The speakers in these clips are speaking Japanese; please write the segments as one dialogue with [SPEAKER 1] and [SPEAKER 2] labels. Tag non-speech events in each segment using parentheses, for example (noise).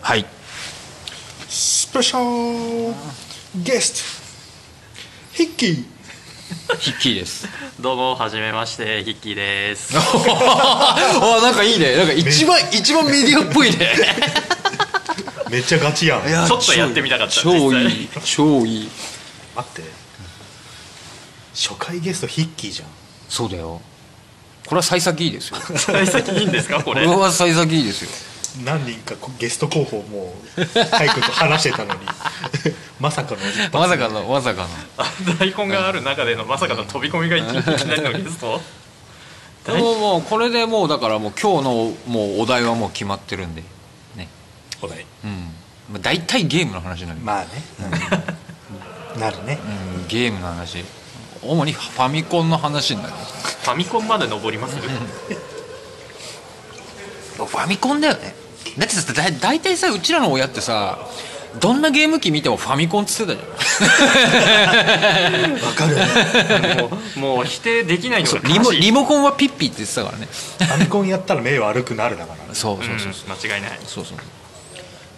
[SPEAKER 1] はい
[SPEAKER 2] スペシャルゲストヒッキー
[SPEAKER 1] ヒッキーです
[SPEAKER 3] どうも、はじめまして、ヒッキーです。
[SPEAKER 1] あなんかいいねなんか一番一番メディアっぽいね (laughs)
[SPEAKER 2] めっちゃガチやん
[SPEAKER 1] いや
[SPEAKER 3] ちょっとやってみたかった
[SPEAKER 1] 超超
[SPEAKER 3] 実
[SPEAKER 1] いい超いい
[SPEAKER 2] 待って初回ゲストヒッキーじゃん
[SPEAKER 1] そうだよこれは幸先いいですよこ
[SPEAKER 3] 最先いいんですか、これ
[SPEAKER 1] れ。は幸先いいですよ
[SPEAKER 2] 何人かこゲスト候補もうタイ君と話してた (laughs) のにまさかの一発
[SPEAKER 1] まさかのまさかの
[SPEAKER 3] 大根がある中でのまさかの飛び込みがいきなりのゲスト。
[SPEAKER 1] でももうこれでもうだからもう今日のもうお題はもう決まってるんでね
[SPEAKER 2] お題
[SPEAKER 1] うんまあ大体ゲームの話になる、
[SPEAKER 2] まあね、うんなるね
[SPEAKER 1] うん、ゲームの話主にファミコンの話になる
[SPEAKER 3] ファミコンまで登り
[SPEAKER 1] (laughs)
[SPEAKER 3] ます。
[SPEAKER 1] ファミコンだよねだってさだ大体さうちらの親ってさどんなゲーム機見てもファミコンっつってたじ
[SPEAKER 2] わかる
[SPEAKER 3] もう、もう否定できないの
[SPEAKER 1] ゃん
[SPEAKER 3] が
[SPEAKER 1] リモ
[SPEAKER 3] 悲しい。
[SPEAKER 1] リモコンはピッピーって言ってたからね
[SPEAKER 2] ファミコンやったら目悪くなるだからね
[SPEAKER 1] そう
[SPEAKER 3] うん
[SPEAKER 1] そうそう、
[SPEAKER 3] 間違いない。
[SPEAKER 1] そうそう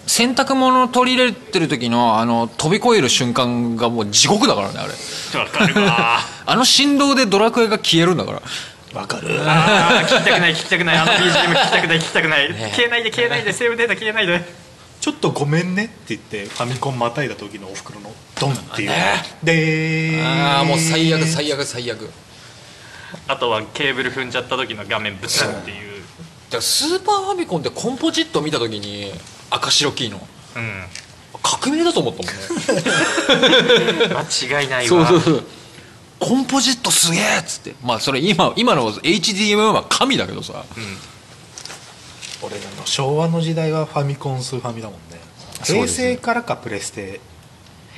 [SPEAKER 1] 洗濯物を取り入れてる時のあの飛び越える瞬間がもう地獄だからねあれ
[SPEAKER 3] わかるわ。
[SPEAKER 1] あの振動でドラクエが消えるんだから
[SPEAKER 2] わかる
[SPEAKER 3] あー聞きたくない、聞きたくない、あの B. G. M. 聞きたくない、聞きたくない。消えないで、消えないで、セーブデータ消えないで。
[SPEAKER 2] ちょっとごめんねって言ってファミコンまたいだ時のおふくろのドンっていうで
[SPEAKER 1] ああもう最悪
[SPEAKER 2] 悪
[SPEAKER 1] 最悪最悪だか
[SPEAKER 3] あとはケーブル踏んじゃった時の画面ぶつかるっていう。
[SPEAKER 1] らスーパーファミコンってコンポジット見た時に赤白キーの
[SPEAKER 3] うん。
[SPEAKER 1] 革命だと思ったもんね
[SPEAKER 3] 間違いない
[SPEAKER 1] そう
[SPEAKER 3] わ
[SPEAKER 1] そう。そうコンポジットすげえっつってまあそれ今今の HDMI は神だけどさ
[SPEAKER 3] うん
[SPEAKER 2] 俺らの昭和の時代はファミコンスーファミだもんね
[SPEAKER 1] そう
[SPEAKER 2] 平
[SPEAKER 1] ですね
[SPEAKER 2] 成からかプレステ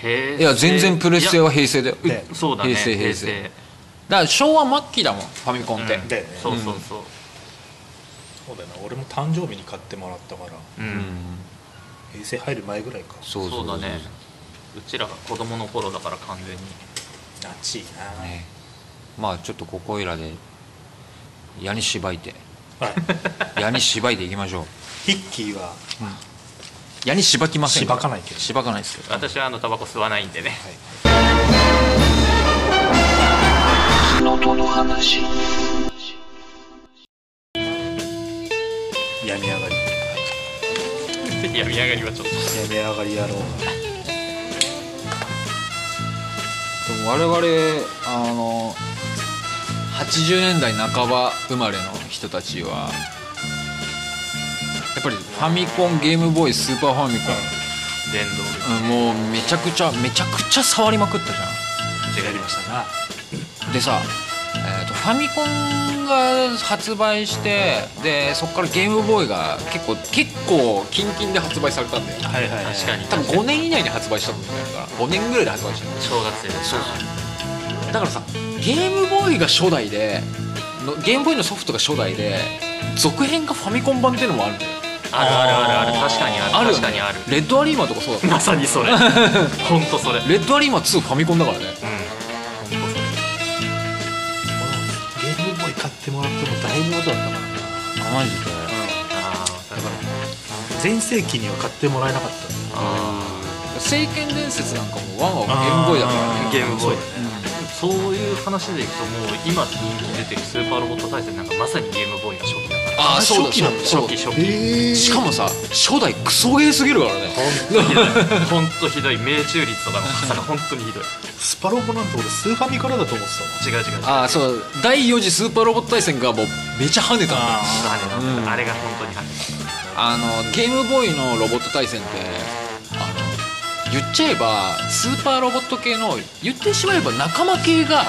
[SPEAKER 3] へ
[SPEAKER 1] い
[SPEAKER 3] ー
[SPEAKER 1] や全然プレステはい平成だよ
[SPEAKER 2] ね
[SPEAKER 3] やそうだね
[SPEAKER 1] 平成平成だから昭和末期だもんファミコンって、
[SPEAKER 3] うん
[SPEAKER 2] だよね
[SPEAKER 3] そうそうそう
[SPEAKER 2] そうだよな俺も誕生日に買ってもらったから
[SPEAKER 3] うん
[SPEAKER 2] 平成入る前ぐらいか
[SPEAKER 1] そう
[SPEAKER 3] そうだねうちらが子供の頃だから完全に
[SPEAKER 2] 夏いな、
[SPEAKER 1] ねまあちょっとここいらで矢にしばいて
[SPEAKER 2] はい、 (laughs)
[SPEAKER 1] 矢にしばいていきましょう
[SPEAKER 2] ヒッキーは
[SPEAKER 1] 矢にしばきませんよ
[SPEAKER 2] しばかないけど
[SPEAKER 1] しばかないですけど
[SPEAKER 3] 私はあのタバコ吸わないんでね (laughs)
[SPEAKER 2] 病み上がり
[SPEAKER 3] いや見上がりはちょっと
[SPEAKER 2] 病み上がり野郎
[SPEAKER 1] でも我々あの80年代半ば生まれの人たちはやっぱりファミコンゲームボーイスーパーファミコ
[SPEAKER 3] 電
[SPEAKER 1] ン、う
[SPEAKER 3] 動
[SPEAKER 1] んもうめちゃくちゃめちゃくちゃ触りまくったじゃ
[SPEAKER 3] で違いま
[SPEAKER 2] ま
[SPEAKER 3] し
[SPEAKER 2] したな
[SPEAKER 1] うんでさ、えーとファミコンが発売してでそこからゲームボーイが結構結構キンキンで発売されたんだよ
[SPEAKER 2] はいはい、
[SPEAKER 3] た確かに
[SPEAKER 1] 多分5年以内に発売したもんじゃないから5年ぐらいで発売した
[SPEAKER 3] 小学生でし
[SPEAKER 1] だ
[SPEAKER 3] ょ
[SPEAKER 1] からさゲームボーイが初代でのゲームボーイのソフトが初代で続編がファミコン版っていうのもあるんだよ
[SPEAKER 3] あるあるあるある確かにある
[SPEAKER 1] よね
[SPEAKER 3] 確かにある
[SPEAKER 1] レッドアリーマーとかそうだった
[SPEAKER 3] (laughs) まさにそれ (laughs) ほんとそれうん
[SPEAKER 1] レッドアリーマー2ファミコンだからね
[SPEAKER 2] ゲームボーイ買ってもらってもだいぶ後だったからな
[SPEAKER 1] マジで
[SPEAKER 3] あーだから
[SPEAKER 2] 全盛期には買ってもらえなかっ
[SPEAKER 3] あ
[SPEAKER 1] 聖剣伝説なんかもワンはゲームボーイだから
[SPEAKER 3] ー
[SPEAKER 1] ね
[SPEAKER 3] ゲームボーイ
[SPEAKER 2] そう
[SPEAKER 3] そういう話でいくともう今人気出てるスーパーロボット対戦なんかまさにゲームボーイが初期だから
[SPEAKER 1] ああそうだ
[SPEAKER 2] 初期なんだ
[SPEAKER 1] そう
[SPEAKER 3] 初期初
[SPEAKER 2] た
[SPEAKER 3] 期
[SPEAKER 2] え
[SPEAKER 1] しかもさ初代クソゲーすぎるからね
[SPEAKER 3] ほんとひどい命中率とかの差が本当にひどい
[SPEAKER 2] スパロボなんて俺スーファミからだと思ってたわ
[SPEAKER 3] 違う違う違う
[SPEAKER 1] ああそう第4次スーパーロボット対戦がもうめちゃ跳ねたんだよ
[SPEAKER 3] あれなんだ
[SPEAKER 1] うん
[SPEAKER 3] あれが本当にあれ
[SPEAKER 1] あのゲームボーイのロボット対戦ってあの言っちゃえばスーパーロボット系の言ってしまえば仲間系が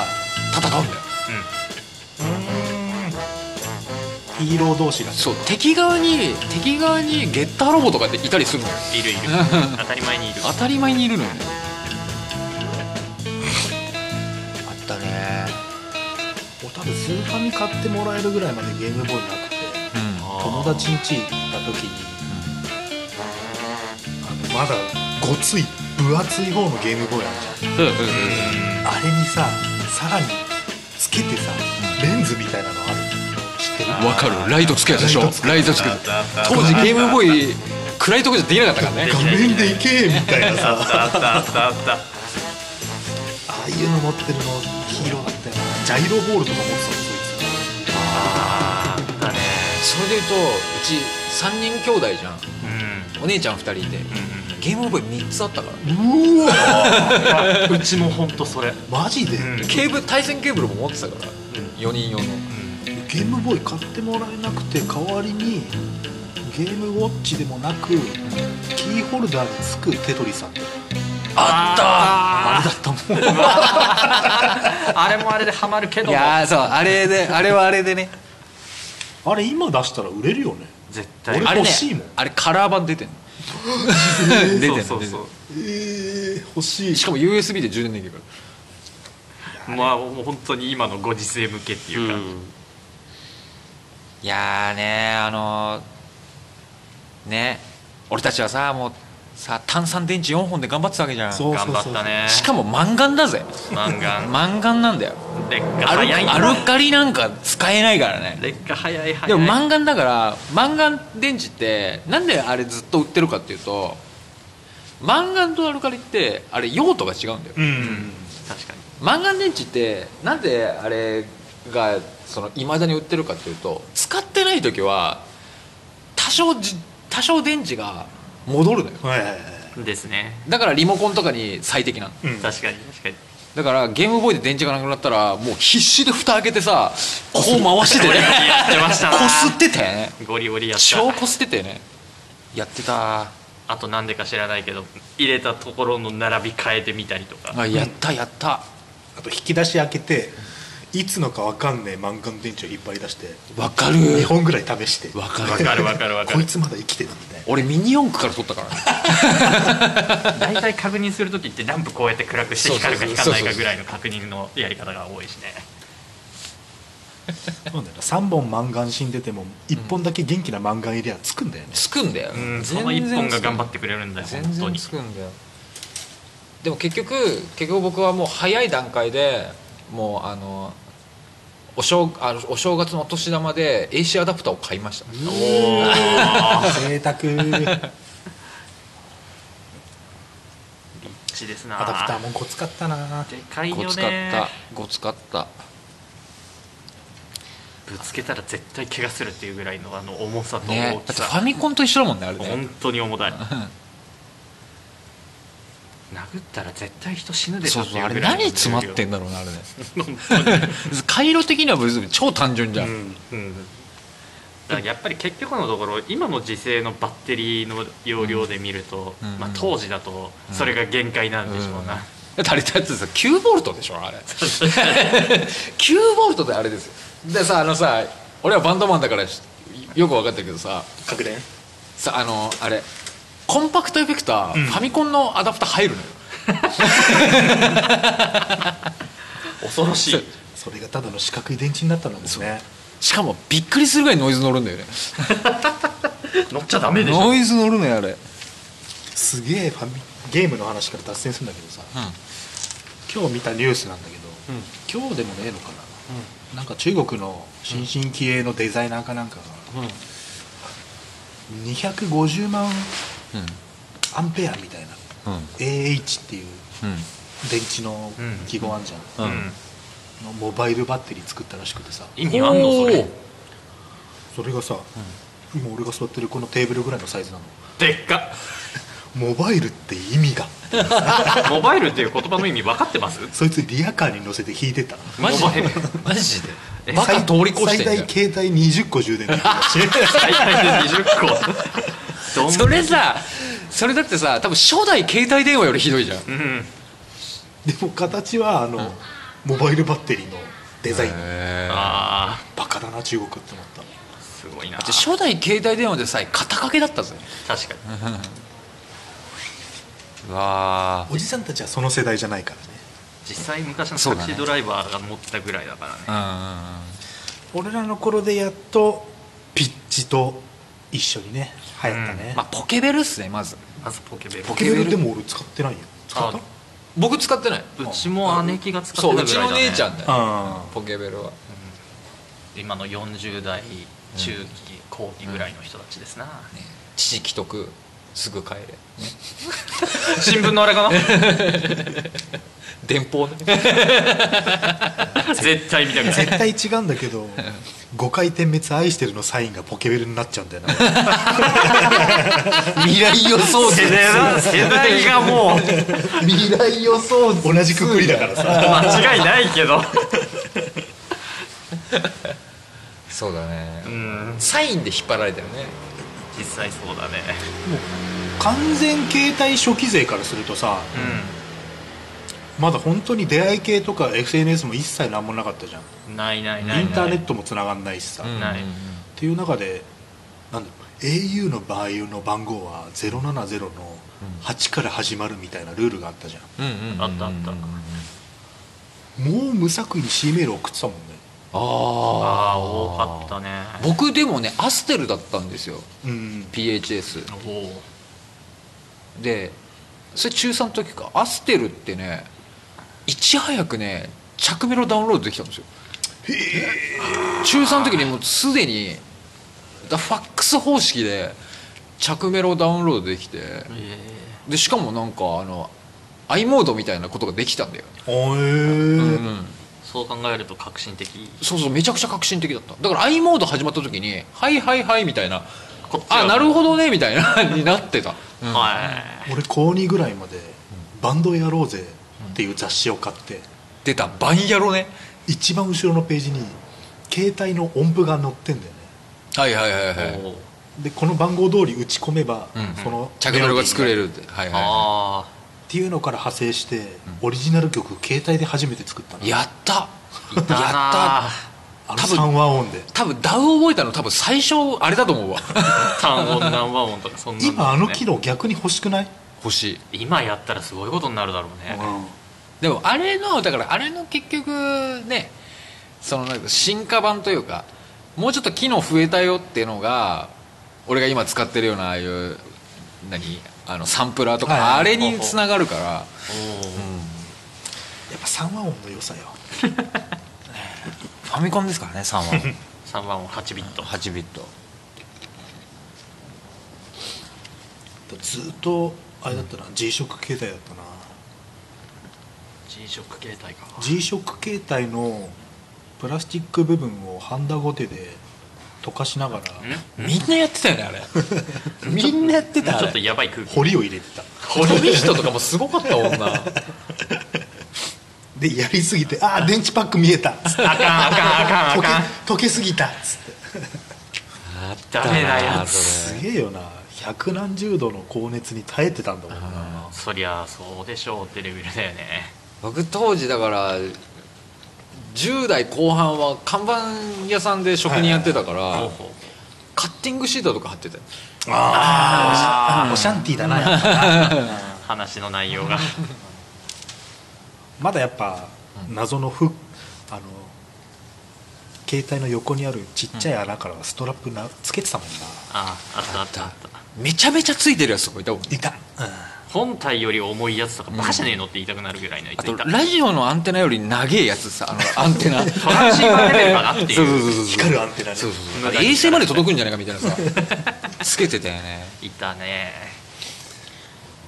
[SPEAKER 1] 戦うんだよ
[SPEAKER 2] ヒーロー同士が
[SPEAKER 1] そう敵側に敵側にゲッターロボとかっていたりするのよ
[SPEAKER 3] うんいるいる当たり前にいる
[SPEAKER 1] 当たり前にいるのよね
[SPEAKER 2] あったね俺多分スーファミ買ってもらえるぐらいまでゲームボーイなくて友達ん家行った時にあのまだごつい分厚い方のゲームボーイあるじゃん
[SPEAKER 1] うんうんうん
[SPEAKER 2] あれにささらにつけてさレンズみたいなのある知ってる
[SPEAKER 1] わかるライトつけやつでしょライトつけやつ当時ゲームボーイ暗いとこじゃできなかったからね
[SPEAKER 3] で
[SPEAKER 2] 画面でいけみたいな
[SPEAKER 3] あ
[SPEAKER 2] (laughs) さ
[SPEAKER 3] ったあったあったあった
[SPEAKER 2] ああいうの持ってるのヒーローだったよなジャイロボールとか持ってたのそいつ
[SPEAKER 3] あーあったね
[SPEAKER 1] それでいうとうち3人兄弟じゃん
[SPEAKER 3] う
[SPEAKER 1] お
[SPEAKER 3] ん
[SPEAKER 1] 姉ちゃん2人いてゲームボーイ3つあったから
[SPEAKER 2] うわ
[SPEAKER 3] うんうんうちも本当それ
[SPEAKER 2] マジで、
[SPEAKER 3] うん
[SPEAKER 1] ケーブル対戦ケーブルも持ってたから4人用の
[SPEAKER 2] ゲームボーイ買ってもらえなくて代わりにゲームウォッチでもなくキーホルダーにつくテトリさんって
[SPEAKER 1] あ
[SPEAKER 3] あ
[SPEAKER 1] ったあれだったもん
[SPEAKER 3] (laughs) あれもあれでハマるけ
[SPEAKER 1] いやーそうあれであれはあれでね
[SPEAKER 2] あれ今出したら売れるよね
[SPEAKER 3] 絶対
[SPEAKER 2] 俺
[SPEAKER 1] あれね
[SPEAKER 2] 欲しいもん
[SPEAKER 1] あれカラー版出て
[SPEAKER 3] (laughs)
[SPEAKER 1] んの出てんの
[SPEAKER 3] そうそうそう
[SPEAKER 1] 出
[SPEAKER 2] ええ欲して
[SPEAKER 1] んの
[SPEAKER 2] い
[SPEAKER 1] しかも USB で充電できるから
[SPEAKER 3] まあもう本当に今のご時世向けっていうか、
[SPEAKER 1] いやーねあのーね俺たちはさもうさ炭酸電池4本で頑張ってたわけじゃん
[SPEAKER 2] そう
[SPEAKER 3] 頑張ったね
[SPEAKER 1] しかもマンガンだぜ
[SPEAKER 3] マンガン
[SPEAKER 1] マンガンなんだよ
[SPEAKER 3] 劣化
[SPEAKER 1] アル
[SPEAKER 3] 早い
[SPEAKER 1] アルカリなんか使えないからね
[SPEAKER 3] 劣化早い早い
[SPEAKER 1] でもマンガンだからマンガン電池ってなんであれずっと売ってるかっていうとマンガンとアルカリってあれ用途が違うんだよ
[SPEAKER 3] うん確かに
[SPEAKER 1] マンガン電池ってなんであれがいまだに売ってるかっていうと使ってない時は多少じ多少電池が戻るのよ
[SPEAKER 2] はいはいはい
[SPEAKER 3] ですね、
[SPEAKER 1] だからリモコンとかに最適なの
[SPEAKER 2] うん
[SPEAKER 3] 確かに確かに
[SPEAKER 1] だからゲームボーイで電池がなくなったらもう必死で蓋開けてさこう回して
[SPEAKER 3] (laughs)
[SPEAKER 1] て
[SPEAKER 3] ゴ
[SPEAKER 1] ね
[SPEAKER 3] リゴリやってましたな
[SPEAKER 1] こすってたよね
[SPEAKER 3] ゴリゴリやった
[SPEAKER 1] 超こすってたよねやってた
[SPEAKER 3] あとなんでか知らないけど入れたところの並び変えてみたりとか、
[SPEAKER 1] あやったやった
[SPEAKER 2] あと引き出し開けていつのかわかんねえマンガン電池を引っ張り出して
[SPEAKER 1] わかる
[SPEAKER 2] 2本ぐらい試して
[SPEAKER 1] わか
[SPEAKER 3] わ
[SPEAKER 1] る
[SPEAKER 3] かるわかるわか
[SPEAKER 2] こい
[SPEAKER 3] る
[SPEAKER 2] つまだ生きてるみたいな
[SPEAKER 1] 俺ミニ四駆から撮ったからね
[SPEAKER 3] 大体確認する時ってランプこうやって暗くして光るか
[SPEAKER 1] そうそう
[SPEAKER 3] 光ら
[SPEAKER 1] そう
[SPEAKER 3] ないかぐらいの確認のやり方が多いしね
[SPEAKER 2] そうだよな3本マンガン死んでても1本だけ元気なマンガン入れはつくんだよね、
[SPEAKER 1] つくんだよ
[SPEAKER 3] うんその一本が頑張っててくれるんだよ
[SPEAKER 1] 全
[SPEAKER 3] 本当
[SPEAKER 1] 然
[SPEAKER 3] に
[SPEAKER 1] つくんだよでも結局結局僕はもう早い段階でもうあのお正あのお正月のお年玉で AC アダプターを買いました
[SPEAKER 3] おー
[SPEAKER 2] 贅沢
[SPEAKER 3] リッチですな
[SPEAKER 2] アダプターもこつかったな
[SPEAKER 3] でかいよ
[SPEAKER 1] ご
[SPEAKER 3] ね
[SPEAKER 1] つかったごつかった
[SPEAKER 3] ぶつけたら絶対怪我するっていうぐらいのあの重さと
[SPEAKER 1] ね
[SPEAKER 3] 大
[SPEAKER 1] だ
[SPEAKER 3] き
[SPEAKER 1] って
[SPEAKER 3] さ、
[SPEAKER 1] ファミコンと一緒だもんねあれね
[SPEAKER 3] 本当に重たい殴ったら絶対人死ぬでし
[SPEAKER 1] そ
[SPEAKER 3] ょ
[SPEAKER 1] う
[SPEAKER 3] って
[SPEAKER 1] そう
[SPEAKER 3] い
[SPEAKER 1] あ
[SPEAKER 3] う
[SPEAKER 1] れ
[SPEAKER 3] ぐらい
[SPEAKER 1] 何詰まってん
[SPEAKER 3] の
[SPEAKER 1] だろうねあれね
[SPEAKER 3] 本当に (laughs)
[SPEAKER 1] 回路的には別に超単純じゃん、
[SPEAKER 3] うんうんだからやっぱり結局のところ今の時世のバッテリーの容量で見ると、
[SPEAKER 1] うん
[SPEAKER 3] ま
[SPEAKER 1] うん、
[SPEAKER 3] あ当時だとそれが限界なんでしょうな、
[SPEAKER 1] うんだってあれだってさ9ボルトでしょあれ (laughs) 9ボルトであれですよでさあのさ俺はバンドマンだからしよく分かってるけどさ
[SPEAKER 2] 確伝
[SPEAKER 1] さあのあれコンパクトエフェクター、
[SPEAKER 2] うん
[SPEAKER 1] ファミコンのアダプター入るのよ
[SPEAKER 3] 恐ろしい
[SPEAKER 2] それがただの四角い電池になったんだもんね
[SPEAKER 1] しかもびっくりするぐらいノイズ乗るんだよね
[SPEAKER 3] 乗っちゃダメでしょ
[SPEAKER 1] ノイズ乗るのよあれ、
[SPEAKER 2] すげえファミゲームの話から脱線するんだけどさ今日見たニュースなんだけど、今日でもねえのかな、なんか中国の新進気鋭のデザイナーかなんかが250万
[SPEAKER 1] うん
[SPEAKER 2] アンペアみたいな
[SPEAKER 1] うん
[SPEAKER 2] AH っていう
[SPEAKER 1] うん
[SPEAKER 2] 電池の
[SPEAKER 3] うん
[SPEAKER 2] 記号あんじゃん、
[SPEAKER 1] うん
[SPEAKER 3] うん
[SPEAKER 2] のモバイルバッテリー作ったらしくてさ
[SPEAKER 3] 意味あんのそれ
[SPEAKER 1] おー
[SPEAKER 2] それがさ、今俺が座ってるこのテーブルぐらいのサイズなの
[SPEAKER 3] でっか
[SPEAKER 2] モバイルって意味が
[SPEAKER 3] (laughs) モバイルっていう言葉の意味分かってます
[SPEAKER 2] そいつリアカーに乗せて引いてた
[SPEAKER 1] マジで
[SPEAKER 3] モ (laughs) バイル
[SPEAKER 1] マジで
[SPEAKER 3] え
[SPEAKER 1] バカ通り越してん
[SPEAKER 2] 最大
[SPEAKER 1] じゃん
[SPEAKER 2] 携帯20個充電できるらし
[SPEAKER 1] (laughs)
[SPEAKER 2] い
[SPEAKER 3] 最大で20個どん
[SPEAKER 1] それさそれだってさ多分初代携帯電話よりひどいじゃん
[SPEAKER 3] うん
[SPEAKER 2] でも形はあの、モバイルバッテリーのデザイン
[SPEAKER 3] あ
[SPEAKER 2] バカだな中国って思った
[SPEAKER 3] あすごいな
[SPEAKER 1] だって初代携帯電話でさえ肩掛けだったぜ
[SPEAKER 3] 確かに
[SPEAKER 1] わ
[SPEAKER 2] おじさんたちはその世代じゃないからね
[SPEAKER 3] 実際昔の
[SPEAKER 1] そう
[SPEAKER 3] タ
[SPEAKER 1] だ
[SPEAKER 3] ク
[SPEAKER 1] ね
[SPEAKER 3] シードライバーが持ってたぐらいだからね
[SPEAKER 1] あ
[SPEAKER 2] 俺らの頃でやっとピッチと一緒にね流行ったね、
[SPEAKER 1] まあポケベルっすねまず
[SPEAKER 3] まずポケベル
[SPEAKER 2] ポケベルでも俺使ってないよ使った
[SPEAKER 3] あ
[SPEAKER 1] 僕使ってないう
[SPEAKER 3] ちも姉貴が使ってた
[SPEAKER 1] そ
[SPEAKER 3] ぐ
[SPEAKER 1] うう
[SPEAKER 3] らい
[SPEAKER 1] ち
[SPEAKER 3] だ、ね、
[SPEAKER 1] の姉ちゃんだよ
[SPEAKER 2] あ
[SPEAKER 1] ポケベルは
[SPEAKER 3] 今の40代中期後期ぐらいの人たちですな、
[SPEAKER 1] 父既得すぐ帰れ、ね、
[SPEAKER 3] 新聞のあれかな
[SPEAKER 1] 電報ね
[SPEAKER 3] (laughs) 絶対見たくない
[SPEAKER 2] 絶対違うんだ
[SPEAKER 1] (laughs)
[SPEAKER 2] けど5回点滅愛してるのサインがポケベルになっちゃうんだよな
[SPEAKER 1] 未来予想図
[SPEAKER 3] 世代だ世代がもう
[SPEAKER 1] (laughs) 未来予想図
[SPEAKER 2] 同じくくりだからさ
[SPEAKER 3] 間違いないけど
[SPEAKER 1] そうだね、
[SPEAKER 3] うん
[SPEAKER 1] サインで引っ張られたよね
[SPEAKER 3] 実際そうだね
[SPEAKER 2] 完全携帯初期勢からするとさまだ本当に出会い系とか SNS も一切何もなかったじゃん
[SPEAKER 3] うんないないないない
[SPEAKER 2] インターネットもつながんないしさ、
[SPEAKER 1] うん
[SPEAKER 2] っ
[SPEAKER 3] ない
[SPEAKER 1] うん
[SPEAKER 2] ていう中でなんだろう au の場合の番号は070の8から始まるみたいなルールがあったじゃ
[SPEAKER 1] うんうんうんうん
[SPEAKER 3] あったあった
[SPEAKER 2] んもう無作為に C メール送ってたもんね
[SPEAKER 1] あ
[SPEAKER 3] あ
[SPEAKER 1] あ
[SPEAKER 3] あ多かったね
[SPEAKER 1] 僕でもねアステルだったんですよ
[SPEAKER 2] うん
[SPEAKER 1] PHS
[SPEAKER 3] おお
[SPEAKER 1] でそれ中3の時かアステルってねいち早くね着メロダウンロードできたんですよ中3の時にもうすでにだファックス方式で着メロダウンロードできて
[SPEAKER 3] え
[SPEAKER 1] でしかもなんかあの i モードみたいなことができたんだよ、
[SPEAKER 2] あー
[SPEAKER 1] うん
[SPEAKER 2] えー
[SPEAKER 1] うん
[SPEAKER 3] そう考えると革新的
[SPEAKER 1] そうそうめちゃくちゃ革新的だっただから i モード始まった時に「はいはいはい」みたいな
[SPEAKER 3] こっ
[SPEAKER 1] 「あなるほどね」みたいなになってた、うん
[SPEAKER 3] は
[SPEAKER 2] 俺高2ぐらいまで「バンドやろうぜ」っていう雑誌を買って
[SPEAKER 1] 出た「バンヤロね」
[SPEAKER 2] 一番後ろのページに携帯の音符が載ってんだよね
[SPEAKER 1] はいはいはい
[SPEAKER 3] い
[SPEAKER 1] はい
[SPEAKER 3] おお
[SPEAKER 2] でこの番号通り打ち込めば、
[SPEAKER 1] うん
[SPEAKER 2] その
[SPEAKER 1] 着メロが作れ
[SPEAKER 2] る
[SPEAKER 1] るってはいは
[SPEAKER 3] あ
[SPEAKER 2] っていうのから派生して、オリジナル曲携帯で初めて作ったの
[SPEAKER 1] いやった
[SPEAKER 3] あ
[SPEAKER 1] やっ
[SPEAKER 3] だな
[SPEAKER 1] た
[SPEAKER 2] あの
[SPEAKER 1] 多分
[SPEAKER 2] 3和音で
[SPEAKER 1] 多分ダウ覚えたの多分最初あれだと思うわ
[SPEAKER 3] 単音ナンバー音とかそんなのね
[SPEAKER 2] 今あの機能逆に欲しくない、
[SPEAKER 1] 星
[SPEAKER 3] 今やったらすごいことになるだろうね
[SPEAKER 1] でもあれのだからあれの結局ねそのなんか進化版というかもうちょっと機能増えたよっていうのが俺が今使ってるようなああいう何あのサンプラーと
[SPEAKER 2] はいはい
[SPEAKER 1] かあれにつながるから
[SPEAKER 3] お
[SPEAKER 2] やっぱ3和音の良さよ
[SPEAKER 1] ファミコンですからね3は
[SPEAKER 3] 3番を8ビット
[SPEAKER 1] 8ビット
[SPEAKER 2] ずっとあれだったな、G ショック携帯だったな
[SPEAKER 3] G ショック携帯か
[SPEAKER 2] G ショック携帯のプラスチック部分をハンダゴテで溶かしながら
[SPEAKER 3] ん
[SPEAKER 1] みんなやってたよねあれみんなやってたあ
[SPEAKER 3] ちょっと
[SPEAKER 1] れ
[SPEAKER 3] やばい空気
[SPEAKER 2] 彫りを入れてた
[SPEAKER 1] 堀人とかもすごかったもんな
[SPEAKER 2] でやりすぎてああ電池パック見えたつって
[SPEAKER 3] あかんあかんあ
[SPEAKER 2] 溶
[SPEAKER 3] かん
[SPEAKER 2] け
[SPEAKER 3] あかん
[SPEAKER 2] 溶けすぎたつって
[SPEAKER 3] ダメなやつ
[SPEAKER 1] そ
[SPEAKER 2] す
[SPEAKER 1] れ
[SPEAKER 2] げえよな百何十度の高熱に耐えてたんだもんな
[SPEAKER 3] そりゃそうでしょうってレベルだよね
[SPEAKER 1] 僕当時だから10代後半は看板屋さんで職人やってたから、
[SPEAKER 3] ほうほう
[SPEAKER 1] カッティングシートとか貼ってたよ
[SPEAKER 2] あーおシャンティーだなやっぱ
[SPEAKER 3] 話の内容 (laughs) が
[SPEAKER 2] まだやっぱ謎のフあの携帯の横にあるちっちゃい穴からはストラップなつけてたもんな
[SPEAKER 3] ああったあったあった
[SPEAKER 1] めちゃめちゃついてるやつとかいたもん
[SPEAKER 2] いた、
[SPEAKER 3] 本体より重いやつとかバカじゃねえのって言いたくなるぐらいのや
[SPEAKER 1] あ
[SPEAKER 3] つい
[SPEAKER 1] と
[SPEAKER 3] た
[SPEAKER 1] ラジオのアンテナより長いやつさ (laughs) あのアンテナ
[SPEAKER 3] トランシーバーレベルかなって
[SPEAKER 1] そうそう
[SPEAKER 3] いう
[SPEAKER 1] そうそう
[SPEAKER 2] 光るアンテナね
[SPEAKER 1] そうそう
[SPEAKER 3] 無
[SPEAKER 1] そう
[SPEAKER 3] 駄に
[SPEAKER 1] 衛星まで届くんじゃないかみたいなさ (laughs) つけてたよね
[SPEAKER 3] いたね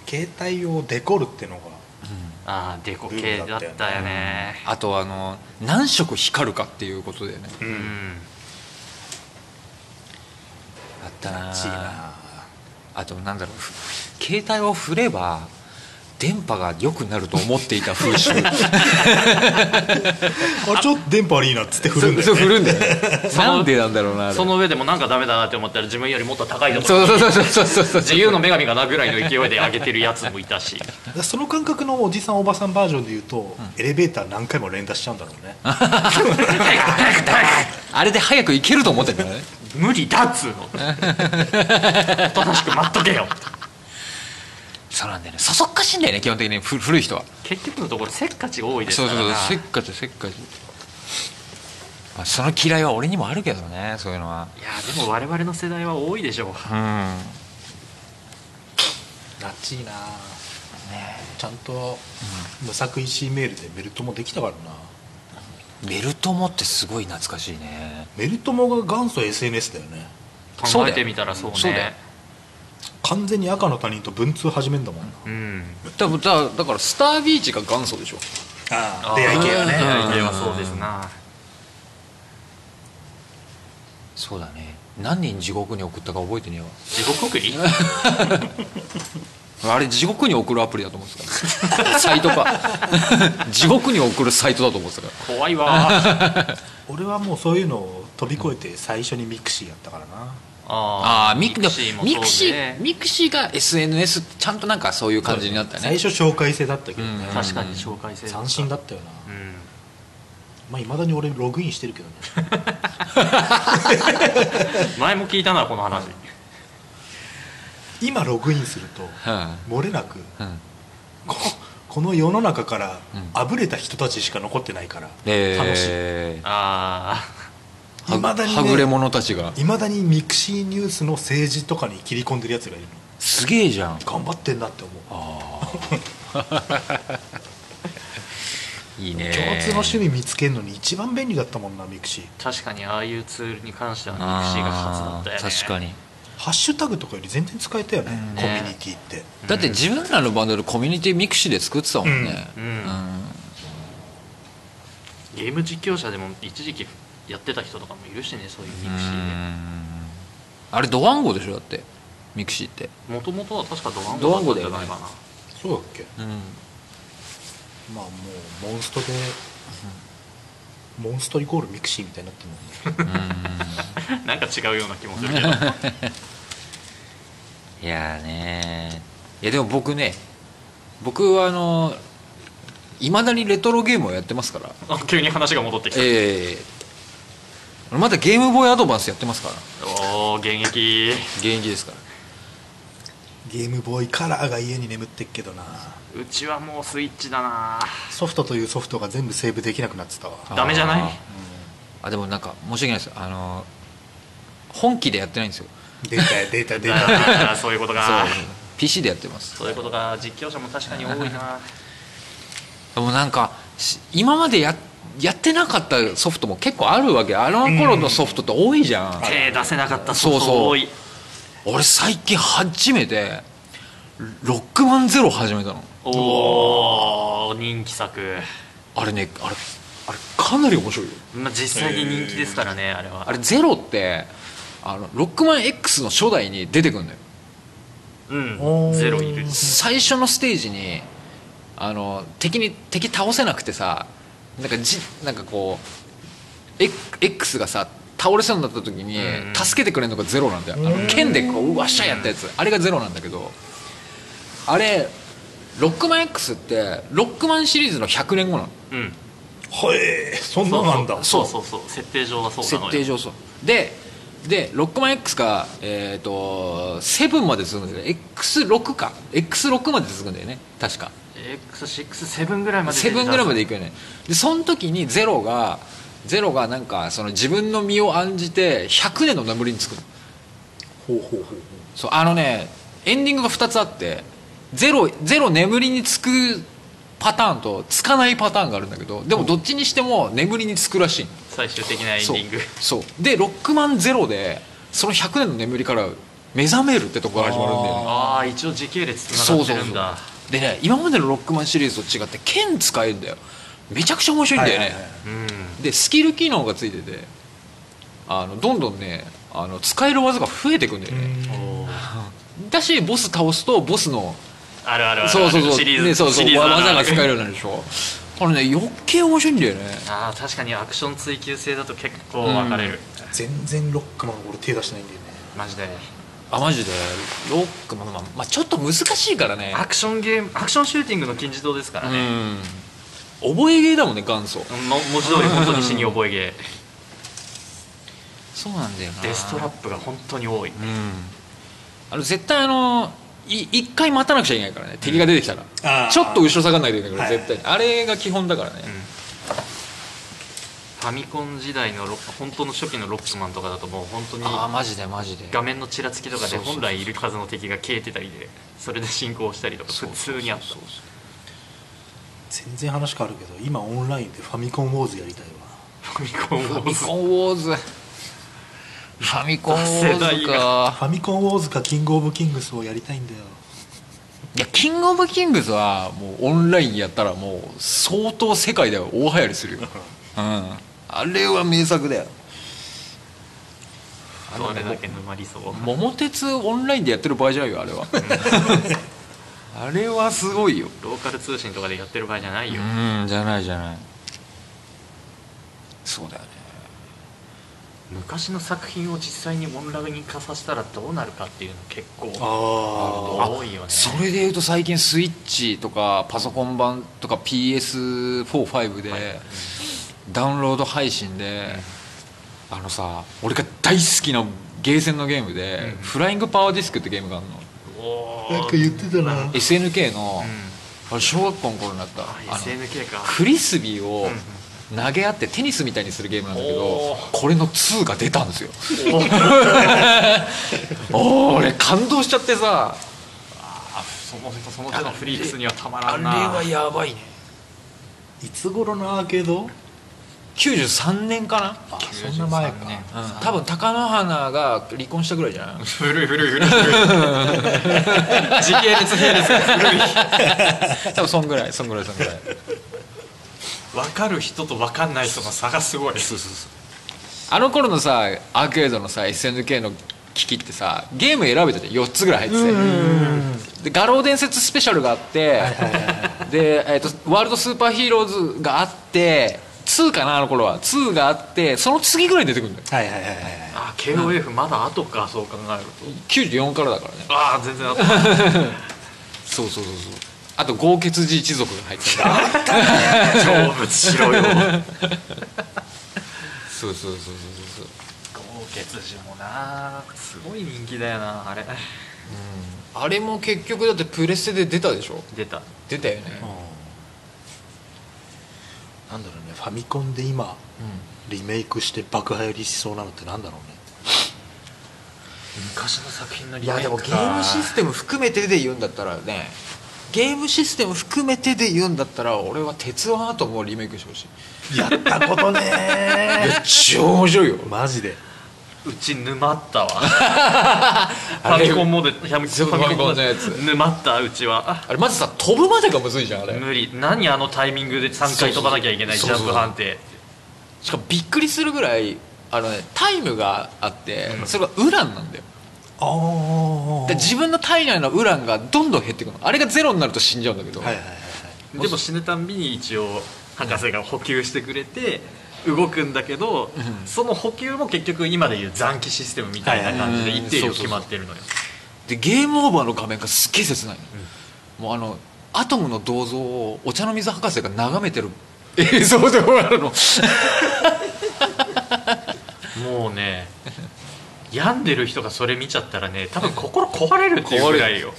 [SPEAKER 2] 携帯をデコるってのが
[SPEAKER 3] ああデコ系だったよね
[SPEAKER 1] あとあの何色光るかっていうことだよね
[SPEAKER 2] う
[SPEAKER 3] うんん
[SPEAKER 1] あったな
[SPEAKER 2] ちいな
[SPEAKER 1] あとなんだろうふ携帯を振れば電波が良くなると思っていた風習
[SPEAKER 2] あちょっと電波悪いなっつって振るんだ
[SPEAKER 1] そう
[SPEAKER 2] よ
[SPEAKER 1] 振
[SPEAKER 2] ね
[SPEAKER 1] るんだよね
[SPEAKER 3] の
[SPEAKER 1] (laughs) なんでなんだろうなあれ
[SPEAKER 3] その上でもなんかダメだなって思ったら自分よりもっと高いとこ
[SPEAKER 1] そうそうそうそうそうそう
[SPEAKER 3] 自由の女神かなぐらいの勢いで上げてるやつもいたし
[SPEAKER 2] だからその感覚のおじさんおばさんバージョンで言うと、エレベーター何回も連打しちゃうんだろうね
[SPEAKER 1] あれで早く行けると思ってんだよね
[SPEAKER 3] 無理だっつうのおとなしく待っとけよ
[SPEAKER 1] そうなんだよねそそっかしいんだよね基本的にふ古い人は
[SPEAKER 3] 結局のところせっかちが多いです
[SPEAKER 1] そう
[SPEAKER 3] から
[SPEAKER 1] そう
[SPEAKER 3] な
[SPEAKER 1] そうせっかちせっかち、まあ、その嫌いは俺にもあるけどねそういうのはい
[SPEAKER 3] やでも我々の世代は多いでしょう
[SPEAKER 1] うん
[SPEAKER 2] なっちいなちゃんと無作為 C メールでメルトモできたからな
[SPEAKER 1] ベルトモってすごい懐かしいね
[SPEAKER 2] メルトモが元祖 SNS だよね
[SPEAKER 1] そうだ
[SPEAKER 3] 考え
[SPEAKER 1] よ
[SPEAKER 3] てみたらそうね
[SPEAKER 1] そうだよ
[SPEAKER 2] 完全に赤の他人と文通始めんだもんな
[SPEAKER 3] うん
[SPEAKER 1] 多分だだからスタービーチが元祖でしょ
[SPEAKER 2] あ
[SPEAKER 3] あー
[SPEAKER 2] 出会い系は
[SPEAKER 1] は
[SPEAKER 2] ね
[SPEAKER 1] うん
[SPEAKER 3] 出会い系はそうですな
[SPEAKER 1] そうだね何人地獄に送ったか覚えてねえ
[SPEAKER 3] 地獄送り
[SPEAKER 1] わあれ地獄に送るアプリだと思ってたからサイトか地獄に送るサイトだと思ってたか
[SPEAKER 3] 怖い
[SPEAKER 1] (laughs)
[SPEAKER 3] わー
[SPEAKER 2] 俺はもうそういうのを飛び越えて最初にミクシーやったからな
[SPEAKER 1] らあ
[SPEAKER 3] あ
[SPEAKER 1] あミク
[SPEAKER 3] シーも
[SPEAKER 1] ミク
[SPEAKER 3] そ
[SPEAKER 1] シ
[SPEAKER 3] うね
[SPEAKER 1] ーミクシーが SNS ちゃんとなんかそういう感じになった
[SPEAKER 2] 最
[SPEAKER 1] ね
[SPEAKER 2] 初紹介制だったけど
[SPEAKER 1] う
[SPEAKER 2] ね
[SPEAKER 1] ん
[SPEAKER 3] 確かに紹介制
[SPEAKER 2] 斬新だったよな
[SPEAKER 3] うん
[SPEAKER 2] まあいまだに俺ログインしてるけどね
[SPEAKER 3] 前も聞いたなこの話
[SPEAKER 2] 今ログインすると
[SPEAKER 1] うん
[SPEAKER 2] 漏れなく
[SPEAKER 1] うん
[SPEAKER 2] ここの世の中から
[SPEAKER 1] うん
[SPEAKER 2] あぶれた人たちしか残ってないから楽しい
[SPEAKER 1] え
[SPEAKER 3] あ
[SPEAKER 1] ー
[SPEAKER 2] 未だにね
[SPEAKER 1] はぐれ者たちが
[SPEAKER 2] いまだにミクシーニュースの政治とかに切り込んでるやつがいるの
[SPEAKER 1] すげえじゃん
[SPEAKER 2] 頑張ってんなって思う
[SPEAKER 1] (laughs) いいね
[SPEAKER 2] 共通の趣味見つけるのに一番便利だったもんなミクシー
[SPEAKER 3] あ確かにああいうツールに関してはミク
[SPEAKER 1] あー
[SPEAKER 3] シーが初だったよね
[SPEAKER 1] 確かに
[SPEAKER 2] ハッシュタグとかより全然使えたよね
[SPEAKER 1] うん
[SPEAKER 2] コミュニティって
[SPEAKER 1] だって自分らのバンドでコミュニティミクシーで作ってたもんね
[SPEAKER 3] うん
[SPEAKER 1] うん
[SPEAKER 3] ゲーム実況者でも一時期やってた人とかもいるしねそういうミクシーで
[SPEAKER 1] あれドワンゴでしょだってミクシーって
[SPEAKER 3] もともとは確かドワンゴだったんじゃないかな、
[SPEAKER 2] そうだっけ
[SPEAKER 1] うん
[SPEAKER 2] まあもうモンストでモンストイコールミクシーみたいになってるもんね (laughs)
[SPEAKER 3] (laughs) なんか違うような気もするけど
[SPEAKER 1] いやーねーいやでも僕ね僕はあのいまだにレトロゲームをやってますから
[SPEAKER 3] あ急に話が戻ってきた、
[SPEAKER 1] ええまだゲームボーイアドバンスやってますから
[SPEAKER 3] おお現役
[SPEAKER 1] 現役ですから
[SPEAKER 2] ゲームボーイカラーが家に眠ってっけどな
[SPEAKER 3] うちはもうスイッチだな
[SPEAKER 2] ソフトというソフトが全部セーブできなくなってたわ
[SPEAKER 3] ダメじゃない
[SPEAKER 1] あーあでもなんか申し訳ないですあの本気でやってないんですよ
[SPEAKER 2] データ (laughs) やデータやデータや
[SPEAKER 3] あーそういうことか
[SPEAKER 1] そう PC でやってます
[SPEAKER 3] そういうことか実況者も確かに多いな
[SPEAKER 1] でもなんかし今までややってなかったソフトも結構あるわけあの頃のソフトって多いじゃん、
[SPEAKER 3] 手出せなかった
[SPEAKER 1] そ
[SPEAKER 3] そうう
[SPEAKER 1] そう
[SPEAKER 3] そう多い
[SPEAKER 1] 俺最近初めてロックマンゼロ始めたの
[SPEAKER 3] おお人気作、
[SPEAKER 1] あれねあれあれかなり面白いよ
[SPEAKER 3] まあ、実際に人気ですからねあれは
[SPEAKER 1] あれゼロってあのロックマン X の初代に出てくるのよ
[SPEAKER 3] う
[SPEAKER 2] お
[SPEAKER 3] ん
[SPEAKER 2] ー
[SPEAKER 3] ゼロいる
[SPEAKER 1] 最初のステージにあの敵に敵倒せなくてさなんかじなんかこうエ X がさ倒れそうになった時に
[SPEAKER 3] うん
[SPEAKER 1] 助けてくれるのがゼロなんだよあの剣でこううわっしゃやったやつあれがゼロなんだけどあれロックマン X ってロックマンシリーズの100年後なの
[SPEAKER 3] うん
[SPEAKER 2] ほえそんなのなんだ
[SPEAKER 3] そうそうそうそう設定上はそうなの
[SPEAKER 1] 設
[SPEAKER 3] よ
[SPEAKER 1] 定上そうででロックマン X が、えー、と7まで続くんだよね X6 か X6 まで続くんだよね確か
[SPEAKER 3] X67 ぐらいまで
[SPEAKER 1] セブングラムでいくよねでその時にゼロがゼロがなんかその自分の身を案じて100年の眠りにつくの
[SPEAKER 2] ほうほうほうほう
[SPEAKER 1] そうあのねエンディングが2つあってゼロゼロ眠りにつくパターンとつかないパターンがあるんだけどでもどっちにしても眠りにつくらしいの
[SPEAKER 3] 最終的なエンデ
[SPEAKER 1] そう
[SPEAKER 3] ィング
[SPEAKER 1] そうでロックマンゼロでその100年の眠りから目覚めるってとこから始まるんだよね
[SPEAKER 3] ああ一応時系列つながってるんだ
[SPEAKER 1] でね今までのロックマンシリーズと違って剣使えるんだよめちゃくちゃ面白いんだよね、
[SPEAKER 2] はいはいはい
[SPEAKER 3] うん
[SPEAKER 1] でスキル機能がついててあのどんどんねあの使える技が増えてくんだよね、
[SPEAKER 3] おー
[SPEAKER 1] だしボス倒すとボスの
[SPEAKER 3] あるあるある
[SPEAKER 1] そうそうそう,、
[SPEAKER 3] シリーズ
[SPEAKER 1] ね、そうそう
[SPEAKER 3] シリーズあるある
[SPEAKER 1] 技が使えるようになるでしょこれね余計面白いんだよね
[SPEAKER 3] ああ確かにアクション追求性だと結構分かれる、
[SPEAKER 2] 全然ロックマン俺手出してないんだよね
[SPEAKER 3] マジで
[SPEAKER 1] あマジでロックマン、まあまあ、ちょっと難しいからね
[SPEAKER 3] アクションゲームアクションシューティングの金字塔ですからね、
[SPEAKER 1] うん覚えゲーだもんね元祖
[SPEAKER 3] も文字通り本当に死に覚えゲ
[SPEAKER 1] そうなんだよな
[SPEAKER 3] ーデストラップが本当に多
[SPEAKER 1] う
[SPEAKER 3] い
[SPEAKER 1] んあの絶対あのい一回待たなくちゃいけないからね敵が出てきたら、
[SPEAKER 2] あー
[SPEAKER 1] ちょっと後ろ下がらないといけないから
[SPEAKER 2] はい
[SPEAKER 1] 絶対に、あれが基本だからね、
[SPEAKER 3] ファミコン時代のロッ本当の初期のロックマンとかだともう本当に
[SPEAKER 1] ああマジでマジで
[SPEAKER 3] 画面のちらつきとか
[SPEAKER 1] そ
[SPEAKER 3] で
[SPEAKER 1] うそうそう
[SPEAKER 3] 本来いる数の敵が消えてたりでそれで進行したりとか普通にあった
[SPEAKER 2] 全然話変わるけど今オンラインでファミコンウォーズやりたいわ
[SPEAKER 3] ファミコン
[SPEAKER 1] ファ
[SPEAKER 3] を
[SPEAKER 1] ミコンウォーズファミコンウォ
[SPEAKER 3] 世
[SPEAKER 1] ー
[SPEAKER 3] 代
[SPEAKER 1] ズ
[SPEAKER 3] が
[SPEAKER 2] フ
[SPEAKER 1] か
[SPEAKER 2] ァミコンウォーズかキングオブキングスをやりたいんだよ
[SPEAKER 1] いやキングオブキングズはもうオンラインやったらもう相当世界では大流行りするよ、うん、あれは名作だよ
[SPEAKER 3] どれだけ沼りそう
[SPEAKER 1] 桃鉄オンラインでやってる場合じゃないよあれは (laughs) あれはすごいよ
[SPEAKER 3] ローカル通信とかでやってる場合じゃないよ、
[SPEAKER 1] うんじゃないじゃないそうだよね
[SPEAKER 3] 昔の作品を実際にオンライン化させたらどうなるかっていうの結構
[SPEAKER 2] あ
[SPEAKER 3] 多いよね
[SPEAKER 1] それでいうと最近スイッチとかパソコン版とか PS45 で、
[SPEAKER 3] はい
[SPEAKER 1] ダウンロード配信で、あのさ俺が大好きなゲーセンのゲームで、
[SPEAKER 3] うん
[SPEAKER 1] フライングパワーディスクってゲームがあるの
[SPEAKER 3] お
[SPEAKER 2] あ
[SPEAKER 3] ー
[SPEAKER 2] なんか言ってたな、
[SPEAKER 3] うん
[SPEAKER 1] SNK の
[SPEAKER 3] う
[SPEAKER 1] あ
[SPEAKER 3] ん、
[SPEAKER 1] れ小学校の頃になった、
[SPEAKER 3] あ
[SPEAKER 1] あの
[SPEAKER 3] SNK か
[SPEAKER 1] フリスビーを
[SPEAKER 3] うん
[SPEAKER 1] 投げ合ってテニスみたいにするゲームなんだけど
[SPEAKER 3] おー
[SPEAKER 1] これの2が出たんですよおー俺感動しちゃってさ
[SPEAKER 3] あそのその手のフリークスにはたまら
[SPEAKER 1] あ
[SPEAKER 3] ん
[SPEAKER 1] れ
[SPEAKER 3] な
[SPEAKER 1] はやばいね
[SPEAKER 2] いつ頃のアーケード
[SPEAKER 1] 93年かな
[SPEAKER 2] あそんな前か
[SPEAKER 3] 93年
[SPEAKER 1] うん多分貴乃花が離婚したぐらいじゃない
[SPEAKER 3] 古い古い古い古い時系列系列が古い
[SPEAKER 1] 多分そんぐらいそんぐらいそんぐらい
[SPEAKER 3] 分かる人と分かんない人の差がすごいそうそうそう
[SPEAKER 1] あの頃のさアーケードのさ SNK の機器ってさゲーム選べてて4つぐらい入っててで画廊伝説スペシャルがあってで、えー、とワールドスーパーヒーローズがあって2かなあの頃は2があってその次ぐらいに出てくるんだよ
[SPEAKER 2] はいはいはいはい
[SPEAKER 3] あ KOF まだ後かそう考える
[SPEAKER 1] 94からだからね
[SPEAKER 3] とああ全然後 (laughs) だ
[SPEAKER 1] そうそうそうそうあと豪傑寺一族が入ってた
[SPEAKER 3] 成仏しろよ
[SPEAKER 1] そうそうそうそうそう
[SPEAKER 3] 豪傑寺もなすごい人気だよなあれ
[SPEAKER 1] あれも結局だってプレステで出たでしょ
[SPEAKER 3] 出た
[SPEAKER 1] 出たよね、
[SPEAKER 2] うんなんだろうねファミコンで今リメイクして爆破よりしそうなのってなんだろうね
[SPEAKER 3] 昔の作品のリ
[SPEAKER 1] い
[SPEAKER 3] メイ
[SPEAKER 1] やで
[SPEAKER 3] ク
[SPEAKER 1] もゲームシステム含めてで言うんだったらねゲームシステム含めてで言うんだったら俺は「鉄腕アトム」をリメイクしてほしい
[SPEAKER 2] やったこと (laughs) ね
[SPEAKER 1] いや超面白いよ
[SPEAKER 2] マジで
[SPEAKER 3] うち沼ったわ (laughs) フ
[SPEAKER 1] あ
[SPEAKER 3] ァ
[SPEAKER 1] れ
[SPEAKER 3] ミコンもでファミ
[SPEAKER 1] そうファミコンのやつ
[SPEAKER 3] 沼ったうちは
[SPEAKER 1] あれまずさ飛ぶまでがむずいじゃんあれ
[SPEAKER 3] 無理何あのタイミングで3回飛ばなきゃいけない
[SPEAKER 1] そ
[SPEAKER 3] ジ
[SPEAKER 1] うそう
[SPEAKER 3] ャンプ判定
[SPEAKER 1] しかもびっくりするぐらいあのねタイムがあってそれがウランなんだよ
[SPEAKER 2] あ
[SPEAKER 1] で自分の体内のウランがどんどん減っていくのあれがゼロになると死んじゃうんだけど、
[SPEAKER 2] はいはいはい
[SPEAKER 3] でも死ぬたんびに一応博士が補給してくれて動くんだけど、
[SPEAKER 1] うん
[SPEAKER 3] その補給も結局今でいう残機システムみたいな感じで
[SPEAKER 1] はいはい
[SPEAKER 3] 一定
[SPEAKER 1] うんそうそう
[SPEAKER 3] 量
[SPEAKER 1] そう
[SPEAKER 3] 決まってるのよ、
[SPEAKER 1] でゲームオーバーの画面がすっげえ切ないの、もうあのアトムの銅像をお茶の水博士が眺めてる映像で終わるの
[SPEAKER 3] もうね病んでる人がそれ見ちゃったらね多分心壊れるっていうぐらいよ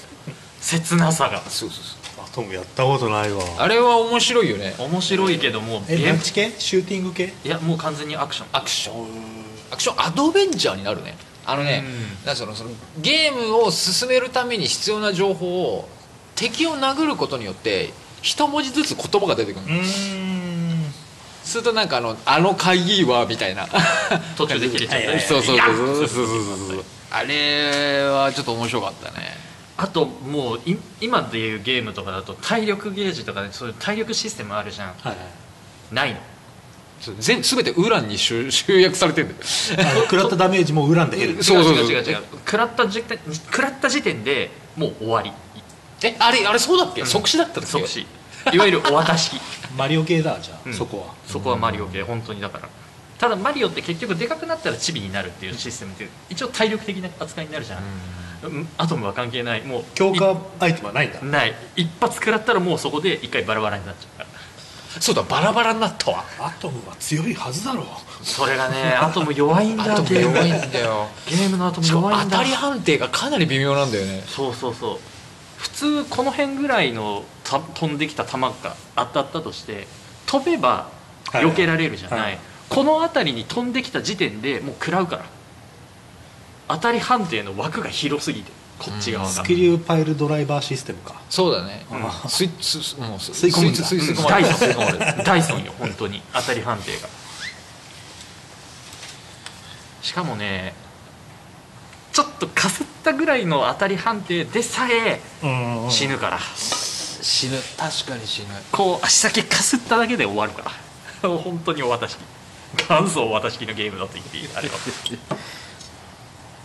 [SPEAKER 3] 切なさが
[SPEAKER 1] そうそうそう
[SPEAKER 2] アトムやったことないわ
[SPEAKER 1] あれは面白いよね
[SPEAKER 3] 面白いけどもう
[SPEAKER 2] え
[SPEAKER 3] ゲー
[SPEAKER 2] ラン
[SPEAKER 3] ム
[SPEAKER 2] チ系シューティング系
[SPEAKER 3] いやもう完全にアクション
[SPEAKER 1] アクションアクションアドベンチャーになるねあのね、
[SPEAKER 3] う
[SPEAKER 1] なんつうのそのゲームを進めるために必要な情報を敵を殴ることによって一文字ずつ言葉が出てくるの、
[SPEAKER 2] ん
[SPEAKER 1] するとなんかあの「あの会議は」みた
[SPEAKER 3] (laughs)
[SPEAKER 1] いな
[SPEAKER 3] 途中で切れちゃっ
[SPEAKER 2] い
[SPEAKER 3] た
[SPEAKER 2] やい
[SPEAKER 3] り
[SPEAKER 2] や
[SPEAKER 1] そうそうそう
[SPEAKER 3] いや
[SPEAKER 1] そうそうそうそうあれはちょっと面白かったね
[SPEAKER 3] あともうい今でいうゲームとかだと体力ゲージとかねそういう体力システムあるじゃん
[SPEAKER 2] はい
[SPEAKER 3] ないの
[SPEAKER 1] 全全てウランに集集約されてるんだよ
[SPEAKER 2] あの食らったダメージもウランで減る
[SPEAKER 1] そうそうそう
[SPEAKER 3] 違う違う違う食らった時点食らった時点でもう終わり
[SPEAKER 1] えあれあれそうだっけ、
[SPEAKER 3] うん
[SPEAKER 1] 即死だったっけ
[SPEAKER 3] 即死いわゆるお渡し (laughs) 機
[SPEAKER 2] マリオ系だじゃあ、
[SPEAKER 3] うん
[SPEAKER 2] そこは
[SPEAKER 3] そこはマリオ系本当にだからただマリオって結局でかくなったらチビになるっていうシステムって一応体力的な扱いになるじゃん、うん、アトムは関係ないもう
[SPEAKER 2] 強化アイテムはないんだ
[SPEAKER 3] いない一発食らったらもうそこで一回バラバラになっちゃうから
[SPEAKER 1] そうだバラバラになったわ
[SPEAKER 2] アトムは強いはずだろう
[SPEAKER 3] それがねアトム弱いんだ
[SPEAKER 1] あと
[SPEAKER 3] ゲーム
[SPEAKER 1] 弱いんだよ
[SPEAKER 3] ゲームのアトム
[SPEAKER 1] しかも
[SPEAKER 3] 弱い
[SPEAKER 1] 当
[SPEAKER 3] んだ
[SPEAKER 1] たり判定がかなり微妙なんだよね
[SPEAKER 3] そうそうそう普通この辺ぐらいのた飛んできた球が当たったとして飛べば
[SPEAKER 2] はい
[SPEAKER 3] 避けられるじゃない、
[SPEAKER 2] はい
[SPEAKER 3] この辺りに飛んできた時点でもう食らうから当たり判定の枠が広すぎてこっち側が、
[SPEAKER 2] スキリューパイルドライバーシステムか
[SPEAKER 1] そうだね、
[SPEAKER 3] う
[SPEAKER 1] スイッチすもう吸
[SPEAKER 2] 吸い込むんだ
[SPEAKER 1] 吸い
[SPEAKER 3] うん
[SPEAKER 1] 込ま
[SPEAKER 3] ダ
[SPEAKER 1] れ
[SPEAKER 3] イ
[SPEAKER 1] る
[SPEAKER 3] ソ
[SPEAKER 1] 吸い込まれる
[SPEAKER 3] ンダイソンよ本当に当たり判定がしかもねちょっとかすったぐらいの当たり判定でさえ
[SPEAKER 2] うんうん
[SPEAKER 3] 死ぬから、
[SPEAKER 1] 死ぬ確かに死ぬ
[SPEAKER 3] こう足先かすっただけで終わるから (laughs) 本当にお渡し元祖お渡しのゲームだと言っていいあれは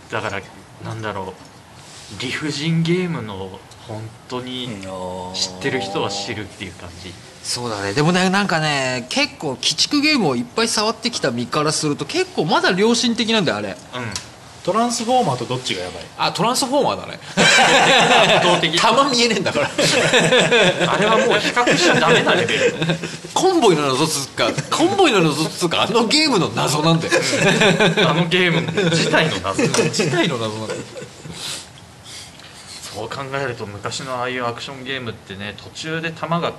[SPEAKER 3] だからなんだろう理不尽ゲームの本当に知ってる人は知るっていう感じ
[SPEAKER 1] そうだねでもねなんかね結構鬼畜ゲームをいっぱい触ってきた身からすると結構まだ良心的なんだよあれ
[SPEAKER 3] うん
[SPEAKER 2] トランスフォーマーとどっちがやばい
[SPEAKER 1] あトランスフォーマーだ (laughs) ね
[SPEAKER 3] 圧倒的
[SPEAKER 1] 弾見えねえんだから
[SPEAKER 3] あれはもう比較しちゃダメなレベル
[SPEAKER 1] コンボイの謎つうかコンボイの謎つうかあのゲームの謎なんだよ
[SPEAKER 3] あのゲーム自体の謎
[SPEAKER 1] 自体の謎なんだよ
[SPEAKER 3] そう考えると昔のああいうアクションゲームってね途中で弾が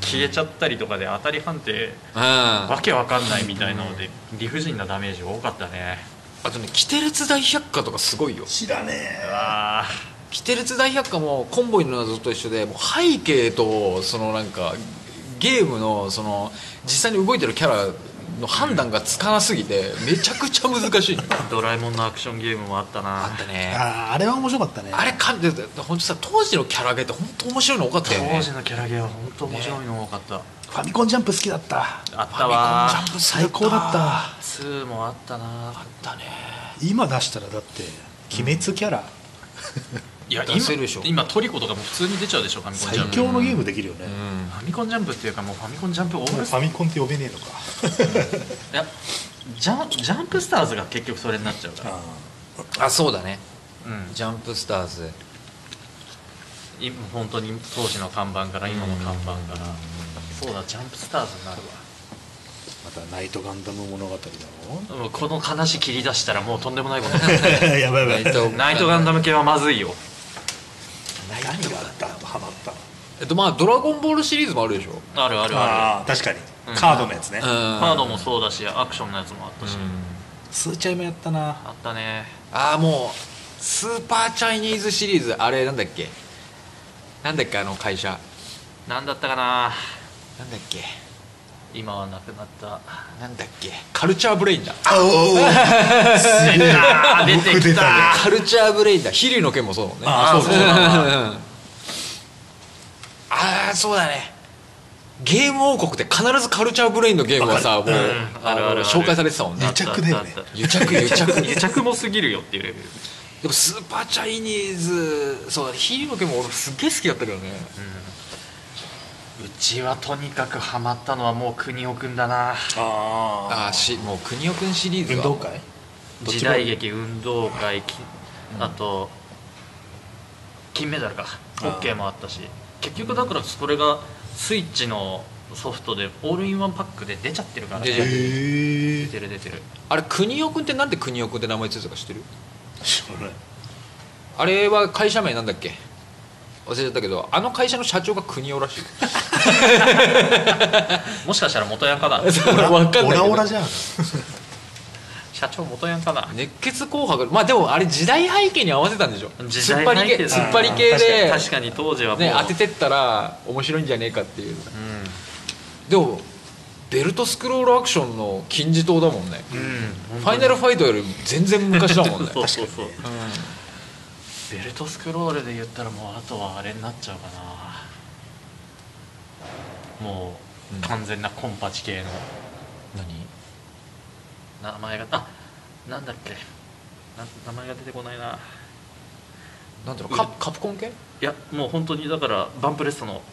[SPEAKER 3] 消えちゃったりとかで当たり判定
[SPEAKER 1] うん
[SPEAKER 3] わけわかんないみたいなので理不尽なダメージが多かったね
[SPEAKER 1] あとねキテレツ大百科とかすごいよ
[SPEAKER 2] 知らね
[SPEAKER 3] うわ
[SPEAKER 1] キテレツ大百科もコンボイの謎と一緒でもう背景とそのなんかゲームのその実際に動いてるキャラの判断がつかなすぎてめちゃくちゃ難しいの
[SPEAKER 3] ードラえもんのアクションゲームもあったな
[SPEAKER 1] あったね
[SPEAKER 2] あーあれは面白かったね
[SPEAKER 1] あれかんで本当さ当時のキャラゲーって本当面白いの多かったよね
[SPEAKER 3] 当時のキャラゲーは本当面白いの多かった、
[SPEAKER 2] ファミコンジャンプ好きだった
[SPEAKER 3] あったわ
[SPEAKER 1] ファミコンジャンプ
[SPEAKER 2] 最高だった
[SPEAKER 3] 2もあったな
[SPEAKER 1] あったね
[SPEAKER 2] 今出したらだって鬼滅キャラ
[SPEAKER 3] いや
[SPEAKER 1] 出せるでしょ
[SPEAKER 3] 今今トリコとかも普通に出ちゃうでしょファミコン
[SPEAKER 2] 最
[SPEAKER 3] ジャンプ
[SPEAKER 2] 強のゲームできるよね
[SPEAKER 1] う
[SPEAKER 2] も
[SPEAKER 1] ん
[SPEAKER 3] ファミコンジャンプっていうかもうファミコンジャンプオー
[SPEAKER 2] う
[SPEAKER 3] ル
[SPEAKER 2] ファミコンって呼べねえのか
[SPEAKER 3] いやジャンジャンプスターズが結局それになっちゃうから、
[SPEAKER 1] あそうだね
[SPEAKER 3] うん、
[SPEAKER 1] ジャンプスターズ
[SPEAKER 3] 今本当に当時の看板から今の看板から、そうだジャンプスターズになる
[SPEAKER 2] またナイトガンダム物語だろ
[SPEAKER 3] わもうこの話切り出したらもうとんでもないことになる
[SPEAKER 2] (laughs) やばいやばい
[SPEAKER 1] ナイト
[SPEAKER 3] ナイトガンダム系はまずいよ
[SPEAKER 2] 何があったハマった
[SPEAKER 1] えっとまあドラゴンボールシリーズもあるでしょ
[SPEAKER 3] あるあるあ
[SPEAKER 2] ああ確かに
[SPEAKER 3] うん
[SPEAKER 2] カードのやつね
[SPEAKER 1] うん
[SPEAKER 3] るカードもそうだしアクションのやつもあったし、
[SPEAKER 2] スーチャイもやったな
[SPEAKER 3] あったね
[SPEAKER 1] ああもうスーパーチャイニーズシリーズあれなんだっけなんだっけあの会社
[SPEAKER 3] 何だったかな
[SPEAKER 1] なんだっけ
[SPEAKER 3] 今はなくなった
[SPEAKER 1] なんだっけカルチャーブレインだ
[SPEAKER 2] あおお
[SPEAKER 3] あー出て
[SPEAKER 2] よく出
[SPEAKER 3] き
[SPEAKER 2] たね
[SPEAKER 3] た
[SPEAKER 1] カルチャーブレインだ飛龍の剣もそうだもんね
[SPEAKER 2] あーそうそう
[SPEAKER 1] あ (laughs) あーそうだねゲーム王国って必ずカルチャーブレインのゲームはさも
[SPEAKER 2] わ
[SPEAKER 1] う
[SPEAKER 2] かるうん
[SPEAKER 1] あ
[SPEAKER 3] あるあ
[SPEAKER 1] の
[SPEAKER 3] るある
[SPEAKER 1] 紹介されてたもんね
[SPEAKER 2] 癒着だよね
[SPEAKER 3] あったあった
[SPEAKER 1] 癒
[SPEAKER 2] (laughs)
[SPEAKER 1] 着癒着
[SPEAKER 3] 癒着もすぎるよっていうレベル
[SPEAKER 1] でもスーパーチャイニーズそうだヒーロー系も俺すっげえ好きだったけどね
[SPEAKER 3] うちはとにかくハマったのはもう国尾くんだな
[SPEAKER 1] あ
[SPEAKER 2] あ
[SPEAKER 1] あしもう国尾くんシリーズ
[SPEAKER 2] 運
[SPEAKER 1] は
[SPEAKER 2] 動会どっ
[SPEAKER 3] 時
[SPEAKER 2] ちも
[SPEAKER 3] 代劇運動会きあと金メダルか
[SPEAKER 2] あ
[SPEAKER 3] ホ
[SPEAKER 2] ー
[SPEAKER 3] ッケーもあったし結局だからそれがスイッチのソフトでオールインワンパックで出ちゃってるからね
[SPEAKER 1] 出ちゃってる
[SPEAKER 2] へえ
[SPEAKER 3] 出てる出てる
[SPEAKER 1] あれ国尾くんってなんで国尾くんって名前ついてたか知ってる
[SPEAKER 2] 知らない
[SPEAKER 1] あれは会社名なんだっけ忘れちゃったけどあの会社の社長が国尾らしい
[SPEAKER 3] もしかしたら元ヤンかな
[SPEAKER 1] わけど
[SPEAKER 2] オラオラじゃん
[SPEAKER 3] 社長元ヤンかな
[SPEAKER 1] 熱血紅白まあでもあれ時代背景に合わせたんでしょ
[SPEAKER 3] 時
[SPEAKER 1] 突っ
[SPEAKER 3] 代
[SPEAKER 1] 張り
[SPEAKER 3] 背
[SPEAKER 1] 系
[SPEAKER 3] 景
[SPEAKER 1] 突っ張り系で
[SPEAKER 3] 確かに当時はもう、
[SPEAKER 1] ね、当ててったら面白いんじゃねえかっていうでもベルトスクロールアクションの金字塔だもんね
[SPEAKER 3] うん、うん、
[SPEAKER 1] ファイナルファイトより全然昔だもんね
[SPEAKER 3] そうそうそう
[SPEAKER 1] う
[SPEAKER 3] ベルトスクロールで言ったらもうあとはあれになっちゃうかなも
[SPEAKER 1] うん
[SPEAKER 3] う完全なコンパチ系
[SPEAKER 1] ん
[SPEAKER 3] の
[SPEAKER 1] 何
[SPEAKER 3] 名前があなんだっけな名前が出てこないな
[SPEAKER 1] なんだろうカカプコン系
[SPEAKER 3] いやもう本当にだからバンプレストのコンパチ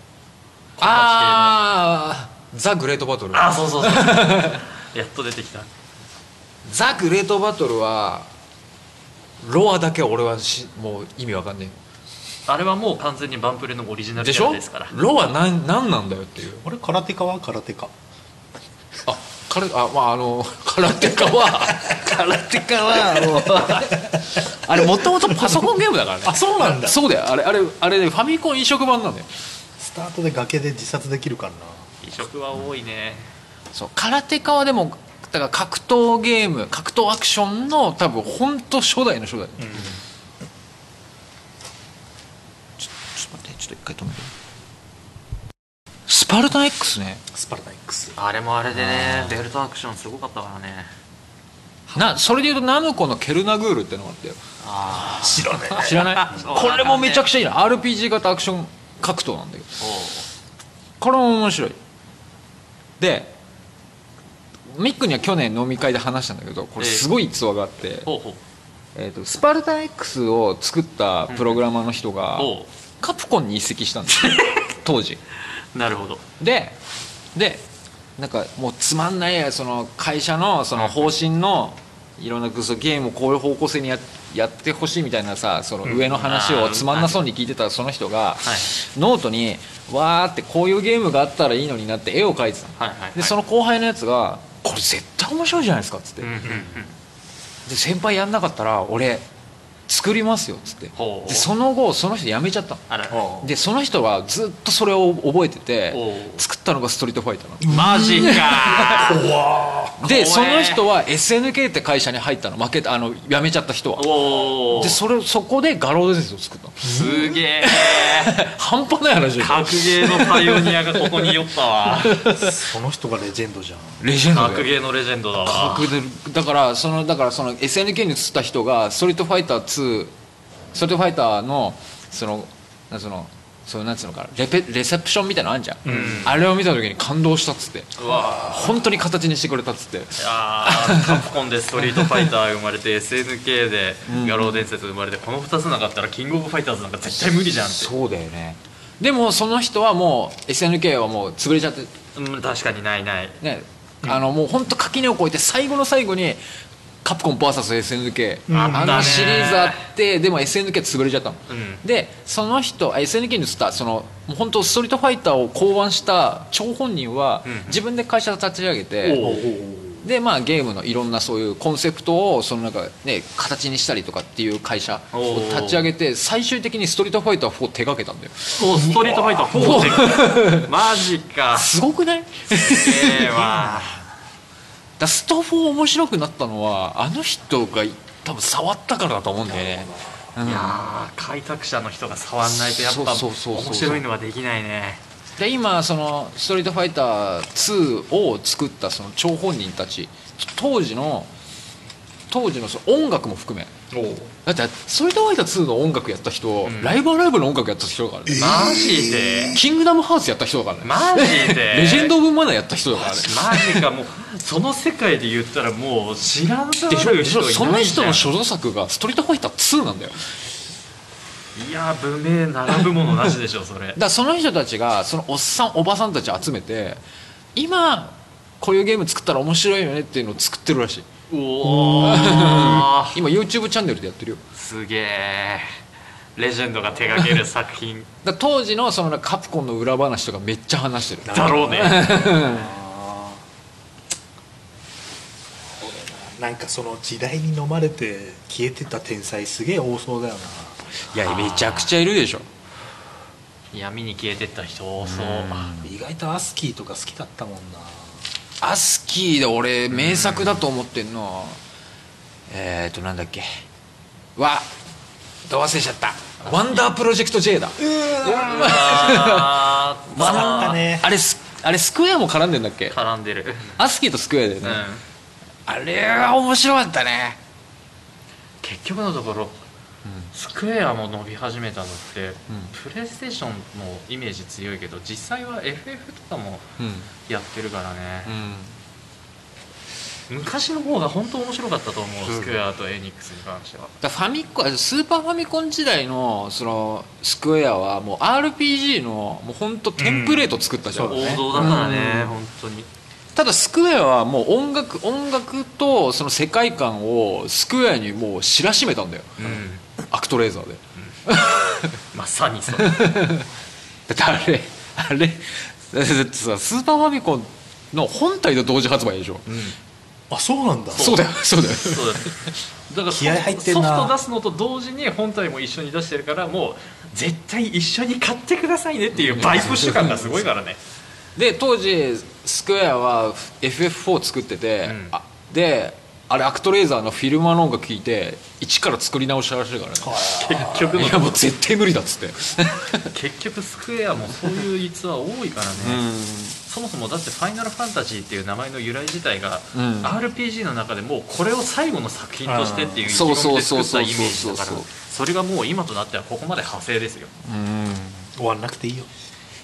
[SPEAKER 3] 系の
[SPEAKER 1] ああザ・グレートバトル
[SPEAKER 3] あそうそうそう (laughs) やっと出てきた
[SPEAKER 1] ザ・グレートバトルはロアだけ俺はしもう意味わかんね
[SPEAKER 3] あれはもう完全にバンプレのオリジナ
[SPEAKER 1] え
[SPEAKER 3] ル
[SPEAKER 1] で
[SPEAKER 3] キ
[SPEAKER 1] し
[SPEAKER 3] ャラ
[SPEAKER 1] ょ
[SPEAKER 3] ですから
[SPEAKER 1] ロアなんなんなんだよっていう
[SPEAKER 2] あれ空手家は空手家
[SPEAKER 1] あ彼あまああの (laughs) 空手家は空手家はもう (laughs) あれもともとパソコンゲームだからね
[SPEAKER 2] (laughs) あそうなんだ
[SPEAKER 1] そうだよあれあれあれねファミコン移植版なんだよ
[SPEAKER 2] スタートで崖で自殺できるからな
[SPEAKER 3] 移植は多いね
[SPEAKER 1] そう空手家はでもだから格闘ゲーム格闘アクションの多分本当初代の初代ちょっと待ってちょっと一回止めてスパルタン X ね
[SPEAKER 2] スパルタ X
[SPEAKER 3] あれもあれでね
[SPEAKER 1] あー
[SPEAKER 3] ベルトアクションすごかったからね
[SPEAKER 1] なそれでいうとナムコのケルナグールってのがあったよ
[SPEAKER 2] ああ知らね
[SPEAKER 1] 知らない
[SPEAKER 3] あ (laughs) そう
[SPEAKER 1] これもめちゃくちゃいいな RPG 型アクション格闘なんだけどこれも面白いでミックには去年飲み会で話したんだけどこれすごい逸話があって、
[SPEAKER 3] おおほう
[SPEAKER 1] えー、とスパルタ X を作ったプログラマーの人が
[SPEAKER 3] お
[SPEAKER 1] カプコンに移籍したん
[SPEAKER 3] (laughs)
[SPEAKER 1] ですよ当時
[SPEAKER 3] うなるほど
[SPEAKER 1] ででなんかもうつまんないその会社のその方針のいろんなそのゲームをこういう方向性にややってほしいみたいなさその上の話
[SPEAKER 3] うん
[SPEAKER 1] を
[SPEAKER 3] あー
[SPEAKER 1] つまんなそうに聞いてたその人が、
[SPEAKER 3] はい
[SPEAKER 1] ノートにわーってこういうゲームがあったらいいのになって絵を描いてたの
[SPEAKER 3] はいはいはい
[SPEAKER 1] でその後輩のやつが「これ絶対面白いじゃないですか」っつって、
[SPEAKER 3] うんうんうん
[SPEAKER 1] で先輩やんなかったら俺作りますよっつって
[SPEAKER 3] ほう
[SPEAKER 1] でその後その人辞めちゃった
[SPEAKER 3] あら
[SPEAKER 2] お
[SPEAKER 1] のでその人はずっとそれを覚えて
[SPEAKER 3] おう
[SPEAKER 1] て作ったのがストリートファイターなの
[SPEAKER 3] マ
[SPEAKER 1] (laughs)
[SPEAKER 3] ジかー怖
[SPEAKER 1] で
[SPEAKER 3] え
[SPEAKER 1] その人は SNK って会社に入ったの負けたあの辞めちゃった人は
[SPEAKER 3] おお
[SPEAKER 1] でそれそこで画廊伝説を作ったの
[SPEAKER 3] すげえ
[SPEAKER 1] 半端ない話でしょ
[SPEAKER 3] 格ゲーのパイオニアがここに寄ったわ
[SPEAKER 2] (laughs) その人がレジェンドじゃん
[SPEAKER 1] レジェンドだよ
[SPEAKER 3] 格ゲーのレジェンドだわ
[SPEAKER 1] 格でだからそのだからその SNK に移った人が「ストリートファイター2」「ストリートファイターの」そのなんそのそのなんつうのかなレペレセプションみたいなのあるじゃん、あれを見た時に感動したっつって
[SPEAKER 3] うわ
[SPEAKER 1] 本当に形にしてくれたっつって
[SPEAKER 3] いやーカプコンでストリートファイター生まれて SNK で画廊伝説生まれてこの2つなかったらキングオブファイターズなんか絶対無理じゃんって
[SPEAKER 1] そうだよねでもその人はもう SNK はもう潰れちゃって
[SPEAKER 3] うん確かにないない
[SPEAKER 1] ね、あのもう本当垣根を越えて最後の最後にカプコン VSSNK、
[SPEAKER 2] ん
[SPEAKER 1] あ
[SPEAKER 3] あった
[SPEAKER 1] の
[SPEAKER 3] ね
[SPEAKER 1] シリーズあってでも SNK 潰れちゃったの、
[SPEAKER 3] うん
[SPEAKER 1] でその人あ SNK に移ったそのもう本当ストリートファイターを考案した張本人は、
[SPEAKER 3] うん
[SPEAKER 1] 自分で会社を立ち上げて
[SPEAKER 3] おう
[SPEAKER 1] で、まあ、ゲームのいろんなそういうコンセプトをそのなんか、ね、形にしたりとかっていう会社を立ち上げて最終的にストリートファイター4を手掛けたんだよ
[SPEAKER 3] おストリートファイター4っ
[SPEAKER 1] (laughs)
[SPEAKER 3] てマジかす
[SPEAKER 1] すごく (laughs) ない
[SPEAKER 3] げえわ
[SPEAKER 1] だスト4面白くなったのはあの人が多分触ったからだと思うんだよね、うん (laughs)
[SPEAKER 3] いやー開拓者の人が触んないとやっぱ
[SPEAKER 1] そうそうそうそう
[SPEAKER 3] 面白いのはできないね
[SPEAKER 1] で今その「ストリートファイター2」を作ったその張本人たち当時の当時のその音楽も含め
[SPEAKER 3] お
[SPEAKER 1] だって「ストリートファイター2」の音楽やった人、
[SPEAKER 3] ん
[SPEAKER 1] ライバーライブの音楽やった人だからね、
[SPEAKER 3] マジで
[SPEAKER 1] キングダムハーツやった人だからね、
[SPEAKER 3] マジ
[SPEAKER 1] (laughs)
[SPEAKER 3] で
[SPEAKER 1] レジェンド・オブ・マナーやった人だから
[SPEAKER 3] マ
[SPEAKER 1] ね
[SPEAKER 3] ジかもうその世界で言ったらもう知らんと
[SPEAKER 1] でし
[SPEAKER 3] あ
[SPEAKER 1] ょ
[SPEAKER 3] る
[SPEAKER 1] でし
[SPEAKER 3] 人
[SPEAKER 1] ょ
[SPEAKER 3] いないじゃ
[SPEAKER 1] そ
[SPEAKER 3] ん
[SPEAKER 1] の人の所蔵作が「ストリートファイター2」なんだよ
[SPEAKER 3] いやー文明並ぶものなしでしょそれ
[SPEAKER 1] だからその人たちがそのおっさんおばさんたち集めて今こういうゲーム作ったら面白いよねっていうのを作ってるらしい
[SPEAKER 3] おお
[SPEAKER 1] 今 YouTube チャンネルでやってるよ
[SPEAKER 3] すげえレジェンドが手掛ける作品
[SPEAKER 1] だから当時のそのカプコンの裏話とかめっちゃ話してる
[SPEAKER 3] だろうね
[SPEAKER 1] (laughs)
[SPEAKER 2] なんかその時代に飲まれて消えてた天才すげえ多そうだよない
[SPEAKER 1] やめちゃくちゃいるでしょ
[SPEAKER 3] 闇に消えてった人多そう
[SPEAKER 2] 意外とアスキーとか好きだったもんな
[SPEAKER 1] アスキーで俺名作だと思ってんのえーとなんだっけわど忘れちゃったワンダープロジェクト J だ
[SPEAKER 3] あー
[SPEAKER 1] ワン
[SPEAKER 2] あったね
[SPEAKER 1] あれスあれスクエアも絡んでんだっけ
[SPEAKER 3] 絡んでる
[SPEAKER 1] アスキーとスクエアだよ
[SPEAKER 3] う
[SPEAKER 1] ね、
[SPEAKER 3] ん
[SPEAKER 1] あれは面白かったね
[SPEAKER 3] 結局のところスクエアも伸び始めたのって、プレイステーションのイメージ強いけど実際は FF とかも
[SPEAKER 1] うん
[SPEAKER 3] やってるからね、
[SPEAKER 1] うん
[SPEAKER 3] 昔の方が本当面白かったと思う、スクエアとエニックスに関しては
[SPEAKER 1] だからファミコンスーパーファミコン時代のそのスクエアはもう RPG のもう本当テンプレート作ったじゃん、
[SPEAKER 2] うんそうだね
[SPEAKER 3] 王道だからね、
[SPEAKER 1] うん
[SPEAKER 3] 本当に
[SPEAKER 1] ただスクエアはもう音楽音楽とその世界観をスクエアにもう知らしめたんだよ
[SPEAKER 3] うん
[SPEAKER 1] アクトレーザーで
[SPEAKER 3] まさ
[SPEAKER 2] (laughs)
[SPEAKER 3] にそう
[SPEAKER 1] だってあれあれだってさスーパーファミコンの本体と同時発売でしょ、
[SPEAKER 2] あそうなんだ
[SPEAKER 1] そうだよそうだよ
[SPEAKER 3] そうだだからソ
[SPEAKER 2] 気合入ってんな
[SPEAKER 3] ソフト出すのと同時に本体も一緒に出してるからもう絶対一緒に買ってくださいねっていうバイプッシュ感がすごいからね
[SPEAKER 1] で当時スクエアは FF4 作ってて、
[SPEAKER 3] うん
[SPEAKER 1] あであれアクトレーザーのフィルマーの音楽聞いて一から作り直したらしいからね
[SPEAKER 3] 結局
[SPEAKER 1] いやもう絶対無理だっつって
[SPEAKER 3] 結局スクエアもそういう逸話多いからね、そもそもだって「ファイナルファンタジー」っていう名前の由来自体が、
[SPEAKER 1] うん
[SPEAKER 3] RPG の中でもうこれを最後の作品としてっていう意気
[SPEAKER 1] そう
[SPEAKER 3] 込み
[SPEAKER 1] そう
[SPEAKER 3] で
[SPEAKER 1] そう
[SPEAKER 3] 作った
[SPEAKER 1] そう
[SPEAKER 3] イメージ
[SPEAKER 1] そ
[SPEAKER 3] だか
[SPEAKER 1] う
[SPEAKER 3] ら
[SPEAKER 1] そう
[SPEAKER 3] それがもう今となってはここまで派生ですよ
[SPEAKER 1] うん
[SPEAKER 2] 終わんなくていいよ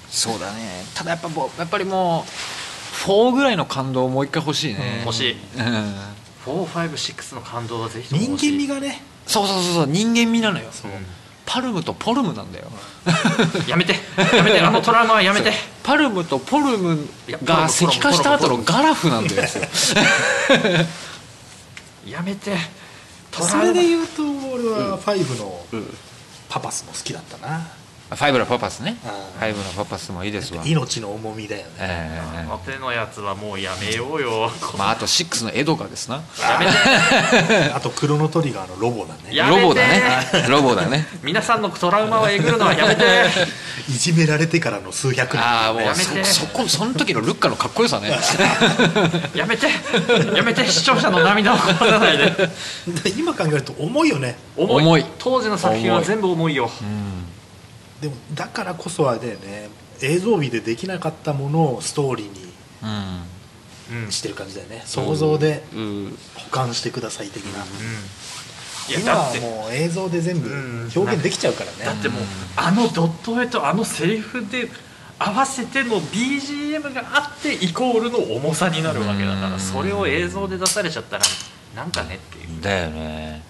[SPEAKER 1] そうだねただやっぱもうやっぱりもう4ぐらいの感動もう一回欲しいね、
[SPEAKER 3] 欲しい
[SPEAKER 1] うん
[SPEAKER 3] 456の感動はぜひとも
[SPEAKER 2] 人
[SPEAKER 3] 欲しい
[SPEAKER 2] 間味がね
[SPEAKER 1] そうそうそうそう人間味なのよ
[SPEAKER 3] う
[SPEAKER 1] パルムとポルムなんだよ
[SPEAKER 3] んやめてやめてあのトラウマはやめて
[SPEAKER 1] パルムとポルム
[SPEAKER 3] いや
[SPEAKER 1] が石
[SPEAKER 3] ポルム
[SPEAKER 1] 化した後
[SPEAKER 3] ポル
[SPEAKER 1] の
[SPEAKER 3] ム
[SPEAKER 1] ガラフなんだ
[SPEAKER 3] (laughs)
[SPEAKER 1] よ (laughs)
[SPEAKER 3] やめてト
[SPEAKER 2] そ
[SPEAKER 3] ラ
[SPEAKER 2] れ
[SPEAKER 3] ウマ
[SPEAKER 2] で言うと俺は5のパパスも好きだったな
[SPEAKER 1] ファイブのパパスね
[SPEAKER 2] うん
[SPEAKER 1] ファイブのパパスもいいですわ
[SPEAKER 2] 命の重みだよね
[SPEAKER 1] ええ
[SPEAKER 3] あの手のやつはもうやめようよ
[SPEAKER 1] まああと6のエドガですな
[SPEAKER 3] やめて
[SPEAKER 2] あとクロノトリガーのロボだね
[SPEAKER 3] やめて
[SPEAKER 1] ロボだねロボだね
[SPEAKER 3] 皆さんのトラウマをえぐるのはやめて
[SPEAKER 2] いじめられてからの数百
[SPEAKER 1] (laughs)
[SPEAKER 2] 年
[SPEAKER 1] ああも
[SPEAKER 3] や
[SPEAKER 1] う
[SPEAKER 3] め
[SPEAKER 1] そ
[SPEAKER 3] て
[SPEAKER 1] そこその時のルッカのかっこよさね
[SPEAKER 3] やめてやめて視聴者の涙をこらないで
[SPEAKER 2] 今考えると重いよね
[SPEAKER 3] 重い
[SPEAKER 1] 重い
[SPEAKER 3] 当時の作品は全部重いよ
[SPEAKER 1] うん
[SPEAKER 2] でもだからこそあれだよね映像美でできなかったものをストーリーに
[SPEAKER 1] (laughs) うん
[SPEAKER 3] うん
[SPEAKER 2] してる感じだよね想像で
[SPEAKER 1] うん
[SPEAKER 2] 保管してください的な、
[SPEAKER 3] いや
[SPEAKER 2] 今
[SPEAKER 3] だっ
[SPEAKER 2] は
[SPEAKER 3] て
[SPEAKER 2] もう映像で全部
[SPEAKER 3] うん
[SPEAKER 2] 表現できちゃうからね、
[SPEAKER 3] だってもうあのドット絵とあのセリフで合わせての BGM があってイコールの重さになるわけだか
[SPEAKER 1] う
[SPEAKER 3] ら
[SPEAKER 1] ん
[SPEAKER 3] それを映像で出されちゃったらなんかねっていう
[SPEAKER 1] だよね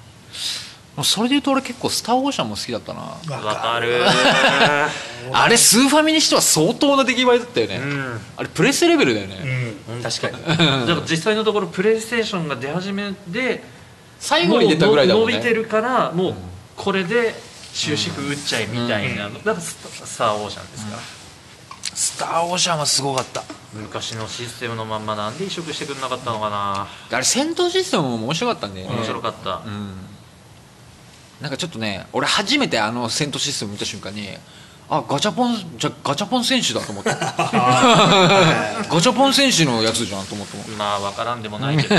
[SPEAKER 1] それで言うと俺結構「スター・オーシャン」も好きだったな
[SPEAKER 2] わ
[SPEAKER 3] わかる
[SPEAKER 1] あれスーファミにしては相当な出来栄えだったよね、
[SPEAKER 3] うん
[SPEAKER 1] あれプレスレベルだよね、
[SPEAKER 2] うん確かに
[SPEAKER 3] でも実際のところプレイステーションが出始めで
[SPEAKER 1] 最後に出たぐらいだもんね
[SPEAKER 3] もう伸びてるからもうこれで終止符打っちゃえみたいな、だからスタスター・オーシャンですから、
[SPEAKER 1] スター・オーシャンはすごかった
[SPEAKER 3] 昔のシステムのまんまなんで移植してくれなかったのかな、
[SPEAKER 1] あれ戦闘システムも面白かったんだよね
[SPEAKER 3] 面白かった、
[SPEAKER 1] うんなんかちょっとね俺初めてあの戦闘システム見た瞬間にあガチャポンじゃガチャポン選手だと思ってガチャポン選手のやつじゃんと思っても
[SPEAKER 3] まあ分からんでもな
[SPEAKER 1] (laughs)
[SPEAKER 3] いけど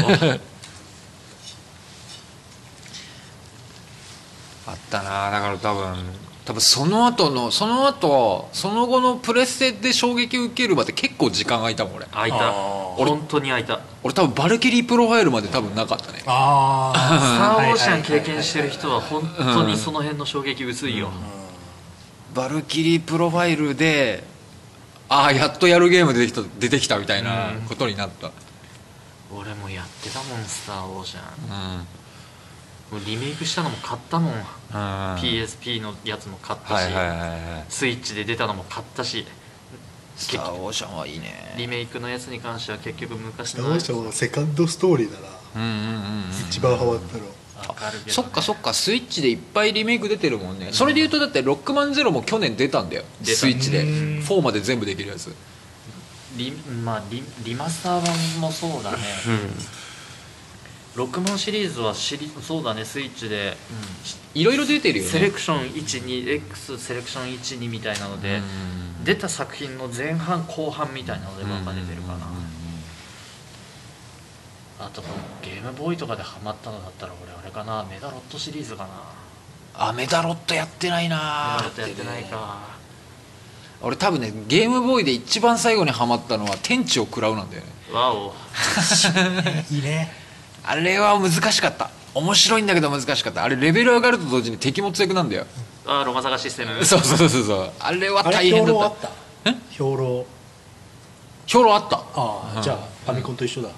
[SPEAKER 1] あったなだから多分多分その後のその後その後のプレステで衝撃受けるまで結構時間空いたもん俺
[SPEAKER 3] 開い
[SPEAKER 2] あ
[SPEAKER 3] た
[SPEAKER 2] ー
[SPEAKER 3] 本当に開いた
[SPEAKER 1] 俺多分バルキリープロファイルまで多分なかったね
[SPEAKER 2] あ
[SPEAKER 3] (laughs) スタ
[SPEAKER 2] あ
[SPEAKER 3] ー・オーシャン経験してる人は本当にその辺の衝撃薄いよ、
[SPEAKER 1] バルキリープロファイルでああやっとやるゲーム出てきた出てきたみたいなことになった、
[SPEAKER 3] 俺もやってたもんスター・オーシャン
[SPEAKER 1] うん
[SPEAKER 3] もうリメイクしたのも買ったもん、PSP のやつも買ったし、
[SPEAKER 1] はい
[SPEAKER 3] スイッチで出たのも買ったし
[SPEAKER 1] スター・オーシャンはいいね
[SPEAKER 3] リメイクのやつに関しては結局昔
[SPEAKER 2] スタ
[SPEAKER 3] の
[SPEAKER 2] ー・ウォーシャンのセカンドストーリーだな
[SPEAKER 1] うんうんうん
[SPEAKER 2] 一番ハマったの
[SPEAKER 3] わかるけどね
[SPEAKER 1] そっかそっかスイッチでいっぱいリメイク出てるもんね、それでいうとだってロックマンゼロも去年出たんだよ
[SPEAKER 3] 出た
[SPEAKER 1] スイッチで
[SPEAKER 2] うーん
[SPEAKER 1] 4まで全部できるやつ
[SPEAKER 3] リ,、まあ、リリマスター版もそうだねロックマンシリーズはシリそうだねスイッチで、
[SPEAKER 1] いろいろ出てるよね
[SPEAKER 3] セレクション 12X セレクション12みたいなので、出た作品の前半後半みたいなのでバンバン出てるかな、あとゲームボーイとかでハマったのだったら俺あれかなメダロットシリーズかな
[SPEAKER 1] あメダロットやってない
[SPEAKER 3] メダ
[SPEAKER 1] な
[SPEAKER 3] ロットやってないか
[SPEAKER 1] 俺多分ねゲームボーイで一番最後にハマったのは「天地を食らう」なんだよね
[SPEAKER 3] わお
[SPEAKER 2] いいね
[SPEAKER 1] あれは難しかった面白いんだけど難しかったあれレベル上がると同時に敵も強くなんだよ
[SPEAKER 3] あーロマサガシステ
[SPEAKER 1] (laughs)
[SPEAKER 3] ム
[SPEAKER 1] そうそうそうそうそうあれは
[SPEAKER 2] あ
[SPEAKER 1] 大
[SPEAKER 2] れ
[SPEAKER 1] 変
[SPEAKER 2] 兵
[SPEAKER 1] だ
[SPEAKER 2] 糧あ
[SPEAKER 1] っ
[SPEAKER 2] ったた兵糧
[SPEAKER 1] 兵糧あった
[SPEAKER 2] ああじゃあファミコンと一緒だ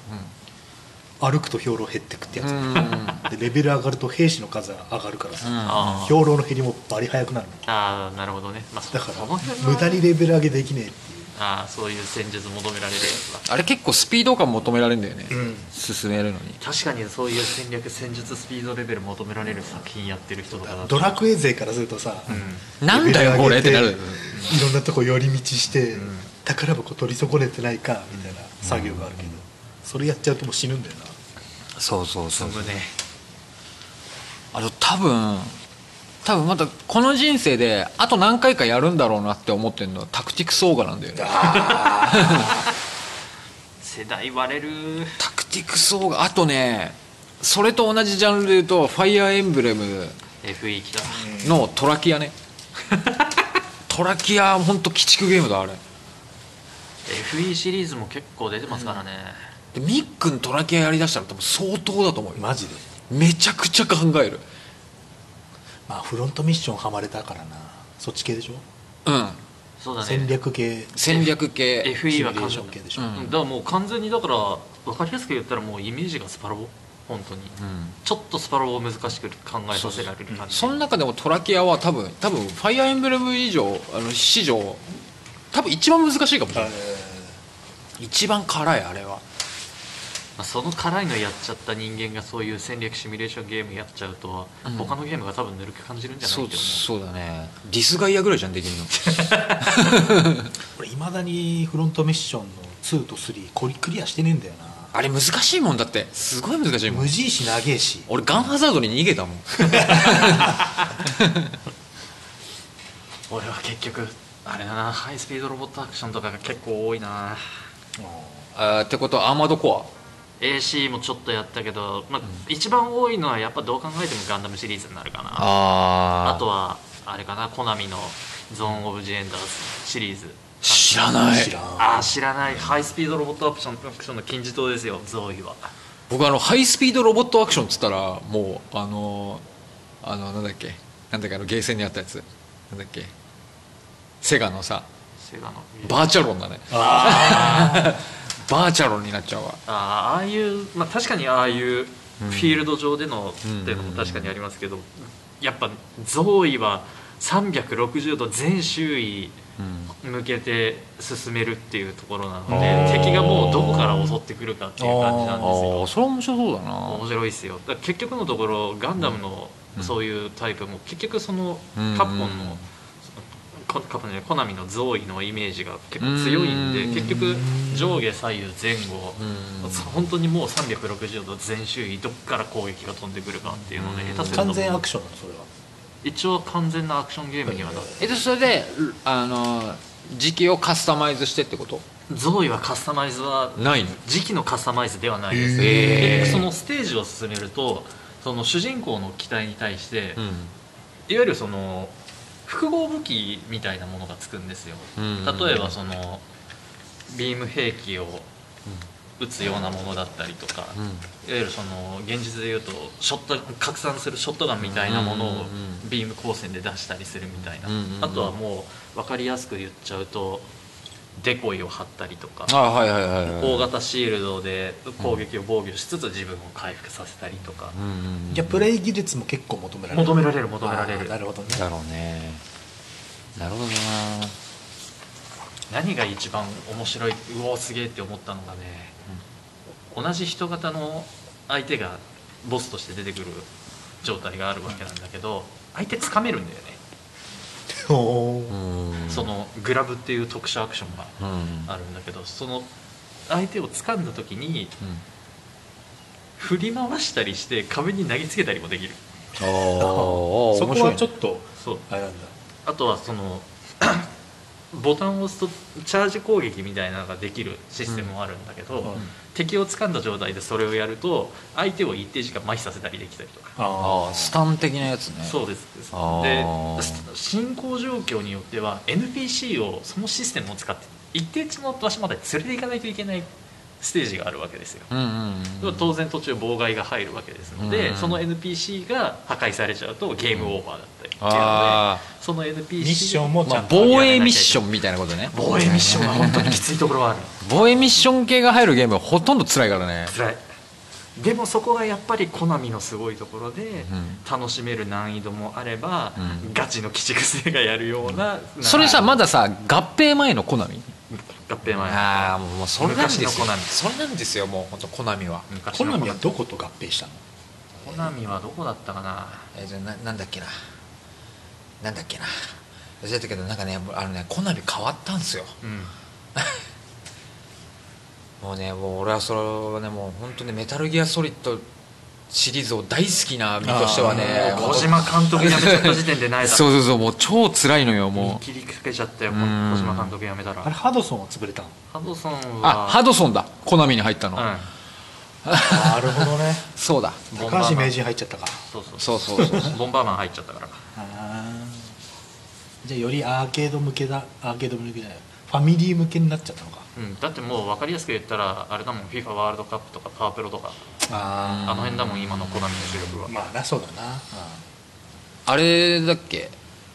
[SPEAKER 2] 歩くと兵糧減ってくってや
[SPEAKER 1] う
[SPEAKER 2] つ
[SPEAKER 1] ん
[SPEAKER 2] でレベル上がると兵士の数が上がるからさ
[SPEAKER 3] あー
[SPEAKER 2] 兵糧の減りもバリ早くなるの
[SPEAKER 3] あーなるほどね、まあ、そ
[SPEAKER 2] だか
[SPEAKER 3] その辺
[SPEAKER 2] ら
[SPEAKER 3] は
[SPEAKER 2] 無駄にレベル上げできねえって
[SPEAKER 3] ああそういう戦術求められるやつだ
[SPEAKER 1] あれ結構スピード感求められるんだよね、
[SPEAKER 2] いう
[SPEAKER 1] 進めるのに
[SPEAKER 3] 確かにそういう戦略戦術スピードレベル求められる作品やってる人とかだ
[SPEAKER 2] ド
[SPEAKER 3] と
[SPEAKER 2] ラクエ勢からするとさ
[SPEAKER 1] なんだよこれってなる
[SPEAKER 2] いろんなとこ寄り道して宝箱取り損ねてないかみたいな作業があるけどそれやっちゃうともう死ぬんだよな
[SPEAKER 1] そうそうそ
[SPEAKER 3] むね
[SPEAKER 1] あと多分多分またこの人生であと何回かやるんだろうなって思ってるのはタクティクスオーガなんだよね
[SPEAKER 3] 世代割れる
[SPEAKER 1] タクティクスオーガあとねそれと同じジャンルで言うと「ファイアーエンブレム
[SPEAKER 3] FE 来た」
[SPEAKER 1] のトラキアね (laughs) トラキア本当鬼畜ゲームだあれ
[SPEAKER 3] FE シリーズも結構出てますからね、
[SPEAKER 1] でミックントラキアやりだしたら多分相当だと思うよ
[SPEAKER 2] マジで
[SPEAKER 1] めちゃくちゃ考える
[SPEAKER 2] まあフロントミッションはまれたからなそっち系でしょ、
[SPEAKER 1] うん
[SPEAKER 3] そうだね
[SPEAKER 2] 戦略系
[SPEAKER 1] 戦略系
[SPEAKER 3] FE は
[SPEAKER 2] シミュレ
[SPEAKER 3] 完
[SPEAKER 2] ーシ
[SPEAKER 3] 全
[SPEAKER 2] ョン系でし
[SPEAKER 1] ょ
[SPEAKER 3] うんだからもう完全にだから分かりやすく言ったらもうイメージがスパロボ本当に
[SPEAKER 1] うん
[SPEAKER 3] ちょっとスパロボを難しく考えさせられる感じ
[SPEAKER 1] その中でもトラキアは多分多分ファイアーエンブレム以上あの史上多分一番難しいかもしれない一番辛いあれは
[SPEAKER 3] まあその辛いのやっちゃった人間がそういう戦略シミュレーションゲームやっちゃうと、
[SPEAKER 1] うん
[SPEAKER 3] 他のゲームが多分ぬるく感じるんじゃない
[SPEAKER 1] そう
[SPEAKER 3] けど
[SPEAKER 1] そうだねディスガイアぐらいじゃんで
[SPEAKER 3] (laughs)
[SPEAKER 1] きるの
[SPEAKER 2] 俺いまだにフロントミッションの2と3これクリアしてねえんだよな
[SPEAKER 1] あれ難しいもんだってすごい難しいも
[SPEAKER 2] 無
[SPEAKER 1] ん
[SPEAKER 2] 印長えし
[SPEAKER 1] 俺ガンハザードに逃げたもん
[SPEAKER 3] 俺は結局あれだなハイスピードロボットアクションとかが結構多いな
[SPEAKER 1] あーってことはアーマードコ
[SPEAKER 3] AC もちょっとやったけど、まあ一番多いのはやっぱどう考えてもガンダムシリーズになるかな
[SPEAKER 1] アあ
[SPEAKER 3] あとはあれかなコナミのゾーン・オブ・ジ・エンダーズシリーズ
[SPEAKER 1] 知らない
[SPEAKER 2] 知らん
[SPEAKER 3] ああ知らないハイスピードロボットアクションアクションの金字塔ですよゾーイは
[SPEAKER 1] 僕あのハイスピードロボットアクションっつったらもうあのーあのなんだっけなんだっけあのゲーセンにあったやつなんだっけセガのさ
[SPEAKER 3] セガの
[SPEAKER 1] バーチャロンだね
[SPEAKER 2] あ
[SPEAKER 1] (laughs) バーチャロンになっちゃうわ
[SPEAKER 3] あーああいう、まあ、確かにああいうフィールド上での、
[SPEAKER 1] うん
[SPEAKER 3] っていうのも確かにありますけど、やっぱゾーイは360度全周囲向けて進めるっていうところなの
[SPEAKER 1] あ
[SPEAKER 3] で
[SPEAKER 1] ー
[SPEAKER 3] 敵がもうどこから襲ってくるかっていう感じなん
[SPEAKER 1] あ
[SPEAKER 3] ですよ
[SPEAKER 1] ーそれは面白そうだな
[SPEAKER 3] 面白いですよだから結局のところガンダムの
[SPEAKER 1] うん
[SPEAKER 3] そういうタイプも結局その
[SPEAKER 1] うん
[SPEAKER 3] カプコンのこカプコンじゃないコナミのゾーイのイメージが結構強いんで
[SPEAKER 1] うん
[SPEAKER 3] 結局上下左右前後
[SPEAKER 1] うん
[SPEAKER 3] 本当にもう360度全周囲どっから攻撃が飛んでくるかっていうので
[SPEAKER 1] うん
[SPEAKER 3] 下手
[SPEAKER 2] ー
[SPEAKER 3] する
[SPEAKER 2] 完全ア
[SPEAKER 3] と
[SPEAKER 2] クションなのそれは
[SPEAKER 3] 一応完全なアクションゲームにはなって
[SPEAKER 1] えでそれであのー時期をカスタマイズしてってこと
[SPEAKER 3] ゾーイはカスタマイズは
[SPEAKER 1] ないの
[SPEAKER 3] 時期のカスタマイズではないです、
[SPEAKER 1] へー
[SPEAKER 3] 結局そのステージを進めるとその主人公の機体に対して、
[SPEAKER 1] う
[SPEAKER 3] いわゆるその複合武器みたいなものがつくんですよ
[SPEAKER 1] ん
[SPEAKER 3] 例えばそのビーム兵器を撃つようなものだったりとか
[SPEAKER 1] うん
[SPEAKER 3] いわゆるその現実でいうとショット拡散するショットガンみたいなも
[SPEAKER 1] う
[SPEAKER 3] の
[SPEAKER 1] んうん
[SPEAKER 3] を
[SPEAKER 1] うん
[SPEAKER 3] ビーム光線で出したりするみたいな
[SPEAKER 1] うんうんうん
[SPEAKER 3] あとはもう分かりやすく言っちゃうとデコイを張ったりとか
[SPEAKER 1] あはいはいはいはい
[SPEAKER 3] 大型シールドで攻撃を防御しつつ自分を回復させたりとか
[SPEAKER 1] うんうんうん
[SPEAKER 2] じゃあプレイ技術も結構求められる
[SPEAKER 3] 求められる求められ
[SPEAKER 2] あーな
[SPEAKER 3] る
[SPEAKER 2] るほどね
[SPEAKER 1] だろうねなるほどな
[SPEAKER 3] 何が一番面白いうおすげえって思ったのがね、同じ人型の相手がボスとして出てくる状態があるわけなんだけど相手掴めるんだよね、
[SPEAKER 2] お
[SPEAKER 1] う
[SPEAKER 2] ー
[SPEAKER 1] ん
[SPEAKER 3] そのグラブっていう特殊アクションが
[SPEAKER 1] うんうん
[SPEAKER 3] あるんだけどその相手を掴んだ時に振り回したりして壁に投げつけたりもできる
[SPEAKER 1] あー
[SPEAKER 2] そこはちょ
[SPEAKER 1] っ
[SPEAKER 2] っと
[SPEAKER 3] そう
[SPEAKER 2] あれなんだ
[SPEAKER 3] あとはその (coughs) ボタンを押すとチャージ攻撃みたいなのができるシステムもあるんだけど、
[SPEAKER 2] うん
[SPEAKER 3] 敵を掴んだ状態でそれをやると相手を一定時間麻痺させたりできたりとか、
[SPEAKER 1] あースタン的なやつね
[SPEAKER 3] そうですで
[SPEAKER 1] あー
[SPEAKER 3] 進行状況によっては NPC をそのシステムを使って一定地の場所まで連れていかないといけないステージがあるわけですよ、
[SPEAKER 1] うんうんうん
[SPEAKER 3] 当然途中妨害が入るわけですので、
[SPEAKER 1] うん
[SPEAKER 3] その NPC が破壊されちゃうとゲームオーバーだったりっていうので、
[SPEAKER 1] あ
[SPEAKER 3] その NPC
[SPEAKER 2] ミッションもち
[SPEAKER 1] ま
[SPEAKER 2] ゃ
[SPEAKER 1] あ
[SPEAKER 2] んと、
[SPEAKER 1] 防衛ミッションみたいなことね
[SPEAKER 3] 防衛ミッションは本当にきついところはある
[SPEAKER 1] 防衛ミッション系が入るゲームはほとんど辛いからね
[SPEAKER 3] 辛いでもそこがやっぱりコナミのすごいところで、
[SPEAKER 1] うん
[SPEAKER 3] 楽しめる難易度もあれば、
[SPEAKER 1] うん
[SPEAKER 3] ガチの鬼畜性がやるような、
[SPEAKER 1] それさま
[SPEAKER 3] だ
[SPEAKER 1] ださ合併前のコナミ
[SPEAKER 3] 合併前
[SPEAKER 1] ああもうもうそれなんですよ
[SPEAKER 3] 昔のコナミ
[SPEAKER 1] それなんですよもう本当コナミは
[SPEAKER 3] 昔
[SPEAKER 2] コ
[SPEAKER 3] の
[SPEAKER 2] ナ
[SPEAKER 3] コナ
[SPEAKER 2] ミ
[SPEAKER 3] ミ
[SPEAKER 2] はどこと合併したの
[SPEAKER 3] コナミはどこだったかな
[SPEAKER 1] えーじゃあななんだっけななんだっけな忘れたけどなんかねあのねコナミ変わったんですよ
[SPEAKER 3] うん
[SPEAKER 1] もうねもう俺はそれはねもう本当にメタルギアソリッドシリーズを大好きな身としてはね
[SPEAKER 2] あー
[SPEAKER 1] もう
[SPEAKER 3] 小島監督辞めちゃった時点でないだ
[SPEAKER 1] そうそうそうもう超辛いのよもう
[SPEAKER 3] 切りかけちゃったよ
[SPEAKER 1] う
[SPEAKER 3] 小
[SPEAKER 1] ん
[SPEAKER 3] 島監督辞めたら
[SPEAKER 2] あれハドソンは潰れたの
[SPEAKER 3] ハドソンは
[SPEAKER 1] あハドソンだコナミに入ったの、
[SPEAKER 3] うん
[SPEAKER 2] なるほどね
[SPEAKER 1] そうだ
[SPEAKER 3] ボンバーマン
[SPEAKER 2] 高橋名人入っちゃったか
[SPEAKER 3] そうそう
[SPEAKER 1] そうそうそうそう
[SPEAKER 3] ボンバーマン入っちゃったから
[SPEAKER 2] あーじゃあよりアーケード向けだアーケード向けじゃないファミリー向けになっちゃったのか
[SPEAKER 3] うん、だってもう分かりやすく言ったらあれだもん FIFA ワールドカップとかパワープロとか
[SPEAKER 2] あ
[SPEAKER 3] あの辺だもん今のコナミの主力は、
[SPEAKER 2] まあなそうだな、
[SPEAKER 1] あれだっけ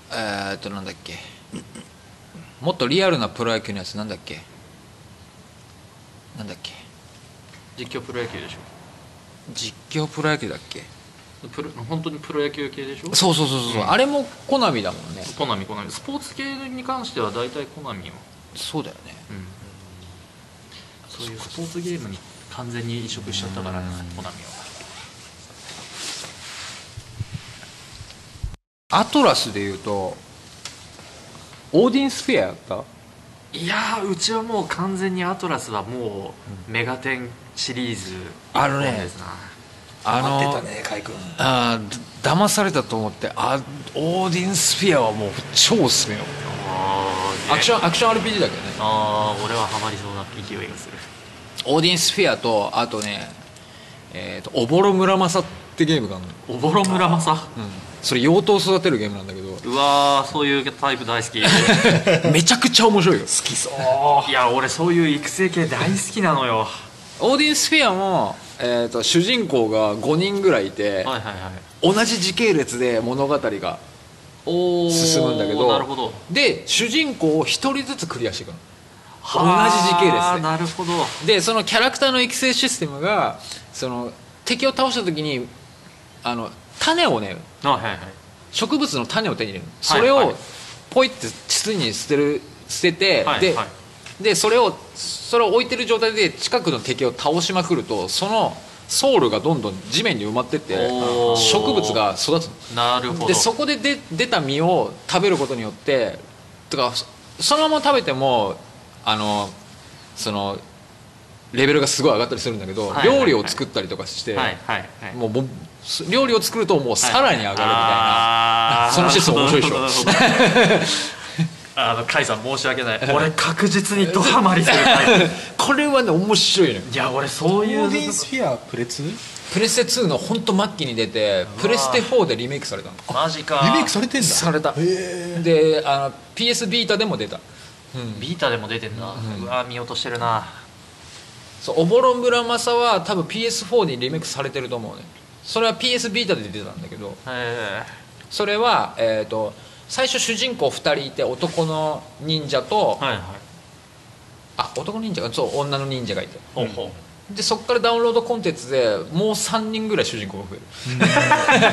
[SPEAKER 1] えーっとなんだっけもっとリアルなプロ野球のやつなんだっけなんだっけ
[SPEAKER 3] 実況プロ野球でしょ
[SPEAKER 1] 実況プロ野球だっけ
[SPEAKER 3] プロ本当にプロ野球系でしょ
[SPEAKER 1] そうそうそうそう、
[SPEAKER 3] うん
[SPEAKER 1] あれもコナミだもんね
[SPEAKER 3] コナミコナミスポーツ系に関しては大体コナミよ、
[SPEAKER 1] そうだよね
[SPEAKER 3] うん、そういうスポーツゲームに完全に移植しちゃったからねコナミは
[SPEAKER 1] アトラスでいうとオーディンスフェアやった
[SPEAKER 3] いやーうちはもう完全にアトラスはもうメガテンシリーズ
[SPEAKER 1] あのね
[SPEAKER 3] 一本ですな
[SPEAKER 1] あの
[SPEAKER 2] 待ってたね海君
[SPEAKER 1] あーだ騙されたと思ってあオーディンスフィアはもう超おすすめよ
[SPEAKER 3] あー
[SPEAKER 1] アクションアクション RPG だけどね
[SPEAKER 3] あー俺はハマりそうな勢いがする
[SPEAKER 1] オーディンスフィアとあとねえっ、と「おぼろ村正」ってゲームがあるの、
[SPEAKER 3] おぼろ村正
[SPEAKER 1] うん、それ妖刀育てるゲームなんだけど
[SPEAKER 3] うわーそういうタイ
[SPEAKER 1] (laughs)
[SPEAKER 3] プ大好きい
[SPEAKER 1] めちゃくちゃ面白いよ
[SPEAKER 2] 好きそう
[SPEAKER 3] や俺そういう育成系大好きなのよは
[SPEAKER 1] オーディンスフィアも、えー、と主人公が5人ぐらいいて、
[SPEAKER 3] いはいはい
[SPEAKER 1] 同じ時系列で物語が
[SPEAKER 3] おー
[SPEAKER 1] 進むんだけど
[SPEAKER 3] なるほど
[SPEAKER 1] で主人公を1人ずつクリアしていくの
[SPEAKER 3] はー
[SPEAKER 1] 同じ時系列で
[SPEAKER 3] なるほど
[SPEAKER 1] でそのキャラクターの育成システムがその敵を倒した時にあの種をね
[SPEAKER 3] あはいはい
[SPEAKER 1] 植物の種を手に入れるの
[SPEAKER 3] は
[SPEAKER 1] そ
[SPEAKER 3] い
[SPEAKER 1] れ
[SPEAKER 3] はい
[SPEAKER 1] をポイって筒に捨てる捨てて、
[SPEAKER 3] はい
[SPEAKER 1] で,、
[SPEAKER 3] はい
[SPEAKER 1] でそれをそれを置いてる状態で近くの敵を倒しまくるとそのソウルがどんどん地面に埋まってって
[SPEAKER 3] おー
[SPEAKER 1] 植物が育つの
[SPEAKER 3] なるほど
[SPEAKER 1] でそこで出出た実を食べることによってとかそそのまま食べてもあのそのレベルがすごい上がったりするんだけど、
[SPEAKER 3] はいはいはい
[SPEAKER 1] 料理を作ったりとかして、
[SPEAKER 3] はいはいはい
[SPEAKER 1] もうぼす料理を作るともうさらに上がるみたいな、
[SPEAKER 3] あー
[SPEAKER 1] そのシステム面白いでしょ
[SPEAKER 3] なるほどな
[SPEAKER 1] (laughs)
[SPEAKER 3] るほどあの甲斐さん申し訳ない俺確実にドハマりするタイプ
[SPEAKER 1] (laughs) これはね面白いのよ
[SPEAKER 3] いや俺そう
[SPEAKER 2] オ
[SPEAKER 3] いう
[SPEAKER 2] ーディンスフィアプレツリ
[SPEAKER 1] プレステ2の本当末期に出てプレステ4でリメイクされたの
[SPEAKER 3] マジか
[SPEAKER 2] メイクされてんだ
[SPEAKER 1] された
[SPEAKER 2] へえ
[SPEAKER 1] であの PS ビータでも出た
[SPEAKER 3] ビータでも出てんな、うわ見落としてるな
[SPEAKER 1] そうおぼろ村正は多分 PS4 にリメイクされてると思うねそれは PS ビータで出てたんだけど
[SPEAKER 3] え
[SPEAKER 1] それは、えー、と最初主人公2人いて男の忍者と、
[SPEAKER 3] ー、はいはい
[SPEAKER 1] あ男の忍者がそう女の忍者がいて
[SPEAKER 3] ほうほう
[SPEAKER 1] でそこからダウンロードコンテンツでもう3人ぐらい主人公が増え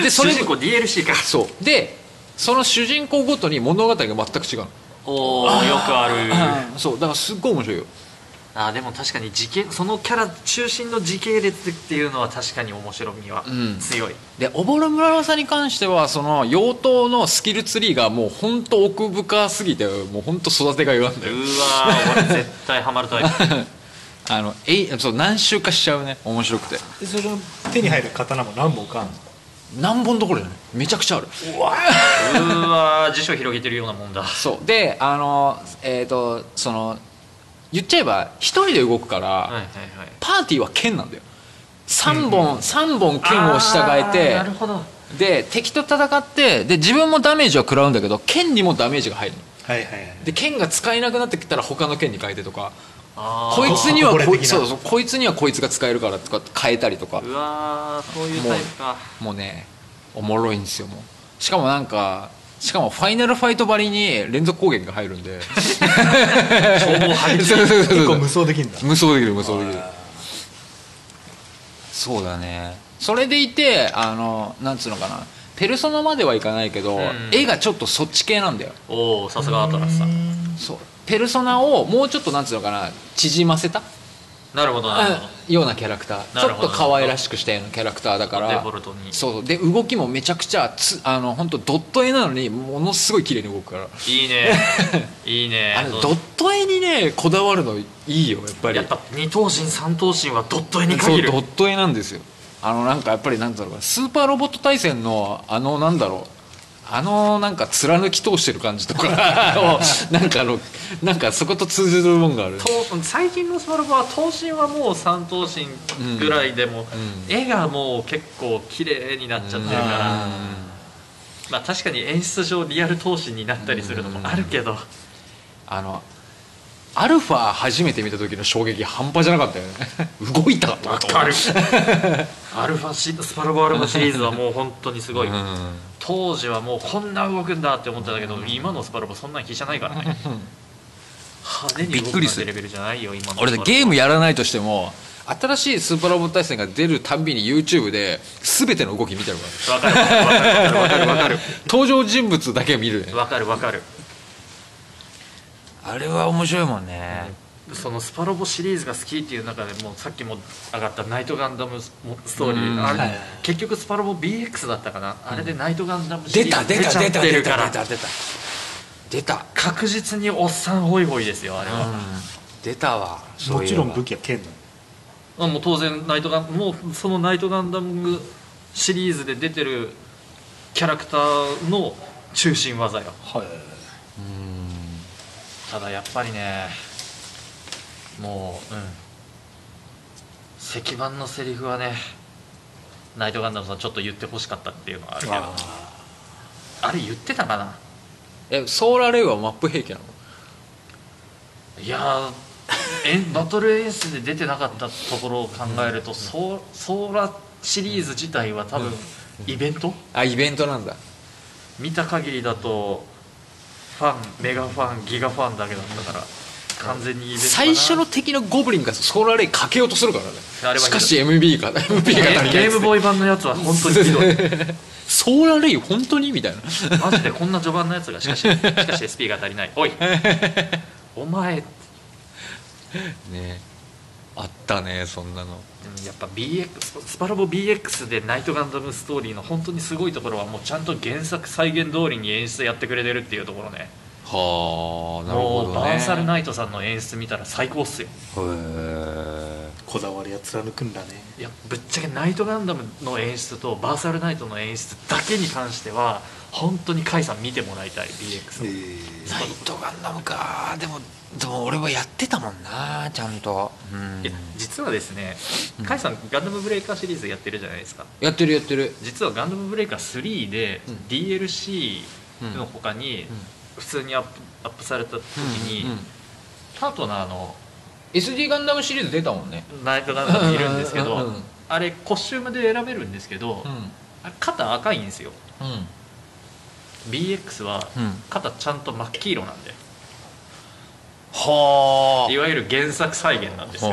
[SPEAKER 1] る (laughs) でそれ
[SPEAKER 3] 主人公 DLC か
[SPEAKER 1] そうでその主人公ごとに物語が全く違うの、
[SPEAKER 3] おおよくある
[SPEAKER 1] そうだからすっごい面白いよ
[SPEAKER 3] (laughs) あーでも確かに時系そのキャラ中心の時系列っていうのは確かに面白みは
[SPEAKER 1] ん
[SPEAKER 3] 強い、
[SPEAKER 1] でおぼろ村正に関してはその妖刀のスキルツリーがもう本当奥深すぎてもう本当育てがいがあるん
[SPEAKER 3] う
[SPEAKER 1] だよ
[SPEAKER 3] わー俺絶対ハマるタイプ
[SPEAKER 1] あのえいそう何周かしちゃうね面白くて
[SPEAKER 2] でその手に入る刀も何本かあんの
[SPEAKER 1] 何本どころじゃないめちゃくちゃある
[SPEAKER 3] (laughs) うわー辞書広げてるようなもんだ
[SPEAKER 1] そうであのえっ、とその言っちゃえば一人で動くから、
[SPEAKER 3] はいはいはい
[SPEAKER 1] パーティーは剣なんだよ3本、三本剣を従えて
[SPEAKER 3] あーなるほど
[SPEAKER 1] で敵と戦ってで自分もダメージを食らうんだけど剣にもダメージが入るの
[SPEAKER 2] はいはいはい
[SPEAKER 1] で剣が使えなくなってきたら他の剣に変えてとか
[SPEAKER 3] あー
[SPEAKER 1] こいつには
[SPEAKER 2] これ
[SPEAKER 1] こい
[SPEAKER 2] 的な
[SPEAKER 1] そうそうこいつにはこいつが使えるからとか変えたりとか
[SPEAKER 3] うわーそういうタイプか
[SPEAKER 1] もうねおもろいんですよもうしかもなんかしかもファイナルファイトばりに連続攻撃が入るんで
[SPEAKER 3] 消防入る
[SPEAKER 1] そうそうそう
[SPEAKER 2] 結
[SPEAKER 1] そ
[SPEAKER 2] 構
[SPEAKER 1] う
[SPEAKER 2] 無双できるんだ
[SPEAKER 1] 無双できる無双できる
[SPEAKER 2] あ
[SPEAKER 1] そうだねそれでいてあのなんつうのかなペルソナまではいかないけど、
[SPEAKER 3] うん
[SPEAKER 1] 絵がちょっとそっち系なんだよ
[SPEAKER 3] おおさすがアト
[SPEAKER 2] ー
[SPEAKER 3] ラスさん
[SPEAKER 1] そうペルソナをもうちょっとなんつうのかな縮ませた
[SPEAKER 3] なるほどなるほど
[SPEAKER 1] ようなキャラクター
[SPEAKER 3] な
[SPEAKER 1] ち
[SPEAKER 3] る
[SPEAKER 1] ょっ
[SPEAKER 3] ほど
[SPEAKER 1] と可愛らしくしたようなキャラクターだから
[SPEAKER 3] デフォルトに
[SPEAKER 1] そうそうで動きもめちゃくちゃつあの本当ドット絵なのにものすごい綺麗に動くから
[SPEAKER 3] い
[SPEAKER 1] (laughs)
[SPEAKER 3] いねいいね
[SPEAKER 1] あのドット絵にねこだわるのいいよやっぱり
[SPEAKER 3] やっぱ二等身三等身はドット絵に
[SPEAKER 1] そう
[SPEAKER 3] 限る
[SPEAKER 1] ドット絵なんですよあのなんかやっぱりなんだろうなスーパーロボット対戦のあのなんだろうあのなんか貫き通してる感じとか (laughs) をなんかあのなんかそこと通じるもんがある
[SPEAKER 3] と最近のスワロボは頭身はもう三頭身ぐらいでも、
[SPEAKER 1] うん
[SPEAKER 3] 絵がもう結構綺麗になっちゃって
[SPEAKER 1] う
[SPEAKER 3] るから、
[SPEAKER 1] ん
[SPEAKER 3] まあ確かに演出上リアル頭身になったりするのもあるけど、
[SPEAKER 1] あのアルファ初めて見た時の衝撃半端じゃなかったよね (laughs) 動いたと思った
[SPEAKER 3] るアルファシスパロボアルファシリーズはもう本当にすごい、
[SPEAKER 1] うん
[SPEAKER 3] 当時はもうこんな動くんだって思ってたけど、今のスパロボそんなに比じゃないから
[SPEAKER 1] (laughs)
[SPEAKER 3] ね派手に動
[SPEAKER 1] びっ
[SPEAKER 3] く
[SPEAKER 1] く
[SPEAKER 3] なん
[SPEAKER 1] りす
[SPEAKER 3] て
[SPEAKER 1] る
[SPEAKER 3] レベルじゃないよ今の
[SPEAKER 1] 俺ねゲームやらないとしても新しいスーパーロボット対戦が出るたんびに YouTube で全ての動き見てるから
[SPEAKER 3] わかるわかるわかる
[SPEAKER 1] 登場人物だけ見るね
[SPEAKER 3] わかるわかる
[SPEAKER 1] あれは面白いもんね
[SPEAKER 3] そのスパロボシリーズが好きっていう中でもうさっきも上がったナイトガンダムストーリー、
[SPEAKER 1] うん
[SPEAKER 3] あれ、
[SPEAKER 2] はいはい
[SPEAKER 3] 結局スパロボ BX だったかな、あれでナイトガンダムシ
[SPEAKER 1] 出
[SPEAKER 3] リー
[SPEAKER 1] た
[SPEAKER 3] ズ
[SPEAKER 1] 出た
[SPEAKER 3] ちゃ
[SPEAKER 1] 出
[SPEAKER 3] ったて
[SPEAKER 1] 出
[SPEAKER 3] るか
[SPEAKER 1] た
[SPEAKER 3] ら
[SPEAKER 1] 出た出た出た
[SPEAKER 3] 確実におっさんホイホイですよあれは、
[SPEAKER 1] 出たわ
[SPEAKER 2] もちろん武
[SPEAKER 1] 器
[SPEAKER 2] 器は剣なの
[SPEAKER 3] まあもう当然ナイトガンもうそのナイトガンダムシリーズで出てるキャラクターの中心技よ
[SPEAKER 2] はい
[SPEAKER 3] ただやっぱりねもううん石板のセリフはねナイトガンダムさんちょっと言ってほしかったっていうのはあるけどあ
[SPEAKER 2] あ
[SPEAKER 3] れ言ってたかな
[SPEAKER 1] えソーラーレイはマップ兵器なの
[SPEAKER 3] いやーえん (laughs) バトル演出で出てなかったところを考えると、ソーソーラシリーズ自体は多分、イベント
[SPEAKER 1] あイベントなんだ
[SPEAKER 3] 見た限りだとファンメガファンギガファンだけだったから完全にイベントかな
[SPEAKER 1] 最初の敵のゴブリンがソーラーレイかけようとするから
[SPEAKER 3] あ
[SPEAKER 1] ね
[SPEAKER 3] れは
[SPEAKER 1] しかし MB か MB が足り (laughs) ない
[SPEAKER 3] ゲームボーイ版のやつは本当にひどい
[SPEAKER 1] ソーラーレイ本当にみたいな
[SPEAKER 3] マジでこんな序盤のやつがし
[SPEAKER 1] (laughs)
[SPEAKER 3] かししかし SP が足りないおいお前
[SPEAKER 1] ねあったねそんなの
[SPEAKER 3] うんやっぱ BX スパロボ BX でナイトガンダムストーリーの本当にすごいところはもうちゃんと原作再現通りに演出やってくれてるっていうところね
[SPEAKER 1] はあなるほど
[SPEAKER 3] もう
[SPEAKER 1] ね
[SPEAKER 3] バーサルナイトさんの演出見たら最高っすよ
[SPEAKER 1] へ
[SPEAKER 2] こだわりは貫くんだね
[SPEAKER 3] いやぶっちゃけナイトガンダムの演出とバーサルナイトの演出だけに関しては本当に甲斐さん見てもらいたい BX
[SPEAKER 2] え
[SPEAKER 3] の
[SPEAKER 2] ー
[SPEAKER 1] ナイトガンダムかでもでも俺はやってたもんなちゃんと、うん
[SPEAKER 3] いや実はですね
[SPEAKER 1] うん
[SPEAKER 3] 甲斐さんガンダムブレイカーシリーズやってるじゃないですか
[SPEAKER 1] やってるやってる
[SPEAKER 3] 実はガンダムブレイカー3で
[SPEAKER 1] うん
[SPEAKER 3] DLC の他に
[SPEAKER 1] ん
[SPEAKER 3] 普通にアップアップされた時
[SPEAKER 1] うんう
[SPEAKER 3] に
[SPEAKER 1] ん
[SPEAKER 3] パートナーの
[SPEAKER 1] SD ガンダムシリーズ出たもんね
[SPEAKER 3] ナイトガンダムいるんですけ
[SPEAKER 1] うんうんう
[SPEAKER 3] ど
[SPEAKER 1] ん
[SPEAKER 3] あれコスチュームで選べるんですけど
[SPEAKER 1] うん
[SPEAKER 3] あれ肩赤いんですよ BX は
[SPEAKER 1] うん
[SPEAKER 3] 肩ちゃんと真っ黄色なんで
[SPEAKER 1] はい
[SPEAKER 3] わゆる原作再現なんですよ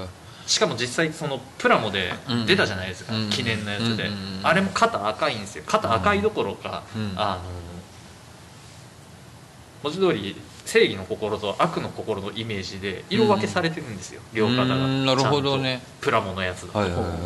[SPEAKER 1] は
[SPEAKER 3] しかも実際そのプラモで
[SPEAKER 1] うん
[SPEAKER 3] 出たじゃないですか、
[SPEAKER 1] うん
[SPEAKER 3] 記念のやつで、
[SPEAKER 1] うんうんうん
[SPEAKER 3] あれも肩赤いんですよ肩赤いどころか、
[SPEAKER 1] うん
[SPEAKER 3] あの文字通り正義の心と悪の心のイメージで色分けされてるんですよ、両肩が
[SPEAKER 1] うんなるほどね
[SPEAKER 3] ちゃんとプラモのやつだと、
[SPEAKER 1] はいはいは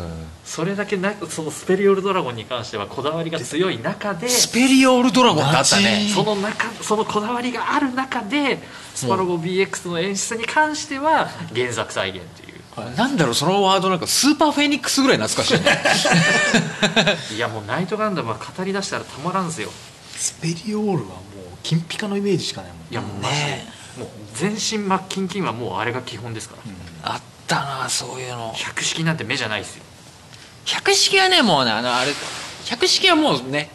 [SPEAKER 3] それだけなそのスペリオルドラゴンに関してはこだわりが強い中で
[SPEAKER 1] いスペリオールドラゴンだったね
[SPEAKER 3] その中そのこだわりがある中でスパロボ BX の演出に関しては原作再現っていう
[SPEAKER 1] なんだろうそのワードなんかスーパーフェニックスぐらい懐かしいね
[SPEAKER 3] いやもうナイトガンダムは語り出したらたまらんすよ
[SPEAKER 2] スペリオールはもう金ピカのイメージしかないもん
[SPEAKER 3] いやもうマジで、
[SPEAKER 1] ね
[SPEAKER 3] もう全身真っ金金はもうあれが基本ですから、
[SPEAKER 1] (laughs) あったなそういうの
[SPEAKER 3] 百式なんて目じゃないですよ
[SPEAKER 1] 百式はねもうねあのあれ百式はもうね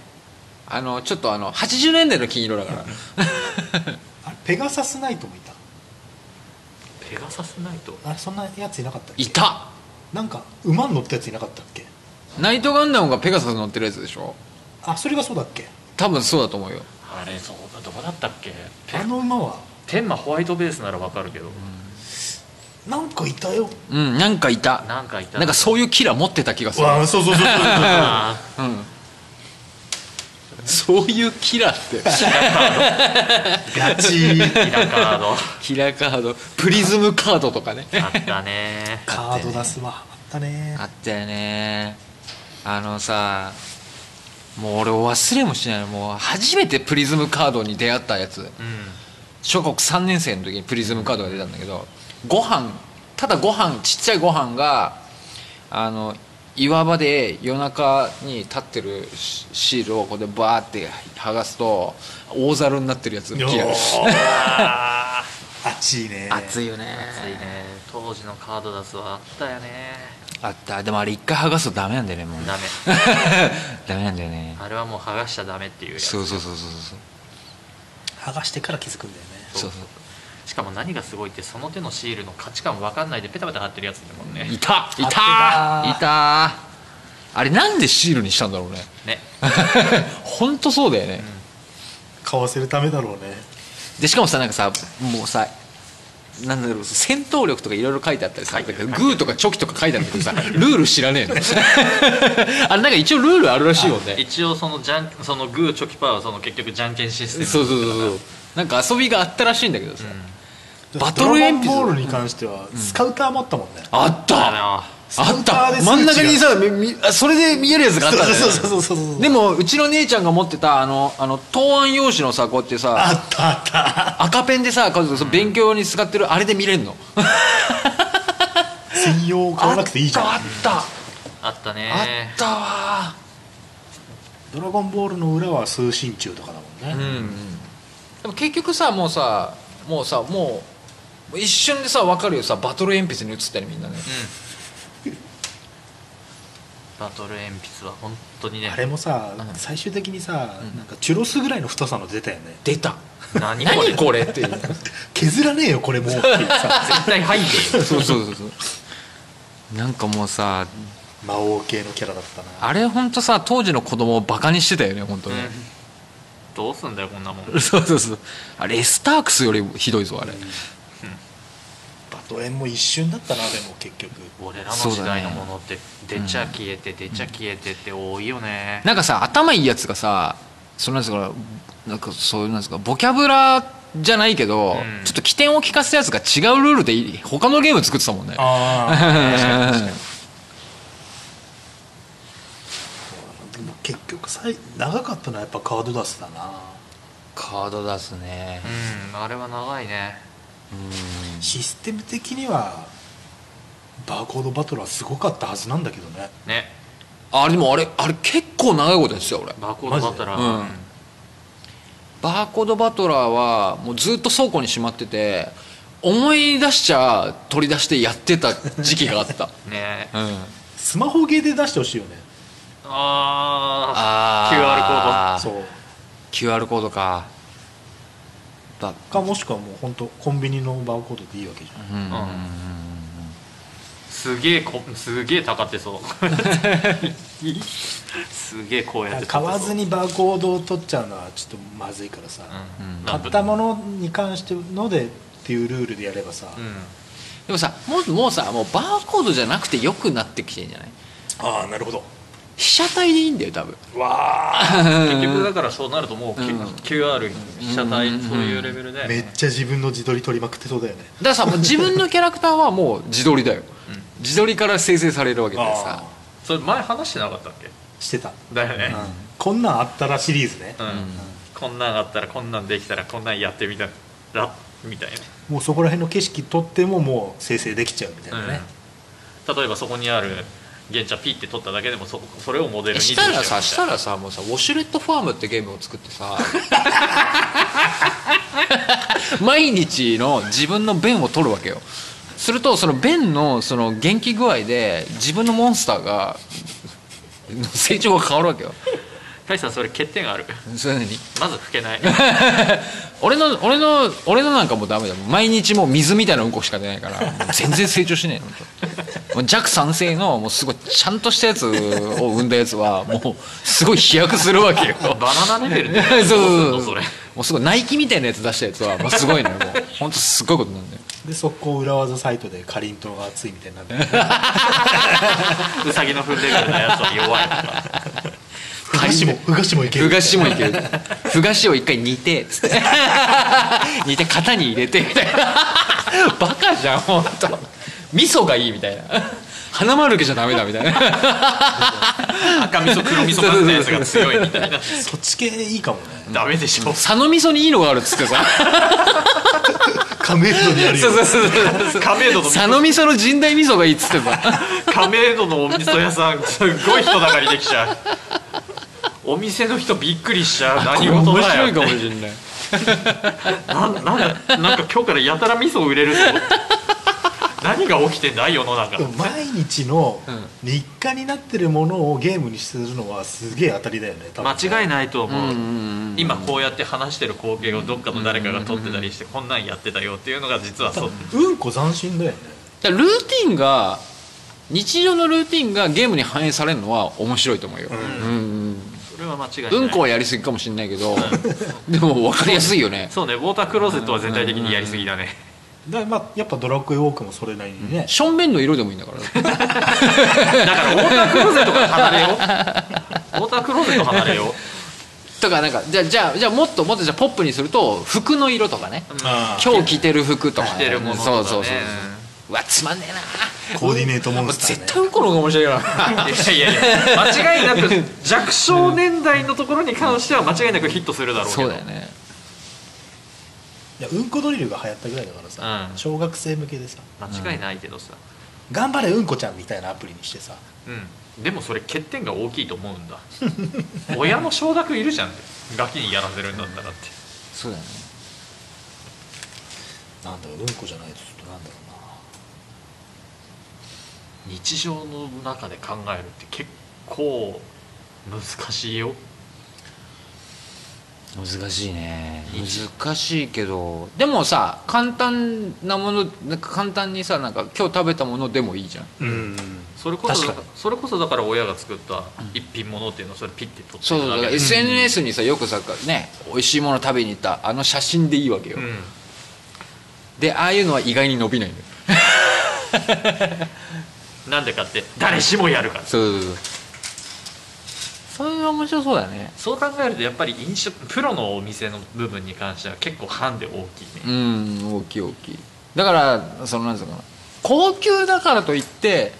[SPEAKER 1] あのちょっとあの80年代の金色だから
[SPEAKER 2] あれペガサスナイトもいた
[SPEAKER 3] ペガサスナイト
[SPEAKER 2] あれそんなやついなかったっ
[SPEAKER 1] (laughs)
[SPEAKER 2] け
[SPEAKER 1] いた
[SPEAKER 2] なんか馬に乗ったやついなかったっけ
[SPEAKER 1] ナイトガンダムがペガサス乗ってるやつでしょ
[SPEAKER 2] あそれがそうだっけ
[SPEAKER 1] 多分そうだと思うよ
[SPEAKER 3] あれそうだどこだったっけペ
[SPEAKER 2] あの馬は
[SPEAKER 3] 天馬ホワイトベースならわかるけど、
[SPEAKER 2] なんかいたよ
[SPEAKER 1] うんなんかいた
[SPEAKER 3] なんかいた
[SPEAKER 1] なんかそういうキラー持ってた気がする
[SPEAKER 2] わあそうそうそうそう
[SPEAKER 3] あ
[SPEAKER 1] うんそういうキラー (laughs) って
[SPEAKER 2] ガチ
[SPEAKER 3] ーキラカ (laughs) ード
[SPEAKER 1] キラーカードプリズムカードとかね
[SPEAKER 3] あったね
[SPEAKER 2] カード出すわあったね
[SPEAKER 1] あったよねあのさもう俺忘れもしないもう初めてプリズムカードに出会ったやつ
[SPEAKER 3] うん
[SPEAKER 1] 小学3年生の時にプリズムカードが出たんだけどご飯ただご飯ちっちゃいご飯があの岩場で夜中に立ってるシシールをここでバーって剥がすと大猿になってるやつ
[SPEAKER 2] よ
[SPEAKER 1] 来や
[SPEAKER 2] (laughs)
[SPEAKER 1] がる
[SPEAKER 3] あ
[SPEAKER 2] 熱いね
[SPEAKER 4] 熱いよね
[SPEAKER 3] ー熱いね当時のカードダスはあったよね
[SPEAKER 1] あったでもあれ一回剥がすとダメなんだよねもう
[SPEAKER 3] ダメ
[SPEAKER 1] (laughs) ダメなんだよね
[SPEAKER 3] あれはもう剥がしちゃダメっていうやつ
[SPEAKER 1] そうそうそうそうそう
[SPEAKER 2] 剥がしてから気づくんだよね
[SPEAKER 1] そうそ
[SPEAKER 3] しかも何がすごいってその手のシールの価値観分かんないでペタペタ貼ってるやつだもんね
[SPEAKER 1] ういたいたい
[SPEAKER 2] あって
[SPEAKER 1] たあれなんでシールにしたんだろうね (laughs)
[SPEAKER 3] ね
[SPEAKER 1] 本当そうだよね、
[SPEAKER 2] 買わせるためだろうね
[SPEAKER 1] でしかもさなんかさもうさなんだろう戦闘力とかいろいろ書いてあったりさ、なんかグーとかチョキとか書いてあるんだけどさ (laughs) ルール知らねえのあれなんか一応ルールあるらしいよね
[SPEAKER 3] 一応そのじゃんそのグーチョキパーはその結局じゃんけんシステム
[SPEAKER 1] そうそうそうそうなんか遊びがあったらしいんだけどさ、バト
[SPEAKER 2] ド
[SPEAKER 1] ル
[SPEAKER 2] ラ
[SPEAKER 1] 鉛
[SPEAKER 2] ゴン
[SPEAKER 1] 筆
[SPEAKER 2] ボールに関してはスカウターもあったもんね、
[SPEAKER 1] あった
[SPEAKER 3] あ
[SPEAKER 1] あ
[SPEAKER 2] ス
[SPEAKER 1] っ
[SPEAKER 2] カウターで
[SPEAKER 1] た
[SPEAKER 2] 数値
[SPEAKER 1] 真
[SPEAKER 2] が
[SPEAKER 1] ん中にさみみあそれで見えるやつがあったんだよね
[SPEAKER 2] そうそうそうそうそう
[SPEAKER 1] でもうちの姉ちゃんが持ってたあのあの答案用紙のさこうやって
[SPEAKER 2] あ
[SPEAKER 1] さ
[SPEAKER 2] ったあった
[SPEAKER 1] 赤ペンでさこうやってそう勉強に使ってるあれで見れるの
[SPEAKER 2] 専用 (laughs) 買わなくていいじゃん
[SPEAKER 1] あったあっ
[SPEAKER 3] のあった
[SPEAKER 1] たあ
[SPEAKER 3] ね
[SPEAKER 1] ったわ
[SPEAKER 2] ドラゴンボールの裏は通信中とかだもんね、
[SPEAKER 1] でも結局さもうさもうさもう一瞬でさ分かるよさバトル鉛筆に移ったりみんなね
[SPEAKER 3] バトル鉛筆は本当にね
[SPEAKER 2] あれもさ、
[SPEAKER 1] うん
[SPEAKER 2] 最終的にさ、なんかチュロスぐらいの太さの出たよね
[SPEAKER 1] 出た
[SPEAKER 3] 何これ
[SPEAKER 1] 何これっていう
[SPEAKER 2] (laughs) 削らねえよこれもうっていうさ
[SPEAKER 3] 絶対入んね
[SPEAKER 1] (laughs)
[SPEAKER 3] えよ
[SPEAKER 1] そうそうそうそうなんかもうさ
[SPEAKER 2] 魔王系のキャラだったな
[SPEAKER 1] あれほんとさ当時の子供をバカにしてたよね本当ね、
[SPEAKER 3] どうすんだよこんな
[SPEAKER 1] (laughs)
[SPEAKER 3] もん
[SPEAKER 1] そうそうそうあれエスタークスよりひどいぞあれ、
[SPEAKER 2] バトエンも一瞬だったなでも結局
[SPEAKER 3] 俺らの時代のものって出ちゃ消えて出ちゃ消えてって多いよね
[SPEAKER 1] なんかさ頭いいやつがさそのなんですかなんかそういうなんですかボキャブラじゃないけど、
[SPEAKER 3] うん
[SPEAKER 1] ちょっと起点を利かせたやつが違うルールでいい他のゲーム作ってたもんね
[SPEAKER 2] ああでも結局さい長かったのはやっぱカードダスだな
[SPEAKER 1] カード出すね
[SPEAKER 3] うんあれは長いね
[SPEAKER 2] システム的にはバーコードバトルはすごかったはずなんだけどね
[SPEAKER 3] ね
[SPEAKER 1] あでもあれあれ結構長いことですよ俺
[SPEAKER 3] バーコードだったら
[SPEAKER 1] マジでうんバーコードバトラーはもうずっと倉庫にしまってて思い出しちゃ取り出してやってた時期があ
[SPEAKER 3] (laughs)
[SPEAKER 1] った、
[SPEAKER 3] ね
[SPEAKER 1] うん、
[SPEAKER 2] スマホゲーで出してほしいよね
[SPEAKER 3] あ
[SPEAKER 1] あ
[SPEAKER 3] あ QR コード
[SPEAKER 2] そう
[SPEAKER 1] QR コードかだ
[SPEAKER 2] かもしくはもう本当コンビニのバーコードでいいわけじゃん
[SPEAKER 1] うんうんうんうん
[SPEAKER 3] すげえこすげえ高ってそうすげえこうやって
[SPEAKER 2] 買わず
[SPEAKER 3] に
[SPEAKER 2] にバーコードを取っちゃうのはちょっとまずいからさ、
[SPEAKER 1] うん
[SPEAKER 2] 買ったものに関してのでっていうルールでやればさ、
[SPEAKER 1] でもさもうもうさもうバーコードじゃなくてよくなってきてんじゃない
[SPEAKER 2] ああなるほど
[SPEAKER 1] 被写体でいいんだよ多分
[SPEAKER 2] わあ
[SPEAKER 3] 結局だからそうなるともう Q-
[SPEAKER 1] うん
[SPEAKER 3] QR 被写体
[SPEAKER 1] うん
[SPEAKER 3] そういうレベルで
[SPEAKER 2] (laughs) めっちゃ自分の自撮り取りまくってそうだよね
[SPEAKER 1] だからさもう自分のキャラクターはもう自撮りだよ、自撮りから生成されるわけでさ
[SPEAKER 2] あ
[SPEAKER 3] それ前話してなかったっけ
[SPEAKER 2] ーしてた、
[SPEAKER 3] だよ
[SPEAKER 2] うん
[SPEAKER 3] ね
[SPEAKER 2] こんなんあったらシリーズね、
[SPEAKER 3] うんこんなんあったらこんなんできたらこんなんやってみたらみたい
[SPEAKER 2] もうそこら辺の景色撮ってももう生成できちゃうみたい
[SPEAKER 3] な
[SPEAKER 2] なね、
[SPEAKER 3] うん例えばそこにある原茶ピって撮っただけでもそそれをモデル
[SPEAKER 1] え
[SPEAKER 3] に
[SPEAKER 1] したらさ
[SPEAKER 3] し
[SPEAKER 1] したた
[SPEAKER 3] ら
[SPEAKER 1] らさもうさウォシュレットファームってゲームを作ってさ
[SPEAKER 3] (laughs)
[SPEAKER 1] 毎日の自分の便を取るわけよするとその便のその元気具合で自分のモンスターが成長が変わるわけよ
[SPEAKER 3] カイさんそれ欠点がある
[SPEAKER 1] それなのに
[SPEAKER 3] まず老けない
[SPEAKER 1] 俺の俺の俺のなんかもうダメだもん毎日もう水みたいなうんこしか出ないからもう全然成長し (laughs) ねえの本当もう弱酸性のもうすごいちゃんとしたやつを産んだやつはもうすごい飛躍するわ (laughs) けよ
[SPEAKER 3] バナナレベルで
[SPEAKER 1] そうそうそ
[SPEAKER 3] ど
[SPEAKER 1] う
[SPEAKER 3] すんの
[SPEAKER 1] う
[SPEAKER 3] それ
[SPEAKER 1] もうすごいナイキみたいなやつ出したやつはもうすごいのよもう本当すごいことなんだよ
[SPEAKER 2] で速攻裏技サイトでかりんとうが熱いみたいになって
[SPEAKER 3] ウサギの踏んでるようなやつは弱いとか
[SPEAKER 2] ふがしもふがしもいける
[SPEAKER 1] ふがしもいけるふがしを一回煮てつ (laughs) って煮て型に入れてみたいなバカじゃん本当味噌がいいみたいな花丸家じゃダメだみたいな
[SPEAKER 3] 赤味噌黒味噌混ぜたやつが強いみたいな
[SPEAKER 2] そっち系いいかもね
[SPEAKER 3] (laughs) ダメでしょ
[SPEAKER 1] 佐野味噌にいいのがあるっつってさ
[SPEAKER 2] 亀戸にあるよ
[SPEAKER 1] そうそうそうそう
[SPEAKER 3] 亀戸の
[SPEAKER 1] 佐野味噌の神代味噌がいいっつってさ
[SPEAKER 3] 亀戸のお味噌屋さんすっごい人だかりできちゃうお店の人びっくりしちゃう何事
[SPEAKER 1] 面
[SPEAKER 3] だ
[SPEAKER 1] 白
[SPEAKER 3] よ
[SPEAKER 1] い
[SPEAKER 3] って
[SPEAKER 1] かもしれない
[SPEAKER 3] なんなんだなんか今日からやたら味噌売れるぞ何が起きてんだ世の中
[SPEAKER 2] でも毎日の
[SPEAKER 1] うん
[SPEAKER 2] 日課になってるものをゲームにするのはすげえ当たりだよね多分ね
[SPEAKER 3] 間違いないと思う、今こ
[SPEAKER 1] う
[SPEAKER 3] うやって話してる光景をどっかの誰かが撮ってたりしてこんなんやってたよっていうのが実はそう
[SPEAKER 2] うんこ斬新だよね
[SPEAKER 1] だからルーティンが日常のルーティンがゲームに反映されるのは面白いと思うよ、
[SPEAKER 2] うん
[SPEAKER 1] うんうん
[SPEAKER 3] それは間違いない
[SPEAKER 1] うんこはやりすぎかもしれないけどでも分かりやすいよね
[SPEAKER 3] そうねウォータークローゼットは全体的にやりすぎだね
[SPEAKER 2] だからまあやっぱドラクエウォークもそれなりにね、
[SPEAKER 1] ションベンの色でもいいんだから
[SPEAKER 3] だからウォータークローゼットから離
[SPEAKER 1] (laughs)
[SPEAKER 3] れようウォータークローゼット離れよう
[SPEAKER 1] とかなんかじゃあじゃあじゃあもっともっとじゃあポップにすると服の色とかね
[SPEAKER 2] あ
[SPEAKER 1] 今日着てる服とか、ね、
[SPEAKER 3] 着てるものとかね
[SPEAKER 1] そうそうそうそううわつまんねえな
[SPEAKER 2] コーディネートモンスターね
[SPEAKER 1] 絶対うんこの方が面白いよな
[SPEAKER 3] いやいやいや間違いなく弱小年代のところに関しては間違いなくヒットするだろうけ
[SPEAKER 1] (laughs) そう
[SPEAKER 3] ど
[SPEAKER 1] だよね
[SPEAKER 2] いやうんこドリルが流行ったぐらいだからさ、
[SPEAKER 3] うん
[SPEAKER 2] 小学生向けでさ
[SPEAKER 3] 間違いないけどさ、
[SPEAKER 2] 「頑張れうんこちゃん」みたいなアプリにしてさ
[SPEAKER 3] うん、でもそれ欠点が大きいと思うんだ親の承諾いるじゃんガキにやらせるんだったらって
[SPEAKER 1] そうだよね
[SPEAKER 2] なんだろううんこじゃないとちょっとなんだろうな
[SPEAKER 3] 日常の中で考えるって結構難しいよ
[SPEAKER 1] 難しいね難しいけどでもさ簡単なものなんか簡単にさなんか今日食べたものでもいいじゃん
[SPEAKER 2] うん
[SPEAKER 3] それこそ
[SPEAKER 2] 確かに
[SPEAKER 3] それこそだから親が作った一品物っていうのをそれピッて取って
[SPEAKER 1] そうそうだから
[SPEAKER 3] だけ
[SPEAKER 1] SNS にさよくさね美味しいもの食べに行ったあの写真でいいわけよ、
[SPEAKER 3] うん
[SPEAKER 1] でああいうのは意外に伸びないんだよ
[SPEAKER 3] なんでかって誰しもやるから
[SPEAKER 1] そうそうそうそういうの面白そうだね
[SPEAKER 3] そう考えるとやっぱり飲食プロのお店の部分に関しては結構ハンデ大きいね、
[SPEAKER 1] うん大きい大きいだからそのなんつうのかな高級だからといって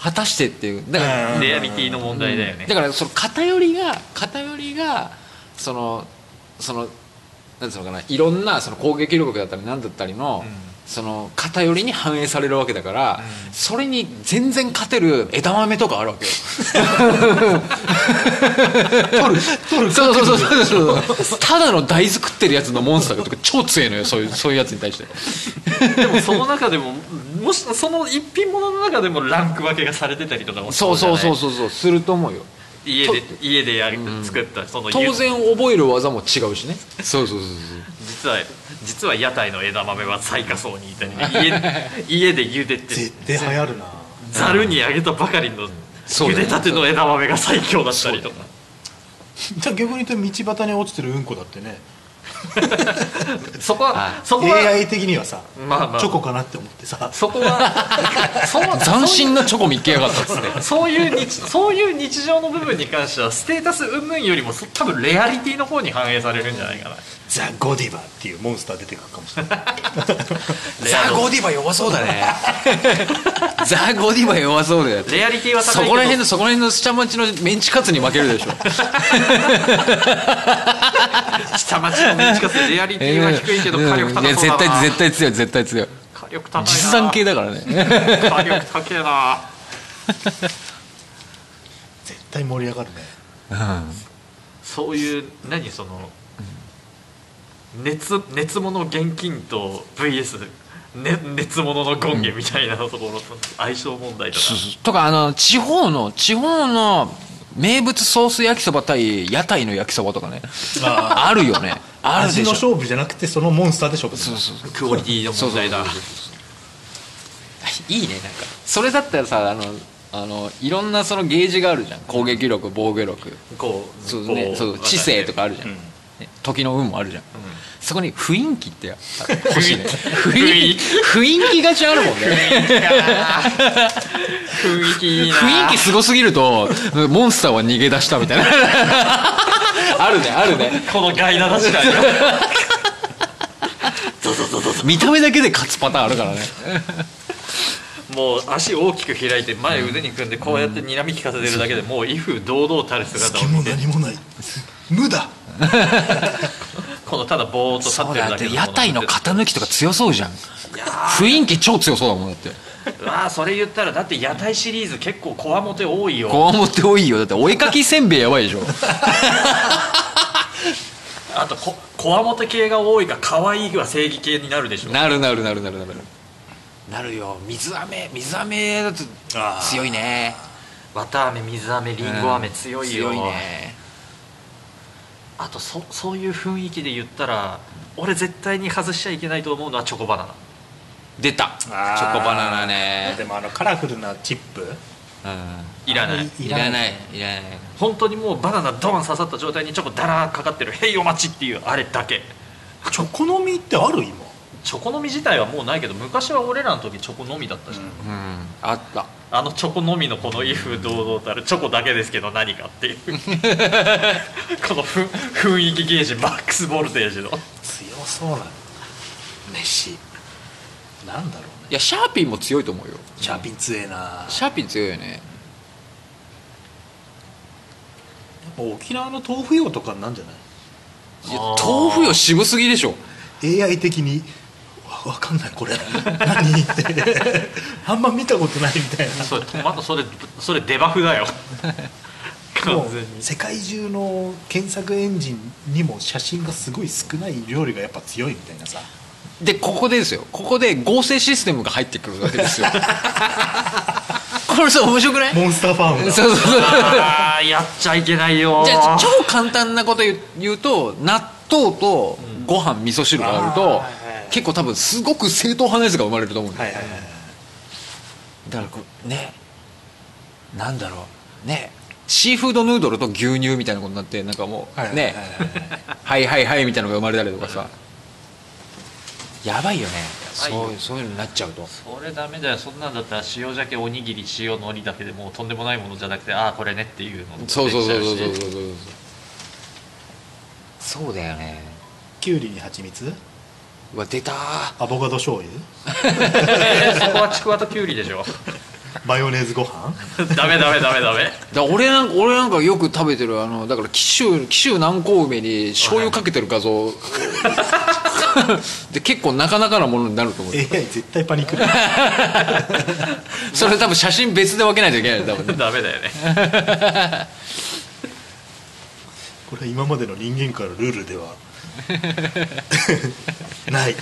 [SPEAKER 1] 果たしてっていうだから、
[SPEAKER 2] うん
[SPEAKER 3] レアリティの問題だよね、
[SPEAKER 1] だからその偏りが偏りがそのそのなんつうのかないろんなその攻撃力だったり何だったりの、
[SPEAKER 3] うん
[SPEAKER 1] その偏りに反映されるわけだから、
[SPEAKER 3] うん
[SPEAKER 1] それに全然勝てる枝豆とかあるわけよ (laughs) 取る取るそうそうそうそうそうただの大豆食ってるやつのモンスターとか超強いのよそういうそういうやつに対して
[SPEAKER 3] でもその中でももしその一品物の中でもランク分けがされてたりとかも
[SPEAKER 1] そうそうそう
[SPEAKER 3] じ
[SPEAKER 1] そうそうすると思うよ
[SPEAKER 3] ゃない家で
[SPEAKER 1] と
[SPEAKER 3] 家でやり
[SPEAKER 1] ん
[SPEAKER 3] 作ったその家
[SPEAKER 1] 当然覚える技も違うしねそうそうそうそう
[SPEAKER 3] 実は実は屋台の枝豆は最下層にいたり (laughs) ね家家で茹でて
[SPEAKER 2] 絶対流行るな
[SPEAKER 3] ざるにあげたばかりの
[SPEAKER 1] そう
[SPEAKER 3] 茹
[SPEAKER 1] だね
[SPEAKER 3] でたての枝豆が最強だったりとか
[SPEAKER 2] じゃあ逆に言うと道端に落ちてるうんこだってね
[SPEAKER 3] そこは
[SPEAKER 1] あ
[SPEAKER 3] そこは
[SPEAKER 2] AI 的にはさ、
[SPEAKER 3] まあまあ
[SPEAKER 2] チョコかなって思ってさ
[SPEAKER 3] そこはそう
[SPEAKER 1] 斬新なチョコ見っけやがったっつって
[SPEAKER 3] (laughs) そういう日そういう日常の部分に関してはステータス云々よりもそ多分レアリティの方に反映されるんじゃないかな
[SPEAKER 2] ザ・ゴディバっていうモンスター出てくるかもしれない
[SPEAKER 3] レアの
[SPEAKER 1] ディバ弱そうだね (laughs) ザ・ゴディバ弱そうだよ
[SPEAKER 3] レアリティは高いけ
[SPEAKER 1] そ
[SPEAKER 3] ど
[SPEAKER 1] こら辺のそこら辺の下町のメンチカツに負けるでしょ
[SPEAKER 3] 下町のメンチカツレアリティは低いけど火力高そうだな
[SPEAKER 1] や絶対絶対強い絶対強い
[SPEAKER 3] 火力高いな
[SPEAKER 1] 実産系だからね
[SPEAKER 3] 火力高えな
[SPEAKER 2] 絶対盛り上がるね
[SPEAKER 3] そういう何その熱熱物現金と VS ね、熱物の権限みたいなところと相性問題とか、
[SPEAKER 1] とかあの地方の地方の名物ソース焼きそば対屋台の焼きそばとかねあるよねある
[SPEAKER 2] 味
[SPEAKER 1] で
[SPEAKER 2] の
[SPEAKER 1] しょ
[SPEAKER 2] 勝負じゃなくてそのモンスターで勝負する
[SPEAKER 1] そうそう
[SPEAKER 3] クオリティの問題だ
[SPEAKER 1] そういいねなんかそれだったらさあのあのいろんなそのゲージがあるじゃん攻撃力防御力
[SPEAKER 3] こう
[SPEAKER 1] そう
[SPEAKER 3] こ
[SPEAKER 1] ね、そう知性とかあるじゃん、ね時の運もあるじゃん、そこに雰囲気 (laughs) ってやっぱ欲しいね雰
[SPEAKER 3] 雰
[SPEAKER 1] 囲
[SPEAKER 3] 囲
[SPEAKER 1] 気雰囲気がちあるもんね
[SPEAKER 3] 雰囲気いいな
[SPEAKER 1] 雰囲気すごすぎるとモンスターは逃げ出したみ (laughs) たいなあるねあるね
[SPEAKER 3] このガイナ確かに
[SPEAKER 1] 見た目だけで勝つパターンあるからね
[SPEAKER 3] (laughs) もう足大きく開いて前腕に組んでこうやってにらみ利かせてるだけでもう威風堂々たる姿
[SPEAKER 2] 隙
[SPEAKER 3] を
[SPEAKER 2] も
[SPEAKER 3] 見て
[SPEAKER 2] 何もない無駄
[SPEAKER 3] このただぼーっと立
[SPEAKER 1] そ
[SPEAKER 3] っ
[SPEAKER 1] う
[SPEAKER 3] てる
[SPEAKER 1] だ
[SPEAKER 3] だ
[SPEAKER 1] っ
[SPEAKER 3] け
[SPEAKER 1] て
[SPEAKER 3] の
[SPEAKER 1] 屋台の型抜きとか強そうじゃん
[SPEAKER 3] いや
[SPEAKER 1] 雰囲気超強そうだもんだって
[SPEAKER 3] ーうわまあそれ言ったらだって屋台シリーズ結構こわもて多いよ
[SPEAKER 1] こわもて多いよだってお絵かきせんべいやばいでしょ
[SPEAKER 3] あとここわもて系が多いか可愛いは正義系になるでしょ
[SPEAKER 1] なるなるなるなるなるなるよ水飴水飴だと
[SPEAKER 2] あー
[SPEAKER 1] 強いね
[SPEAKER 3] 綿飴水飴りんご飴強いよ、
[SPEAKER 1] 強いね
[SPEAKER 3] あとそそういう雰囲気で言ったら俺絶対に外しちゃいけないと思うのはチョコバナナ
[SPEAKER 1] 出たチョコバナナね
[SPEAKER 2] でもあのカラフルなチップ
[SPEAKER 1] うん
[SPEAKER 3] いらない
[SPEAKER 1] いらないいらない
[SPEAKER 3] 本当にもうバナナドン刺さった状態にチョコダラーかかってる「へいお待ち」っていうあれだけ
[SPEAKER 2] チョコの実ってある今
[SPEAKER 3] チョコのみ自体はもうないけど昔は俺らの時チョコのみだったじゃん、
[SPEAKER 1] うんあった
[SPEAKER 3] あのチョコのみのこの威風堂々たるチョコだけですけど何かっていうこのふ雰囲気ゲージマックスボルテージの
[SPEAKER 2] 強そうな飯なんだろうね
[SPEAKER 1] いやシャーピンも強いと思うよ
[SPEAKER 2] シャーピン強えな
[SPEAKER 1] シャーピン強いよね
[SPEAKER 2] 沖縄の豆腐用とかなんじゃない
[SPEAKER 1] いや
[SPEAKER 3] あー
[SPEAKER 1] 豆腐よ渋すぎでしょ
[SPEAKER 2] AI 的にわわかんないこれ何 (laughs) ってあんま見たことないみたいな
[SPEAKER 3] それトマトそれそれデバフだよ
[SPEAKER 2] も
[SPEAKER 3] (laughs) 完全
[SPEAKER 2] う
[SPEAKER 3] に
[SPEAKER 2] 世界中の検索エンジンにも写真がすごい少ない料理がやっぱ強いみたいなさ
[SPEAKER 1] でここでですよここで合成システムが入ってくるわけです
[SPEAKER 2] (laughs)
[SPEAKER 1] よこれさ面白くない
[SPEAKER 2] (laughs) モンスターファーム
[SPEAKER 1] そう
[SPEAKER 2] が
[SPEAKER 1] そうそう
[SPEAKER 3] あーやっちゃいけないよ
[SPEAKER 1] じゃあ超簡単なこと言う言うと納豆とご飯味噌汁がある
[SPEAKER 2] あー
[SPEAKER 1] と
[SPEAKER 2] はいはい
[SPEAKER 1] 結構多分すごく正統派なやつが生まれると思うんだ
[SPEAKER 2] は
[SPEAKER 1] よ
[SPEAKER 2] いはいはい
[SPEAKER 1] だからこうねなんだろうねシーフードヌードルと牛乳みたいなことになってなんかも
[SPEAKER 2] はいは
[SPEAKER 1] う
[SPEAKER 2] い
[SPEAKER 1] ねはいはいはいみたいなのが生まれたりとかさやばいよね
[SPEAKER 3] やばいよ
[SPEAKER 1] そうそういうのになっちゃうと
[SPEAKER 3] それダメだよそんなんだったら塩鮭おにぎり塩海苔だけでもうとんでもないものじゃなくてああこれねっていうのも
[SPEAKER 1] そうそうそうそうそう
[SPEAKER 3] (laughs) できちゃ
[SPEAKER 1] そうそうそうだよね
[SPEAKER 2] きゅうりに蜂蜜
[SPEAKER 1] うわ出たー
[SPEAKER 2] アボカド醤油
[SPEAKER 3] うしそこはちくわときゅうりでしょ (laughs)
[SPEAKER 2] マヨネーズご飯
[SPEAKER 3] ダメダメダメダメ (laughs)
[SPEAKER 1] だから俺なんか俺なんかよく食べてるあのだから紀州紀州南高梅に醤油かけてる画 (laughs) 像で結構なかなかなものになると思う
[SPEAKER 2] AI 絶対パニックる
[SPEAKER 1] それ多分写真別で分けないといけない多分
[SPEAKER 3] ダメだよね
[SPEAKER 2] これは今までの人間界のルールで (laughs) はない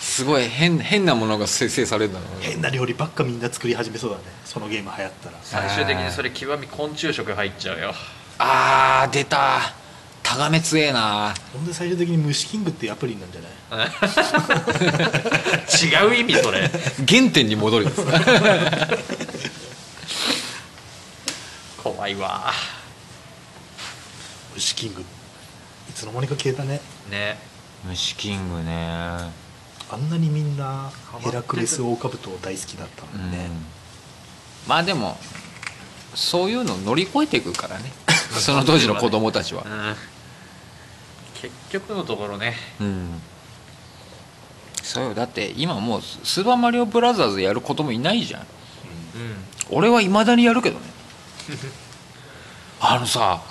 [SPEAKER 1] すごい変変なものが生成されるんだろうね
[SPEAKER 2] 変な料理ばっかみんな作り始めそうだねそのゲーム流行ったら
[SPEAKER 3] 最終的にそれ極み昆虫食入っちゃうよ
[SPEAKER 1] あー出たタガメ強えな
[SPEAKER 2] ほんで最終的に虫キングっていうアプリになるんじゃない
[SPEAKER 3] 違う意味それ
[SPEAKER 1] 原点に戻るやつ
[SPEAKER 3] 怖いわ
[SPEAKER 2] 虫キングいつの間にか消えたね
[SPEAKER 3] ね
[SPEAKER 1] (laughs) 虫キングね
[SPEAKER 2] あんなにみんなヘラクレスオオカブトを大好きだったのにね、
[SPEAKER 1] まあでもそういうのを乗り越えていくから (laughs) ねその当時の子供たちは
[SPEAKER 3] う、ん結局のところね
[SPEAKER 1] うん、そうよだって今もうス「スーパーマリオブラザーズ」やる子供いないじゃん
[SPEAKER 3] うん
[SPEAKER 1] 俺はいまだにやるけ (laughs) どねあのさ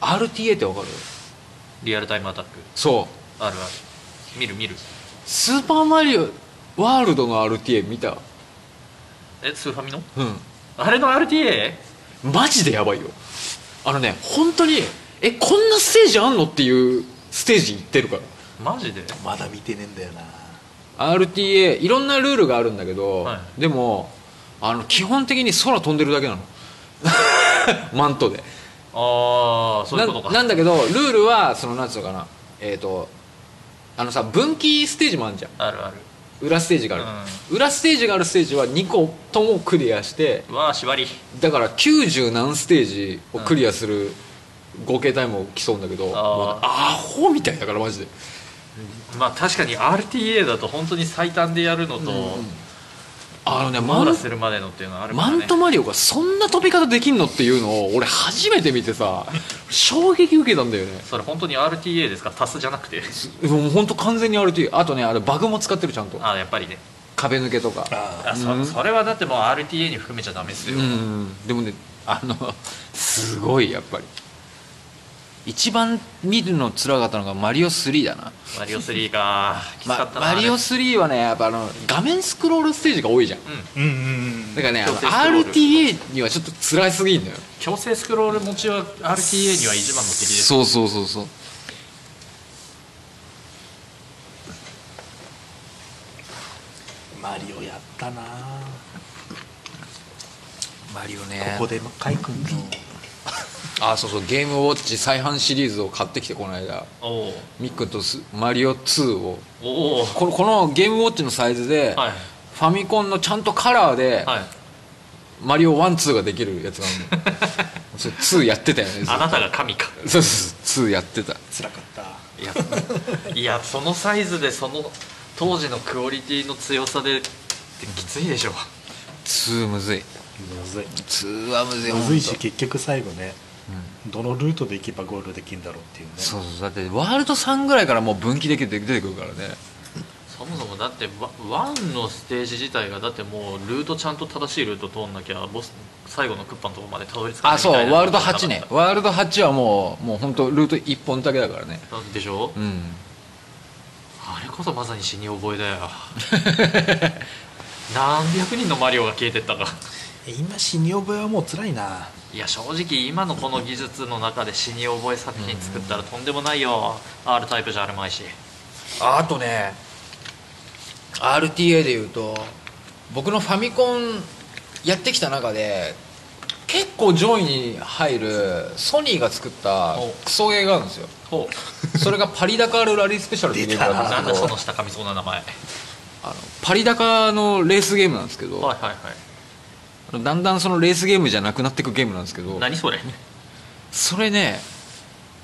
[SPEAKER 1] RTA ってわかる
[SPEAKER 3] リアルタイムアタック
[SPEAKER 1] そう
[SPEAKER 3] あるある見る見る
[SPEAKER 1] スーパーマリオワールドの RTA 見た
[SPEAKER 3] えスーファミの
[SPEAKER 1] うん
[SPEAKER 3] あれの RTA?
[SPEAKER 1] マジでやばいよあのね本当にえこんなステージあんのっていうステージ行ってるから
[SPEAKER 3] マジで
[SPEAKER 2] まだ見てねえんだよな
[SPEAKER 1] RTA いろんなルールがあるんだけど、
[SPEAKER 3] は
[SPEAKER 1] でもあの基本的に空飛んでるだけなの (laughs) マントで
[SPEAKER 3] ああそういうことか
[SPEAKER 1] ななんだけどルールはそのなんつうのかなえっ、とあのさ分岐ステージもあるじゃん
[SPEAKER 3] あるある
[SPEAKER 1] 裏ステージがある、裏ステージがあるステージは2個ともクリアして
[SPEAKER 3] うわあ縛り
[SPEAKER 1] だから90何ステージをクリアする合計タイムを競うんだけど、もうアホみたいだからマジで
[SPEAKER 3] まあ確かに RTA だと本当に最短でやるのと、
[SPEAKER 1] あのねマ
[SPEAKER 3] 網
[SPEAKER 1] ン
[SPEAKER 3] 羅するまでのっていうのはあるから、
[SPEAKER 1] マ
[SPEAKER 3] ね、
[SPEAKER 1] ントマリオがそんな飛び方できんのっていうのを俺初めて見てさ衝撃受けたんだよね
[SPEAKER 3] それ本当に RTA ですかタスじゃなくて
[SPEAKER 1] もうほんと完全に RT あとねあれバグも使ってるちゃんと
[SPEAKER 3] あやっぱりね
[SPEAKER 1] 壁抜けとか
[SPEAKER 2] あ
[SPEAKER 3] あそ,、
[SPEAKER 1] うん
[SPEAKER 3] それはだってもう RTA に含めちゃダメです
[SPEAKER 1] う
[SPEAKER 3] よ、
[SPEAKER 1] んでもねあのすごいやっぱり一番見るの辛かったのがマリオ3だな
[SPEAKER 3] マリオ3かきつかったな、
[SPEAKER 1] まマリオ
[SPEAKER 3] あれ
[SPEAKER 1] 3はねやっぱあの画面スクロールステージが多いじゃん
[SPEAKER 3] うん
[SPEAKER 2] うんうん
[SPEAKER 1] だからねあの
[SPEAKER 3] 強制スクロール
[SPEAKER 1] RTA にはちょっと辛すぎんだよ
[SPEAKER 3] 強制スクロール持ちは RTA には一番の敵です
[SPEAKER 1] そうそうそうそう
[SPEAKER 2] マリオやったな
[SPEAKER 1] マリオ
[SPEAKER 2] こ
[SPEAKER 1] ね
[SPEAKER 2] こでカイ君の
[SPEAKER 1] あそうそうゲームウォッチ再販シリーズを買ってきてこの間
[SPEAKER 3] おう
[SPEAKER 1] ミックとスマリオ2を
[SPEAKER 3] おお
[SPEAKER 1] このこのゲームウォッチのサイズで、
[SPEAKER 3] はい
[SPEAKER 1] ファミコンのちゃんとカラーで、
[SPEAKER 3] はい
[SPEAKER 1] マリオ12ができるやつがある
[SPEAKER 3] (laughs)
[SPEAKER 1] のそう2やってたよねずっと
[SPEAKER 3] あなたが神か
[SPEAKER 1] そうそうそう2やってた
[SPEAKER 2] 辛かった
[SPEAKER 3] いやいやそのサイズでその当時のクオリティの強さでってきついでしょ
[SPEAKER 1] 2むずい
[SPEAKER 2] むずい
[SPEAKER 1] 2はむずい
[SPEAKER 2] むずい
[SPEAKER 1] ほ
[SPEAKER 2] し
[SPEAKER 1] んと
[SPEAKER 2] 結局最後ねどのルートで行けばゴールできるんだろうっていうね
[SPEAKER 1] そうそうだってワールド3ぐらいからもう分岐できて出てくるからね
[SPEAKER 3] そもそもだってワワンのステージ自体がだってもうルートちゃんと正しいルート通んなきゃボス最後のクッパのとこまでたどり着かない
[SPEAKER 1] あそうワールド8
[SPEAKER 3] 八
[SPEAKER 1] ねワールド8はもうもう本当ルート1本だけだからね
[SPEAKER 3] でしょ、
[SPEAKER 1] うん
[SPEAKER 3] あれこそまさに死に覚えだよ (laughs) 何百人のマリオが消えてったか
[SPEAKER 2] え今死に覚えはもう辛いない
[SPEAKER 3] や正直今のこの技術の中で死に覚え作品作ったらとんでもないよ R タイプじゃあるまいし
[SPEAKER 1] あとね RTA でいうと僕のファミコンやってきた中で結構上位に入るソニーが作った
[SPEAKER 3] お
[SPEAKER 1] クソゲーがあるんです (laughs) よ
[SPEAKER 3] ほ
[SPEAKER 1] それがパリダカールラリースペシャルっていうゲーム
[SPEAKER 3] う
[SPEAKER 1] な
[SPEAKER 3] なんん
[SPEAKER 1] で
[SPEAKER 3] だ
[SPEAKER 1] す
[SPEAKER 3] そ
[SPEAKER 1] けど
[SPEAKER 3] の下噛みそうな名前はい
[SPEAKER 1] あのパリダカのレースゲームなんですけど、
[SPEAKER 3] はいはい
[SPEAKER 1] あのだんだんそのレースゲームじゃなくなっていくゲームなんですけど
[SPEAKER 3] 何それ
[SPEAKER 1] それね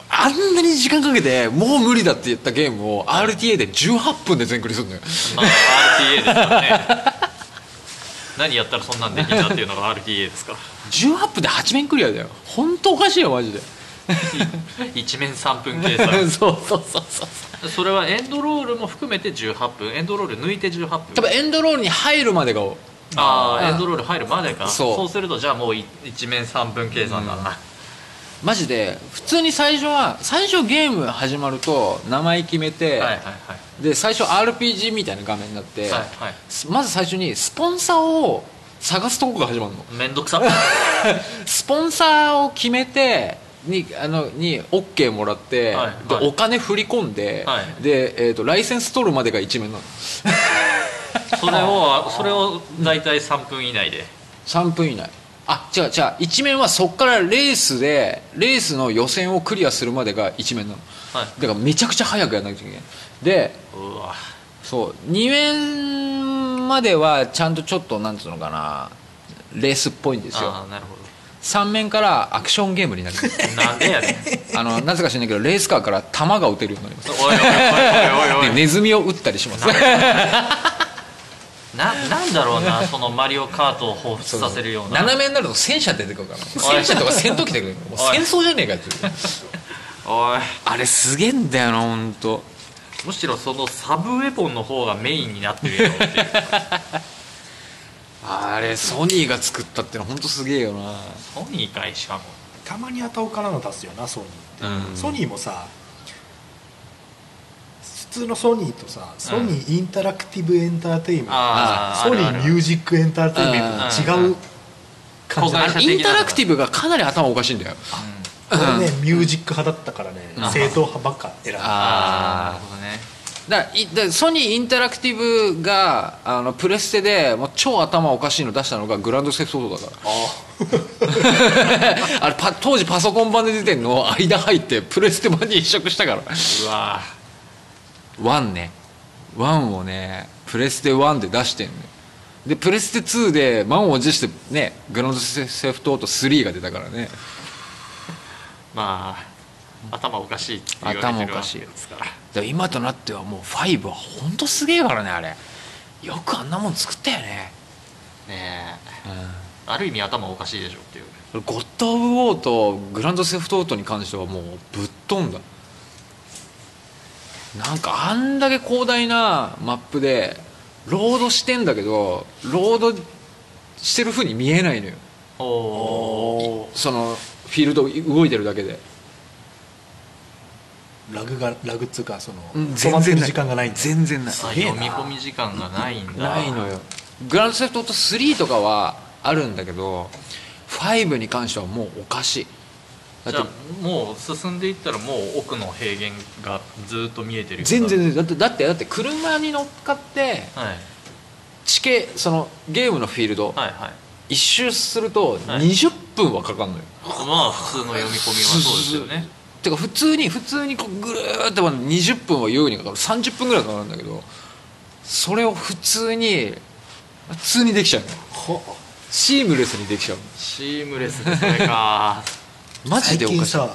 [SPEAKER 1] あんなに時間かけてもう無理だって言ったゲームを RTA で18分で全クリするんだよ
[SPEAKER 3] まあ RTA ですからね (laughs) 何やったらそんなんできたっていうのが RTA ですから (laughs)
[SPEAKER 1] 18分で8面クリアだよ本当おかしいよマジで
[SPEAKER 3] 一面3分計算
[SPEAKER 1] (laughs) そうそうそうそう
[SPEAKER 3] それはエンドロールも含めて18分エンドロール抜いて18分
[SPEAKER 1] 多分エンドロールに入るまでが
[SPEAKER 3] ああ
[SPEAKER 1] うん
[SPEAKER 3] エンドロール入るまでか
[SPEAKER 1] そう
[SPEAKER 3] するとじゃあもうい一面3分計算だな、
[SPEAKER 1] マジで普通に最初は最初ゲーム始まると名前決めて、
[SPEAKER 3] はいはいはい
[SPEAKER 1] で最初 RPG みたいな画面になって、
[SPEAKER 3] はいはい
[SPEAKER 1] すまず最初にスポンサーを探すとこが始まるの
[SPEAKER 3] めんどくさ
[SPEAKER 1] スポンサーを決めてにあのに OK もらって、
[SPEAKER 3] はい
[SPEAKER 1] で
[SPEAKER 3] はい
[SPEAKER 1] お金振り込んで、
[SPEAKER 3] はい
[SPEAKER 1] で、えー、とライセンス取るまでが一面なの
[SPEAKER 3] それをそれを大体3分以内で
[SPEAKER 1] 3分以内あ違う違う一面はそっからレースでレースの予選をクリアするまでが一面なの
[SPEAKER 3] はい
[SPEAKER 1] だからめちゃくちゃ早くやらなきゃいけないで
[SPEAKER 3] うわ
[SPEAKER 1] そう2面まではちゃんとちょっとなんつうのかなレースっぽいんですよ
[SPEAKER 3] ああなるほ
[SPEAKER 1] 3面からアクションゲームになる
[SPEAKER 3] どなんでやねん
[SPEAKER 1] あの (laughs) なぜか知らないけどレースカーから弾が撃てるようになります
[SPEAKER 3] おいおいおいおい
[SPEAKER 1] (laughs)
[SPEAKER 3] おいおい
[SPEAKER 1] でネズミを撃ったりします
[SPEAKER 3] ななんだろう
[SPEAKER 1] (laughs)
[SPEAKER 3] なそのマリオカートを彷彿させるような
[SPEAKER 1] 斜めになると戦車出てくるから戦車とか戦闘機出てくるもう
[SPEAKER 3] (laughs) おい
[SPEAKER 1] 戦争じゃねえかっていう
[SPEAKER 3] おい
[SPEAKER 1] あれすげえんだよな本当。
[SPEAKER 3] むしろそのサブウェポンの方がメインになってるよ
[SPEAKER 1] (laughs)
[SPEAKER 3] っていう
[SPEAKER 1] あれソニーが作ったってのは本当すげえよな
[SPEAKER 3] ソニーかいしかも
[SPEAKER 2] たまにあたおからの出すよなソニーって、
[SPEAKER 1] うん
[SPEAKER 2] ソニーもさ普通のソニーとさソニーインタラクティブエンターテインメント、
[SPEAKER 3] ああ
[SPEAKER 2] ソニーミュージックエンターテインメント
[SPEAKER 3] うん
[SPEAKER 2] 違
[SPEAKER 3] うん
[SPEAKER 2] う感じだ
[SPEAKER 3] うん
[SPEAKER 1] あ
[SPEAKER 3] 会
[SPEAKER 1] の
[SPEAKER 3] 社的な
[SPEAKER 1] インタラクティブがかなり頭おかしいんだよ
[SPEAKER 2] これねミュージック派だったからね
[SPEAKER 1] うん
[SPEAKER 2] 正統派ばっか選ぶ
[SPEAKER 1] あ
[SPEAKER 3] ああなるほどね
[SPEAKER 1] だからいだからソニーインタラクティブがあのプレステでもう超頭おかしいの出したのがグランドセフトオートだから (laughs) あれパ当時パソコン版で出てんのを間入ってプレステ版に移植したから
[SPEAKER 3] うわ
[SPEAKER 1] ワンねワンをねプレステ1で出してんのよでプレステ2で満を持してねグランドセフトオート3が出たからね
[SPEAKER 3] まあ頭おかしいって言われてる
[SPEAKER 1] 頭おかしい
[SPEAKER 3] わけですから
[SPEAKER 1] だから今となってはもう5は本当すげえからねあれよくあんなもん作ったよね、
[SPEAKER 3] ねえある意味頭おかしいでしょっていう
[SPEAKER 1] うん、ゴッド・オブ・ウォーとグランドセフト・オートに関してはもうぶっ飛んだなんかあんだけ広大なマップでロードしてんだけどロードしてる風に見えないのよ
[SPEAKER 3] おお
[SPEAKER 1] そのフィールド動いてるだけで
[SPEAKER 2] ラグがラグっつうかその、
[SPEAKER 1] うん
[SPEAKER 2] 止まってる時間がないんだ
[SPEAKER 1] 全然ない
[SPEAKER 2] す
[SPEAKER 3] あ
[SPEAKER 2] げえ
[SPEAKER 3] 読
[SPEAKER 2] な
[SPEAKER 3] み込み時間がないんだ
[SPEAKER 1] ないのよグランドセフトオート3とかはあるんだけど5に関してはもうおかしいだ
[SPEAKER 3] じゃ
[SPEAKER 1] っ
[SPEAKER 3] あもう進んでいったらもう奥の平原がずっと見えてる
[SPEAKER 1] て
[SPEAKER 3] よ
[SPEAKER 1] 全然だってだってだって車に乗っかって
[SPEAKER 3] はい
[SPEAKER 1] 地形そのゲームのフィールド、
[SPEAKER 3] はいはい
[SPEAKER 1] 一周すると
[SPEAKER 3] はい
[SPEAKER 1] 20分はかかんのよ、
[SPEAKER 3] まあ普通の読み込みはそうですよね
[SPEAKER 1] てか普通に普通にこうぐるーってまで20分は優にかかる30分ぐらいかかるんだけどそれを普通に普通にできちゃうの
[SPEAKER 2] ほ
[SPEAKER 1] シームレスにできちゃうの
[SPEAKER 3] シームレスでそ (laughs) れか
[SPEAKER 1] マジでおか
[SPEAKER 2] 最近
[SPEAKER 1] しい
[SPEAKER 2] さ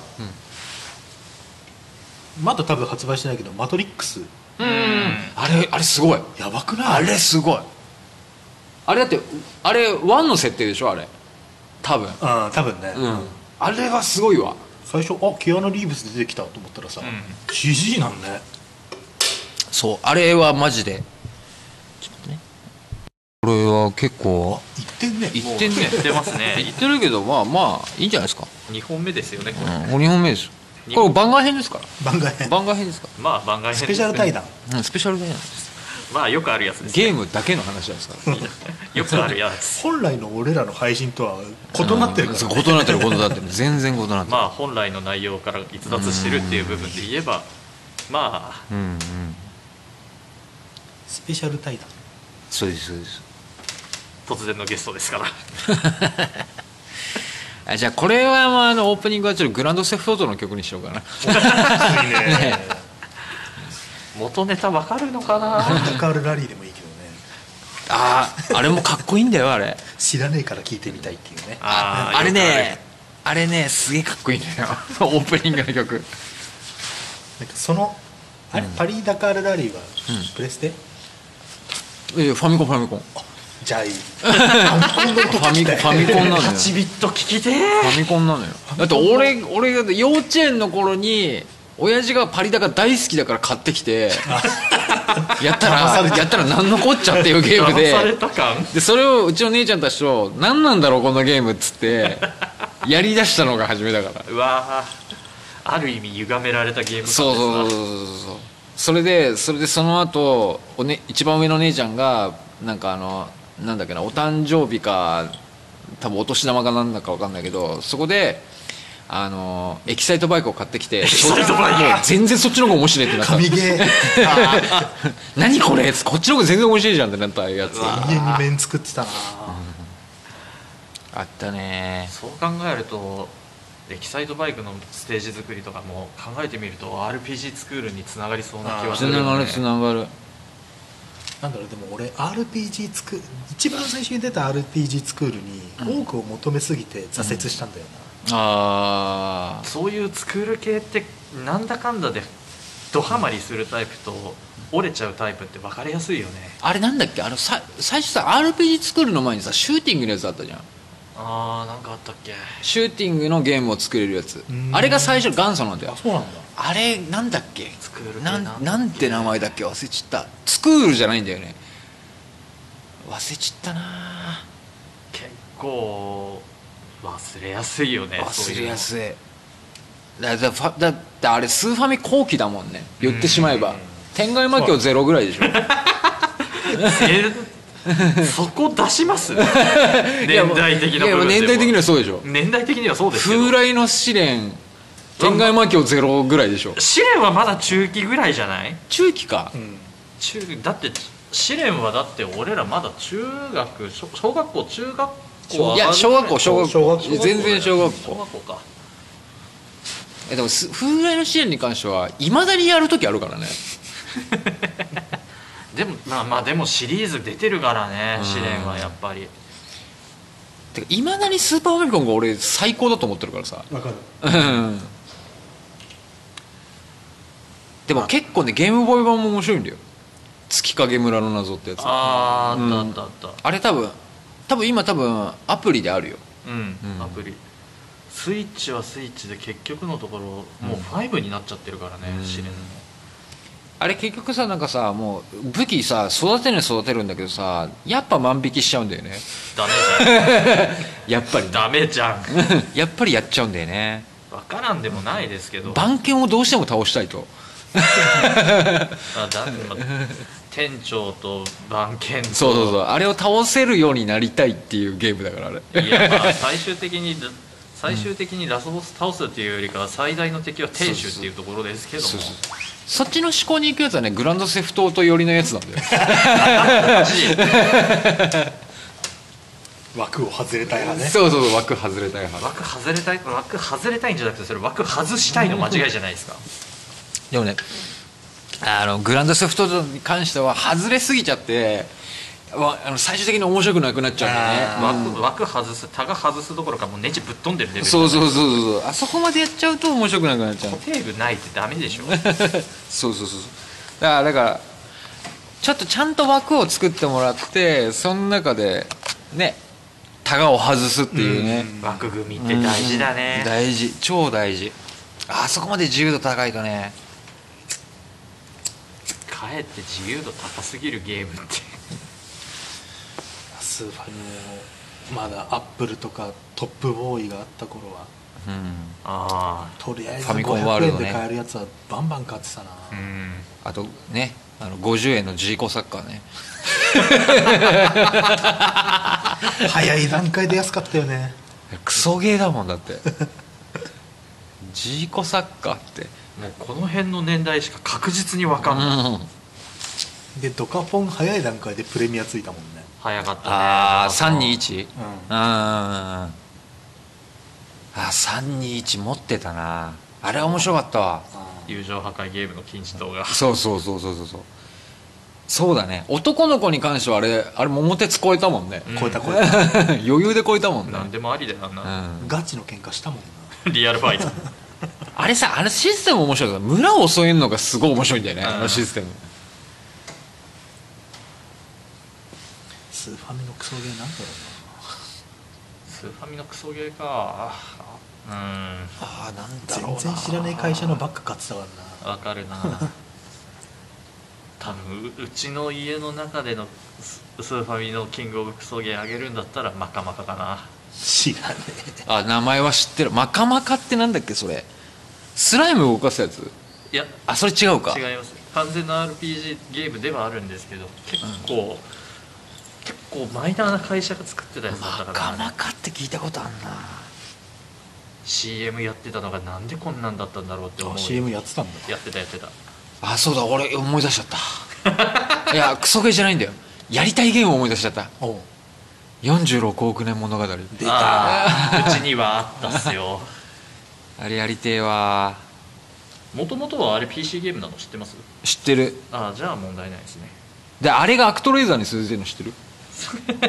[SPEAKER 2] まだ多分発売してないけど「マトリックス
[SPEAKER 1] うんあれあれすごい」
[SPEAKER 2] やばくない
[SPEAKER 1] あれすごいあれだってあれ1の設定でしょあれ多分
[SPEAKER 2] うん多分ね、
[SPEAKER 1] うんあれはすごいわ
[SPEAKER 2] 最初あキアヌ・リーブス出てきたと思ったらさ、
[SPEAKER 3] う
[SPEAKER 2] CG なんね
[SPEAKER 1] そうあれはマジでちょっとねこれは結構
[SPEAKER 2] 言ってんね
[SPEAKER 1] 言
[SPEAKER 3] も
[SPEAKER 1] っ
[SPEAKER 3] う
[SPEAKER 1] てんね
[SPEAKER 3] 言ってますね
[SPEAKER 1] 言ってるけどまあまあいいんじゃないですか
[SPEAKER 3] 2本目ですよねこれ、
[SPEAKER 1] うん、これ2本目ですよこれ番外編ですから
[SPEAKER 2] 番外編
[SPEAKER 1] 番外編ですか
[SPEAKER 3] まあ番外編です
[SPEAKER 2] ス
[SPEAKER 3] ね
[SPEAKER 2] ペシャル対談
[SPEAKER 1] ら、うん、スペシャルでです
[SPEAKER 3] まあよくあるやつです
[SPEAKER 1] ゲームだけの話なんですか
[SPEAKER 2] (laughs)
[SPEAKER 1] ら
[SPEAKER 3] よくあるやつ
[SPEAKER 2] 本来の俺らの配信とは異なってるから、
[SPEAKER 1] うん異なってる異なってる全然異なってる
[SPEAKER 3] まあ本来の内容から逸脱してるっていう部分で言えばまあ
[SPEAKER 1] うんうん
[SPEAKER 2] スペシャル対談
[SPEAKER 1] そうですそうです
[SPEAKER 3] 突然のゲストですから
[SPEAKER 1] あじゃあこれはまああのオープニングはちょっとグランドセフトオートの曲にしようかな
[SPEAKER 2] いいね
[SPEAKER 3] 元ネタわかるのかな
[SPEAKER 2] ダカールラリーでもいいけどね
[SPEAKER 1] あーあれもかっこいいんだよあれ
[SPEAKER 2] 知らねえから聞いてみたいっていうね
[SPEAKER 1] あれ
[SPEAKER 3] ーよく (laughs) ある
[SPEAKER 1] ねあれねすげえかっこいいんだよオープニングの曲
[SPEAKER 2] なんかそのあれ、パリ・ダカールラリーは
[SPEAKER 1] ん
[SPEAKER 2] プレステ、
[SPEAKER 1] いやファミコンファミコン
[SPEAKER 2] じゃあいいファミコンの
[SPEAKER 1] ファミコンファミコンなのよ
[SPEAKER 3] 8ビット聞きて
[SPEAKER 1] ファミコンなのよだって俺俺が幼稚園の頃に親父がパリダが大好きだから買ってきてやった
[SPEAKER 2] 騙さ
[SPEAKER 1] ら
[SPEAKER 2] れた
[SPEAKER 1] やったら何のこっちゃっていうゲーム
[SPEAKER 3] 騙され
[SPEAKER 1] で
[SPEAKER 3] た感
[SPEAKER 1] でそれをうちの姉ちゃんたちと「何なんだろうこのゲーム」っつってやりだしたのが初めだから
[SPEAKER 3] うわーある意味歪められたゲーム感です
[SPEAKER 1] そうそうそう
[SPEAKER 3] う
[SPEAKER 1] そうそうそれでそれでその後お、ね、一番上の姉ちゃんがなんかあのなんだっけなお誕生日か多分お年玉かなんだか分かんないけどそこであのエキサイトバイクを買ってきてエキ
[SPEAKER 3] サイトバイク
[SPEAKER 1] 全然そっちの方が面白いってなった
[SPEAKER 2] 神ゲー
[SPEAKER 1] (laughs) 何これこっちの方が全然面白いじゃんってなったやつ
[SPEAKER 3] うわ
[SPEAKER 2] 家に面作ってたな
[SPEAKER 1] あったね
[SPEAKER 3] そう考えるとエキサイトバイクのステージ作りとかも考えてみると RPG スクールにつながりそうな気はす
[SPEAKER 1] つ
[SPEAKER 3] る
[SPEAKER 1] な
[SPEAKER 3] よ
[SPEAKER 1] が
[SPEAKER 3] ね
[SPEAKER 1] るつながる
[SPEAKER 2] なんだろうでも俺 RPG 作一番最初に出た RPG スクールに多くを求めすぎて挫折したんだよ
[SPEAKER 1] あー
[SPEAKER 3] そういうスクール系ってなんだかんだでドハマりするタイプと折れちゃうタイプって分かりやすいよね
[SPEAKER 1] あれなんだっけあのさ最初さ RPG 作るの前にさシューティングのやつあったじゃん
[SPEAKER 3] あーなんかあったっけ
[SPEAKER 1] シューティングのゲームを作れるやつ
[SPEAKER 2] うん
[SPEAKER 1] あれが最初元祖なんだ
[SPEAKER 2] な、
[SPEAKER 1] よ
[SPEAKER 2] そうなんだ
[SPEAKER 1] あれなんだっけ
[SPEAKER 3] スクール系
[SPEAKER 1] なん
[SPEAKER 3] な
[SPEAKER 1] なんて名前だっけ忘れちったスクールじゃないんだよね忘れちったな
[SPEAKER 3] 結構忘れやすいよねそう
[SPEAKER 1] 忘
[SPEAKER 3] いう
[SPEAKER 1] れ
[SPEAKER 3] の
[SPEAKER 1] やすいだだファだってあれスーファミ後期だもんね言ってしまえば天外魔境ゼロぐらいでしょ
[SPEAKER 3] えそこ出します
[SPEAKER 1] (laughs)
[SPEAKER 3] 年代的な部分でも
[SPEAKER 1] いや年代的にはそうでしょ
[SPEAKER 3] 年代的にはそうですけど
[SPEAKER 1] 風来の試練天外魔境ゼロぐらいでしょ
[SPEAKER 3] 試練はまだ中期ぐらいじゃない
[SPEAKER 1] 中期か
[SPEAKER 2] うん
[SPEAKER 3] 中だって試練はだって俺らまだ中学小小学校中学校
[SPEAKER 1] いや小学校小学
[SPEAKER 2] 小
[SPEAKER 1] 校
[SPEAKER 2] 学校
[SPEAKER 1] 全然小学校
[SPEAKER 3] 小学校か
[SPEAKER 1] えでもす風来の試練に関してはいまだにやる時あるからね
[SPEAKER 3] でもまあまあでもシリーズ出てるからね
[SPEAKER 1] うん
[SPEAKER 3] 試練はやっぱり
[SPEAKER 1] てかいまだにスーパーファミコンが俺最高だと思ってるからさ
[SPEAKER 2] わか
[SPEAKER 1] う
[SPEAKER 2] る
[SPEAKER 1] んでも結構ねゲームボーイ版も面白いんだよ月影村の謎ってやつあ
[SPEAKER 3] あ
[SPEAKER 1] うん
[SPEAKER 3] ーあったあったあっ
[SPEAKER 1] れ多分多分今多分アプリであるよ
[SPEAKER 3] たう
[SPEAKER 1] う
[SPEAKER 3] ん、
[SPEAKER 1] ん
[SPEAKER 3] アプリスイッチはスイッチで結局のところもう5になっちゃってるからね、
[SPEAKER 1] うん
[SPEAKER 3] 試練も
[SPEAKER 1] あれ結局さなんかさもう武器さ育てるに育てるんだけどさやっぱ万引きしちゃうんだよね
[SPEAKER 3] ダメじゃ
[SPEAKER 1] や
[SPEAKER 3] ん
[SPEAKER 1] っぱりね (laughs)
[SPEAKER 3] ダメじゃん
[SPEAKER 1] やっぱりやっちゃうんだよね
[SPEAKER 3] 分からんでもないですけど
[SPEAKER 1] 番犬をどうしても倒したいと
[SPEAKER 3] あだ
[SPEAKER 1] (laughs)
[SPEAKER 3] ま店長と番犬と
[SPEAKER 1] そうそうそうあれを倒せるようになりたいっていうゲームだからあれ
[SPEAKER 3] いやまあ最終的にラ最終的にラスボス倒すっていうよりかは最大の敵は店主っていうところですけども
[SPEAKER 1] そうそうそっちの思考に行くやつはねグランドセフトオート寄りのやつなんだよ
[SPEAKER 2] 枠を外れたい派ね
[SPEAKER 1] そうそうそう枠外れたい派
[SPEAKER 3] 枠外れたい枠外れたいんじゃなくてそれ枠外したいの間違いじゃないですか
[SPEAKER 1] でもねあのグランドセフトオートに関しては外れすぎちゃってわあの最終的に面白くなくなっちゃうんだよね
[SPEAKER 3] 枠枠外すタガ外すどころかもうネジぶっ飛んでるレベル
[SPEAKER 1] そうそうそうそうそうあそこまでやっちゃうと面白くなくなっちゃう
[SPEAKER 3] テーブないってダメでしょ
[SPEAKER 1] そうそうそうそうだからだからちょっとちゃんと枠を作ってもらってその中でねタガを外すっていうね、
[SPEAKER 3] 枠組みって大事だ
[SPEAKER 1] うん
[SPEAKER 3] ね
[SPEAKER 1] 大事超大事あそこまで自由度高いとね
[SPEAKER 3] かえって自由度高すぎるゲームって
[SPEAKER 2] スーファミもまだアップルとかトップボーイがあった頃は
[SPEAKER 1] うん
[SPEAKER 3] あ
[SPEAKER 2] とりあえず
[SPEAKER 1] ファミコンワー
[SPEAKER 2] 500
[SPEAKER 1] ル
[SPEAKER 2] 円
[SPEAKER 1] ドね
[SPEAKER 2] で買えるやつはバンバン買ってたな、
[SPEAKER 3] あうん
[SPEAKER 1] あとねあの50円のジーコサッカーね
[SPEAKER 2] (laughs) 早い段階で安かったよね
[SPEAKER 1] クソゲーだもんだ
[SPEAKER 3] (laughs)
[SPEAKER 1] ってジーコサッカーって
[SPEAKER 3] もうこの辺の年代しか確実に分かんない、
[SPEAKER 1] うん
[SPEAKER 2] でドカポン早い段階でプレミアついたもんね
[SPEAKER 3] 早かったね
[SPEAKER 1] ああ321
[SPEAKER 2] うん
[SPEAKER 1] ああ321持ってたなあれは面白かったわ
[SPEAKER 3] 友情破壊ゲームの禁止動画
[SPEAKER 1] そうそうそうそうそうそうそうだね男の子に関してはあれあれ桃鉄超えたもんね、
[SPEAKER 3] うん
[SPEAKER 2] 超えた超えた
[SPEAKER 1] (laughs) 余裕で超えたもんね
[SPEAKER 3] なんでもありだよあん
[SPEAKER 1] う
[SPEAKER 3] な、
[SPEAKER 1] ん、
[SPEAKER 2] ガチの喧嘩したもんな
[SPEAKER 3] リアル
[SPEAKER 2] (laughs)
[SPEAKER 3] ファイト
[SPEAKER 1] あれさあれシステム面白いさ村を襲えるのがすごい面白いんだよね
[SPEAKER 3] うん
[SPEAKER 1] あのシステム
[SPEAKER 2] スーファミのクソゲーなんだろ
[SPEAKER 3] スーファミのクソゲーかうん
[SPEAKER 1] ああなん
[SPEAKER 2] うな全然知らない会社のばっか買ってたからな
[SPEAKER 3] わかるな多分ううちの家の中でのススーファミのキングオブクソゲーあげるんだったらマカマカかな
[SPEAKER 2] 知らね
[SPEAKER 1] あ名前は知ってるマカマカってなんだっけそれスライム動かすやつ
[SPEAKER 3] いや
[SPEAKER 1] あそれ違うか
[SPEAKER 3] 違います完全な RPG ゲームではあるんですけど結構、結構マイナーな会社が作ってたやつだった
[SPEAKER 1] マ
[SPEAKER 3] から
[SPEAKER 1] カ
[SPEAKER 3] ね
[SPEAKER 1] マカって聞いたことあんな
[SPEAKER 3] CM やってたのがなんでこんなんだったんだろうって思
[SPEAKER 2] あ
[SPEAKER 3] う
[SPEAKER 2] CM やってたんだ
[SPEAKER 3] やってたやってた
[SPEAKER 1] あそうだ俺思い出しちゃった (laughs) いやクソゲーじゃないんだよやりたいゲームを思い出しちゃった
[SPEAKER 2] おう
[SPEAKER 1] 46億年物語あ
[SPEAKER 2] 出た
[SPEAKER 3] あーうちにはあったっすよ
[SPEAKER 1] れやりてえわ
[SPEAKER 3] もともとはあれ PC ゲームなの知ってます
[SPEAKER 1] 知ってる
[SPEAKER 3] ああじゃあ問題ないですね
[SPEAKER 1] であれがアクトレーザーに通じてるの知ってる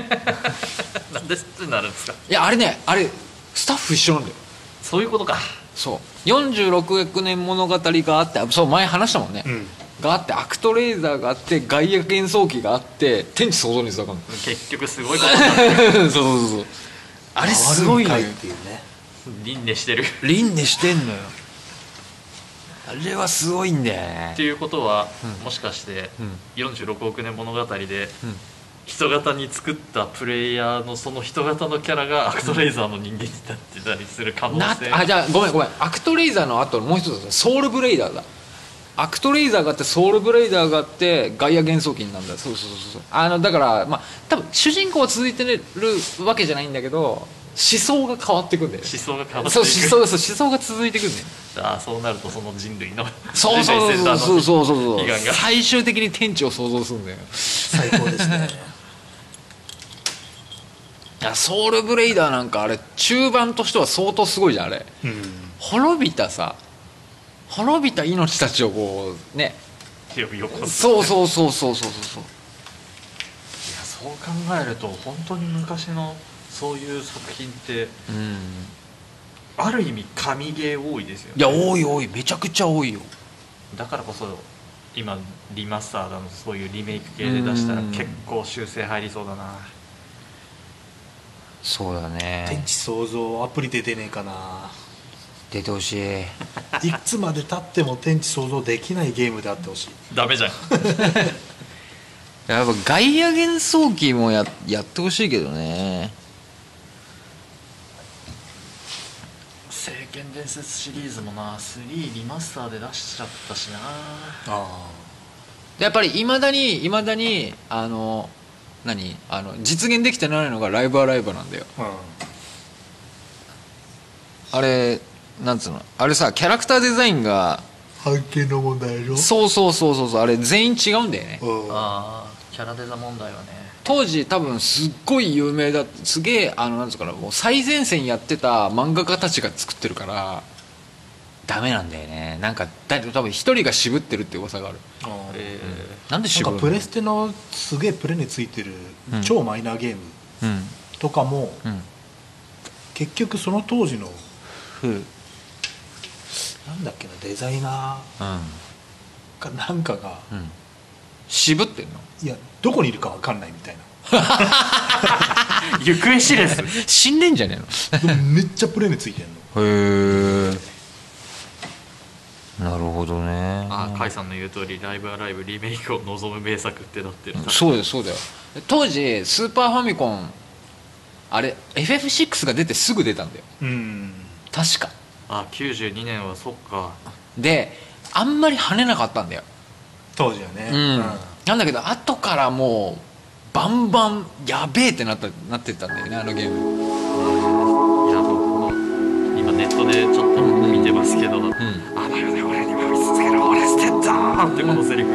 [SPEAKER 3] (laughs) なんでってなるんですか
[SPEAKER 1] いやあれねあれスタッフ一緒なんだよ
[SPEAKER 3] そういうことか
[SPEAKER 1] そう46億年物語があってそう前話したもんね、
[SPEAKER 2] うん
[SPEAKER 1] があってアクトレーザーがあってガイア幻想機があって天地創造に繋がるの
[SPEAKER 3] 結局すごいことになってる
[SPEAKER 1] (laughs) そうそうそうあれすごいの
[SPEAKER 2] 回
[SPEAKER 1] よ
[SPEAKER 2] っていうね
[SPEAKER 3] (laughs) 輪廻してる
[SPEAKER 1] 輪廻してんのよあれはすごいんだよね
[SPEAKER 3] っていうことは、
[SPEAKER 1] うん
[SPEAKER 3] もしかして、
[SPEAKER 1] うん
[SPEAKER 3] 46億年物語で、
[SPEAKER 1] うん
[SPEAKER 3] 人型に作ったプレイヤーのその人型のキャラがアクトレイザーの人間になってたりする可能
[SPEAKER 1] な
[SPEAKER 3] 性
[SPEAKER 1] あじゃあごめんごめんアクトレイザーの後のもう一つだソウルブレイダーだアクトレイザーがあってソウルブレイダーがあってガイア幻想機になるんだそうそうそうそうあのだからまあ多分主人公は続いてるわけじゃないんだけど思想が変わってくんだよね
[SPEAKER 3] 思想が変わって
[SPEAKER 1] そう思
[SPEAKER 3] い
[SPEAKER 1] 想
[SPEAKER 3] く
[SPEAKER 1] そう思想が続いてくんだよね
[SPEAKER 3] ああそうなるとその人類の
[SPEAKER 1] そうそう
[SPEAKER 3] 人類
[SPEAKER 1] そうそうそうそうそ
[SPEAKER 3] (laughs)
[SPEAKER 1] う
[SPEAKER 3] 悲願が
[SPEAKER 1] 最終的に天地を想像するんだよ
[SPEAKER 2] 最高ですね
[SPEAKER 1] いやソウルブレイダーなんかあれ中盤としては相当すごいじゃんあれ
[SPEAKER 2] (laughs) うん
[SPEAKER 1] 滅びたさ滅びた命たちをこうね
[SPEAKER 3] 呼び起こす
[SPEAKER 1] そうそうそうそうそうそう
[SPEAKER 3] いやそう考えると本当に昔のそういう作品って
[SPEAKER 1] そううん
[SPEAKER 3] ある意味神ゲー多いですよ
[SPEAKER 1] い
[SPEAKER 3] ね
[SPEAKER 1] や多い多いめちゃくちゃ多いよ
[SPEAKER 3] だからこそ今リマスターだのそういうリメイク系で出したら
[SPEAKER 1] うん
[SPEAKER 3] 結構修正入りそうだな
[SPEAKER 1] そうだ
[SPEAKER 2] 天
[SPEAKER 1] ね
[SPEAKER 2] 地創造アプリで出ねえかな
[SPEAKER 1] 出てほしい
[SPEAKER 2] いつまでたっても天地創造できないゲームであってほしい
[SPEAKER 3] ダメじゃ (laughs) ん
[SPEAKER 1] やっぱガイア幻想機もややってほしいけどね
[SPEAKER 3] 正剣伝説シリーズもな3リマスターで出しちゃったしな
[SPEAKER 2] あ
[SPEAKER 1] やっぱりいまだにいまだにあの何あの実現できてないのがライブアライブなんだよ
[SPEAKER 2] あ
[SPEAKER 1] あれなんつうのあれさキャラクターデザインが
[SPEAKER 2] 半径の問題でしょ
[SPEAKER 1] そうそうそうそうそうあれ全員違うんだよね
[SPEAKER 2] うん
[SPEAKER 3] ああキャラデザ問題はね
[SPEAKER 1] 当時多分すっごい有名だすげえあのなんつうかなもう最前線やってた漫画家たちが作ってるからダメなんだよねなんかだ多分一人が渋ってるって噂がある
[SPEAKER 2] あー
[SPEAKER 1] なんで渋
[SPEAKER 2] な
[SPEAKER 1] る
[SPEAKER 2] ん
[SPEAKER 1] の
[SPEAKER 2] かプレステのすげえプレについてる
[SPEAKER 1] うん
[SPEAKER 2] 超マイナーゲーム
[SPEAKER 1] うん
[SPEAKER 2] とかも
[SPEAKER 1] うん
[SPEAKER 2] 結局その当時の
[SPEAKER 1] うん
[SPEAKER 2] なんだっけなデザイナーかなんかが
[SPEAKER 1] うん渋ってんの
[SPEAKER 2] いやどこにいるかわかんないみたい
[SPEAKER 3] 行方知
[SPEAKER 1] (laughs)
[SPEAKER 3] れず
[SPEAKER 1] 死んでんじゃね
[SPEAKER 2] (laughs) なでもめっちゃプレについてんの
[SPEAKER 1] えのへえなるほどね
[SPEAKER 3] ああ甲斐さんの言う通り「ライブアライブ」リメイクを望む名作ってなってる
[SPEAKER 1] そうだよそうだよ当時スーパーファミコンあれ FF6 が出てすぐ出たんだよ
[SPEAKER 2] うん
[SPEAKER 1] 確か
[SPEAKER 3] あ92年はそっか
[SPEAKER 1] であんまり跳ねなかったんだよ、
[SPEAKER 2] 当時はね
[SPEAKER 1] うんなんだけど後からもうバンバンやべえってなったなってったんだよねあのゲーム
[SPEAKER 3] いやでもこの今ネットでちょっと見てますけど「
[SPEAKER 1] ん
[SPEAKER 3] あだよね俺にも見つけろ俺捨てた!」ってこのセリフ、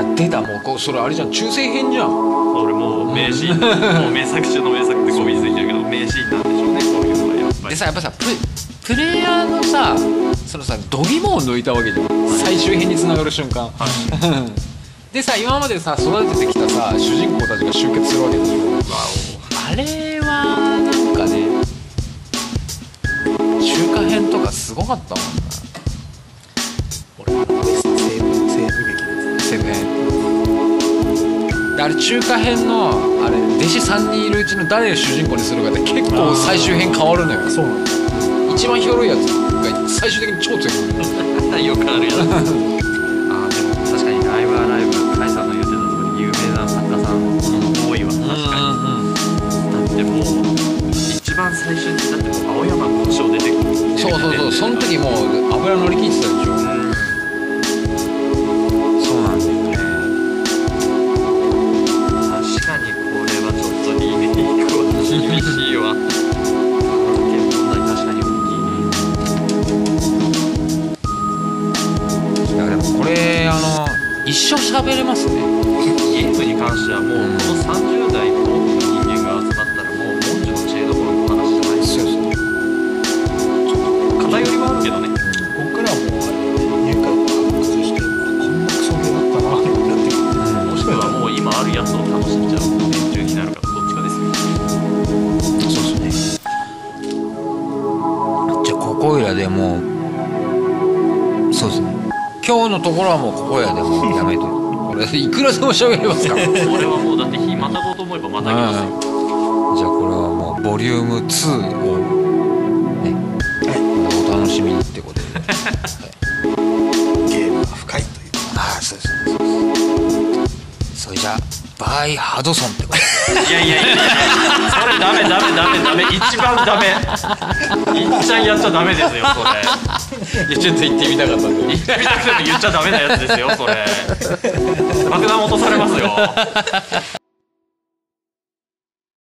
[SPEAKER 1] あ出たもうこうそれあれじゃん中性編じゃん
[SPEAKER 3] 俺もう名シーン、もう名作中の名作ってゴミついてるけど名シーンなんでしょうねそういうのは
[SPEAKER 1] (laughs)
[SPEAKER 3] やっぱり
[SPEAKER 1] でさやっぱさププレイヤーのさそのさ度肝を抜いたわけじゃん最終編につながる瞬間 (laughs) でさ今までさ育ててきたさ主人公たちが集結するわけでしょ
[SPEAKER 3] まあ
[SPEAKER 1] あれはなんかね中華編とかすごかったもんな
[SPEAKER 2] 俺はベスト西部西部劇のや
[SPEAKER 1] セブンであれ中華編のあれ弟子3人いるうちの誰を主人公にするかって結構最終編変わるのよ
[SPEAKER 2] つそうなんだ
[SPEAKER 1] 一番広いやつが最終的に超強いのよ
[SPEAKER 3] よくあるやつあーでも確かにライブアライブ甲斐さんの言ってた通り有名な作家さんの多いわ確かにだってもう一番最初にだってもう青山剛昌出てくる
[SPEAKER 1] そうそうそうその時もう油乗り切ってたでしょそうなんだよね
[SPEAKER 3] 確かにこれはちょっとリメイクは厳しいわ案件問題確かに大きい
[SPEAKER 1] いやでもこれあの一生喋れますね
[SPEAKER 3] ゲームに関してはもうこの30代後期の人間が集まったらもう文字の知恵どころの話じゃないですよ偏りはあるけどね
[SPEAKER 2] こっからはもう入会を発掘してこんなクソゲーだったなってなってくる
[SPEAKER 3] もしくはもう今あるやつを楽しんじゃう年中になるかどっちかですよ
[SPEAKER 1] そうですねじゃあここいらでもうそうですね今日のところはもうここいらでもうやめと (laughs) これいくらでも喋れますからはい
[SPEAKER 3] これはもうだって日またごうと思えばまたぎますよ
[SPEAKER 1] じゃあこれはもうボリューム2をねお楽しみにってことで
[SPEAKER 2] ゲームが深いという
[SPEAKER 1] ああそうですねそうですそれじゃあバイハドソンってことで
[SPEAKER 3] いやいやいやいやそれダメダメダメダメ一番ダメいっちゃんやっちゃダメですよそれ
[SPEAKER 1] いやちょっ (laughs) と言ってみたかったんで
[SPEAKER 3] (laughs) 言ってみたくても言っちゃダメなやつですよそれ爆弾落とされますよ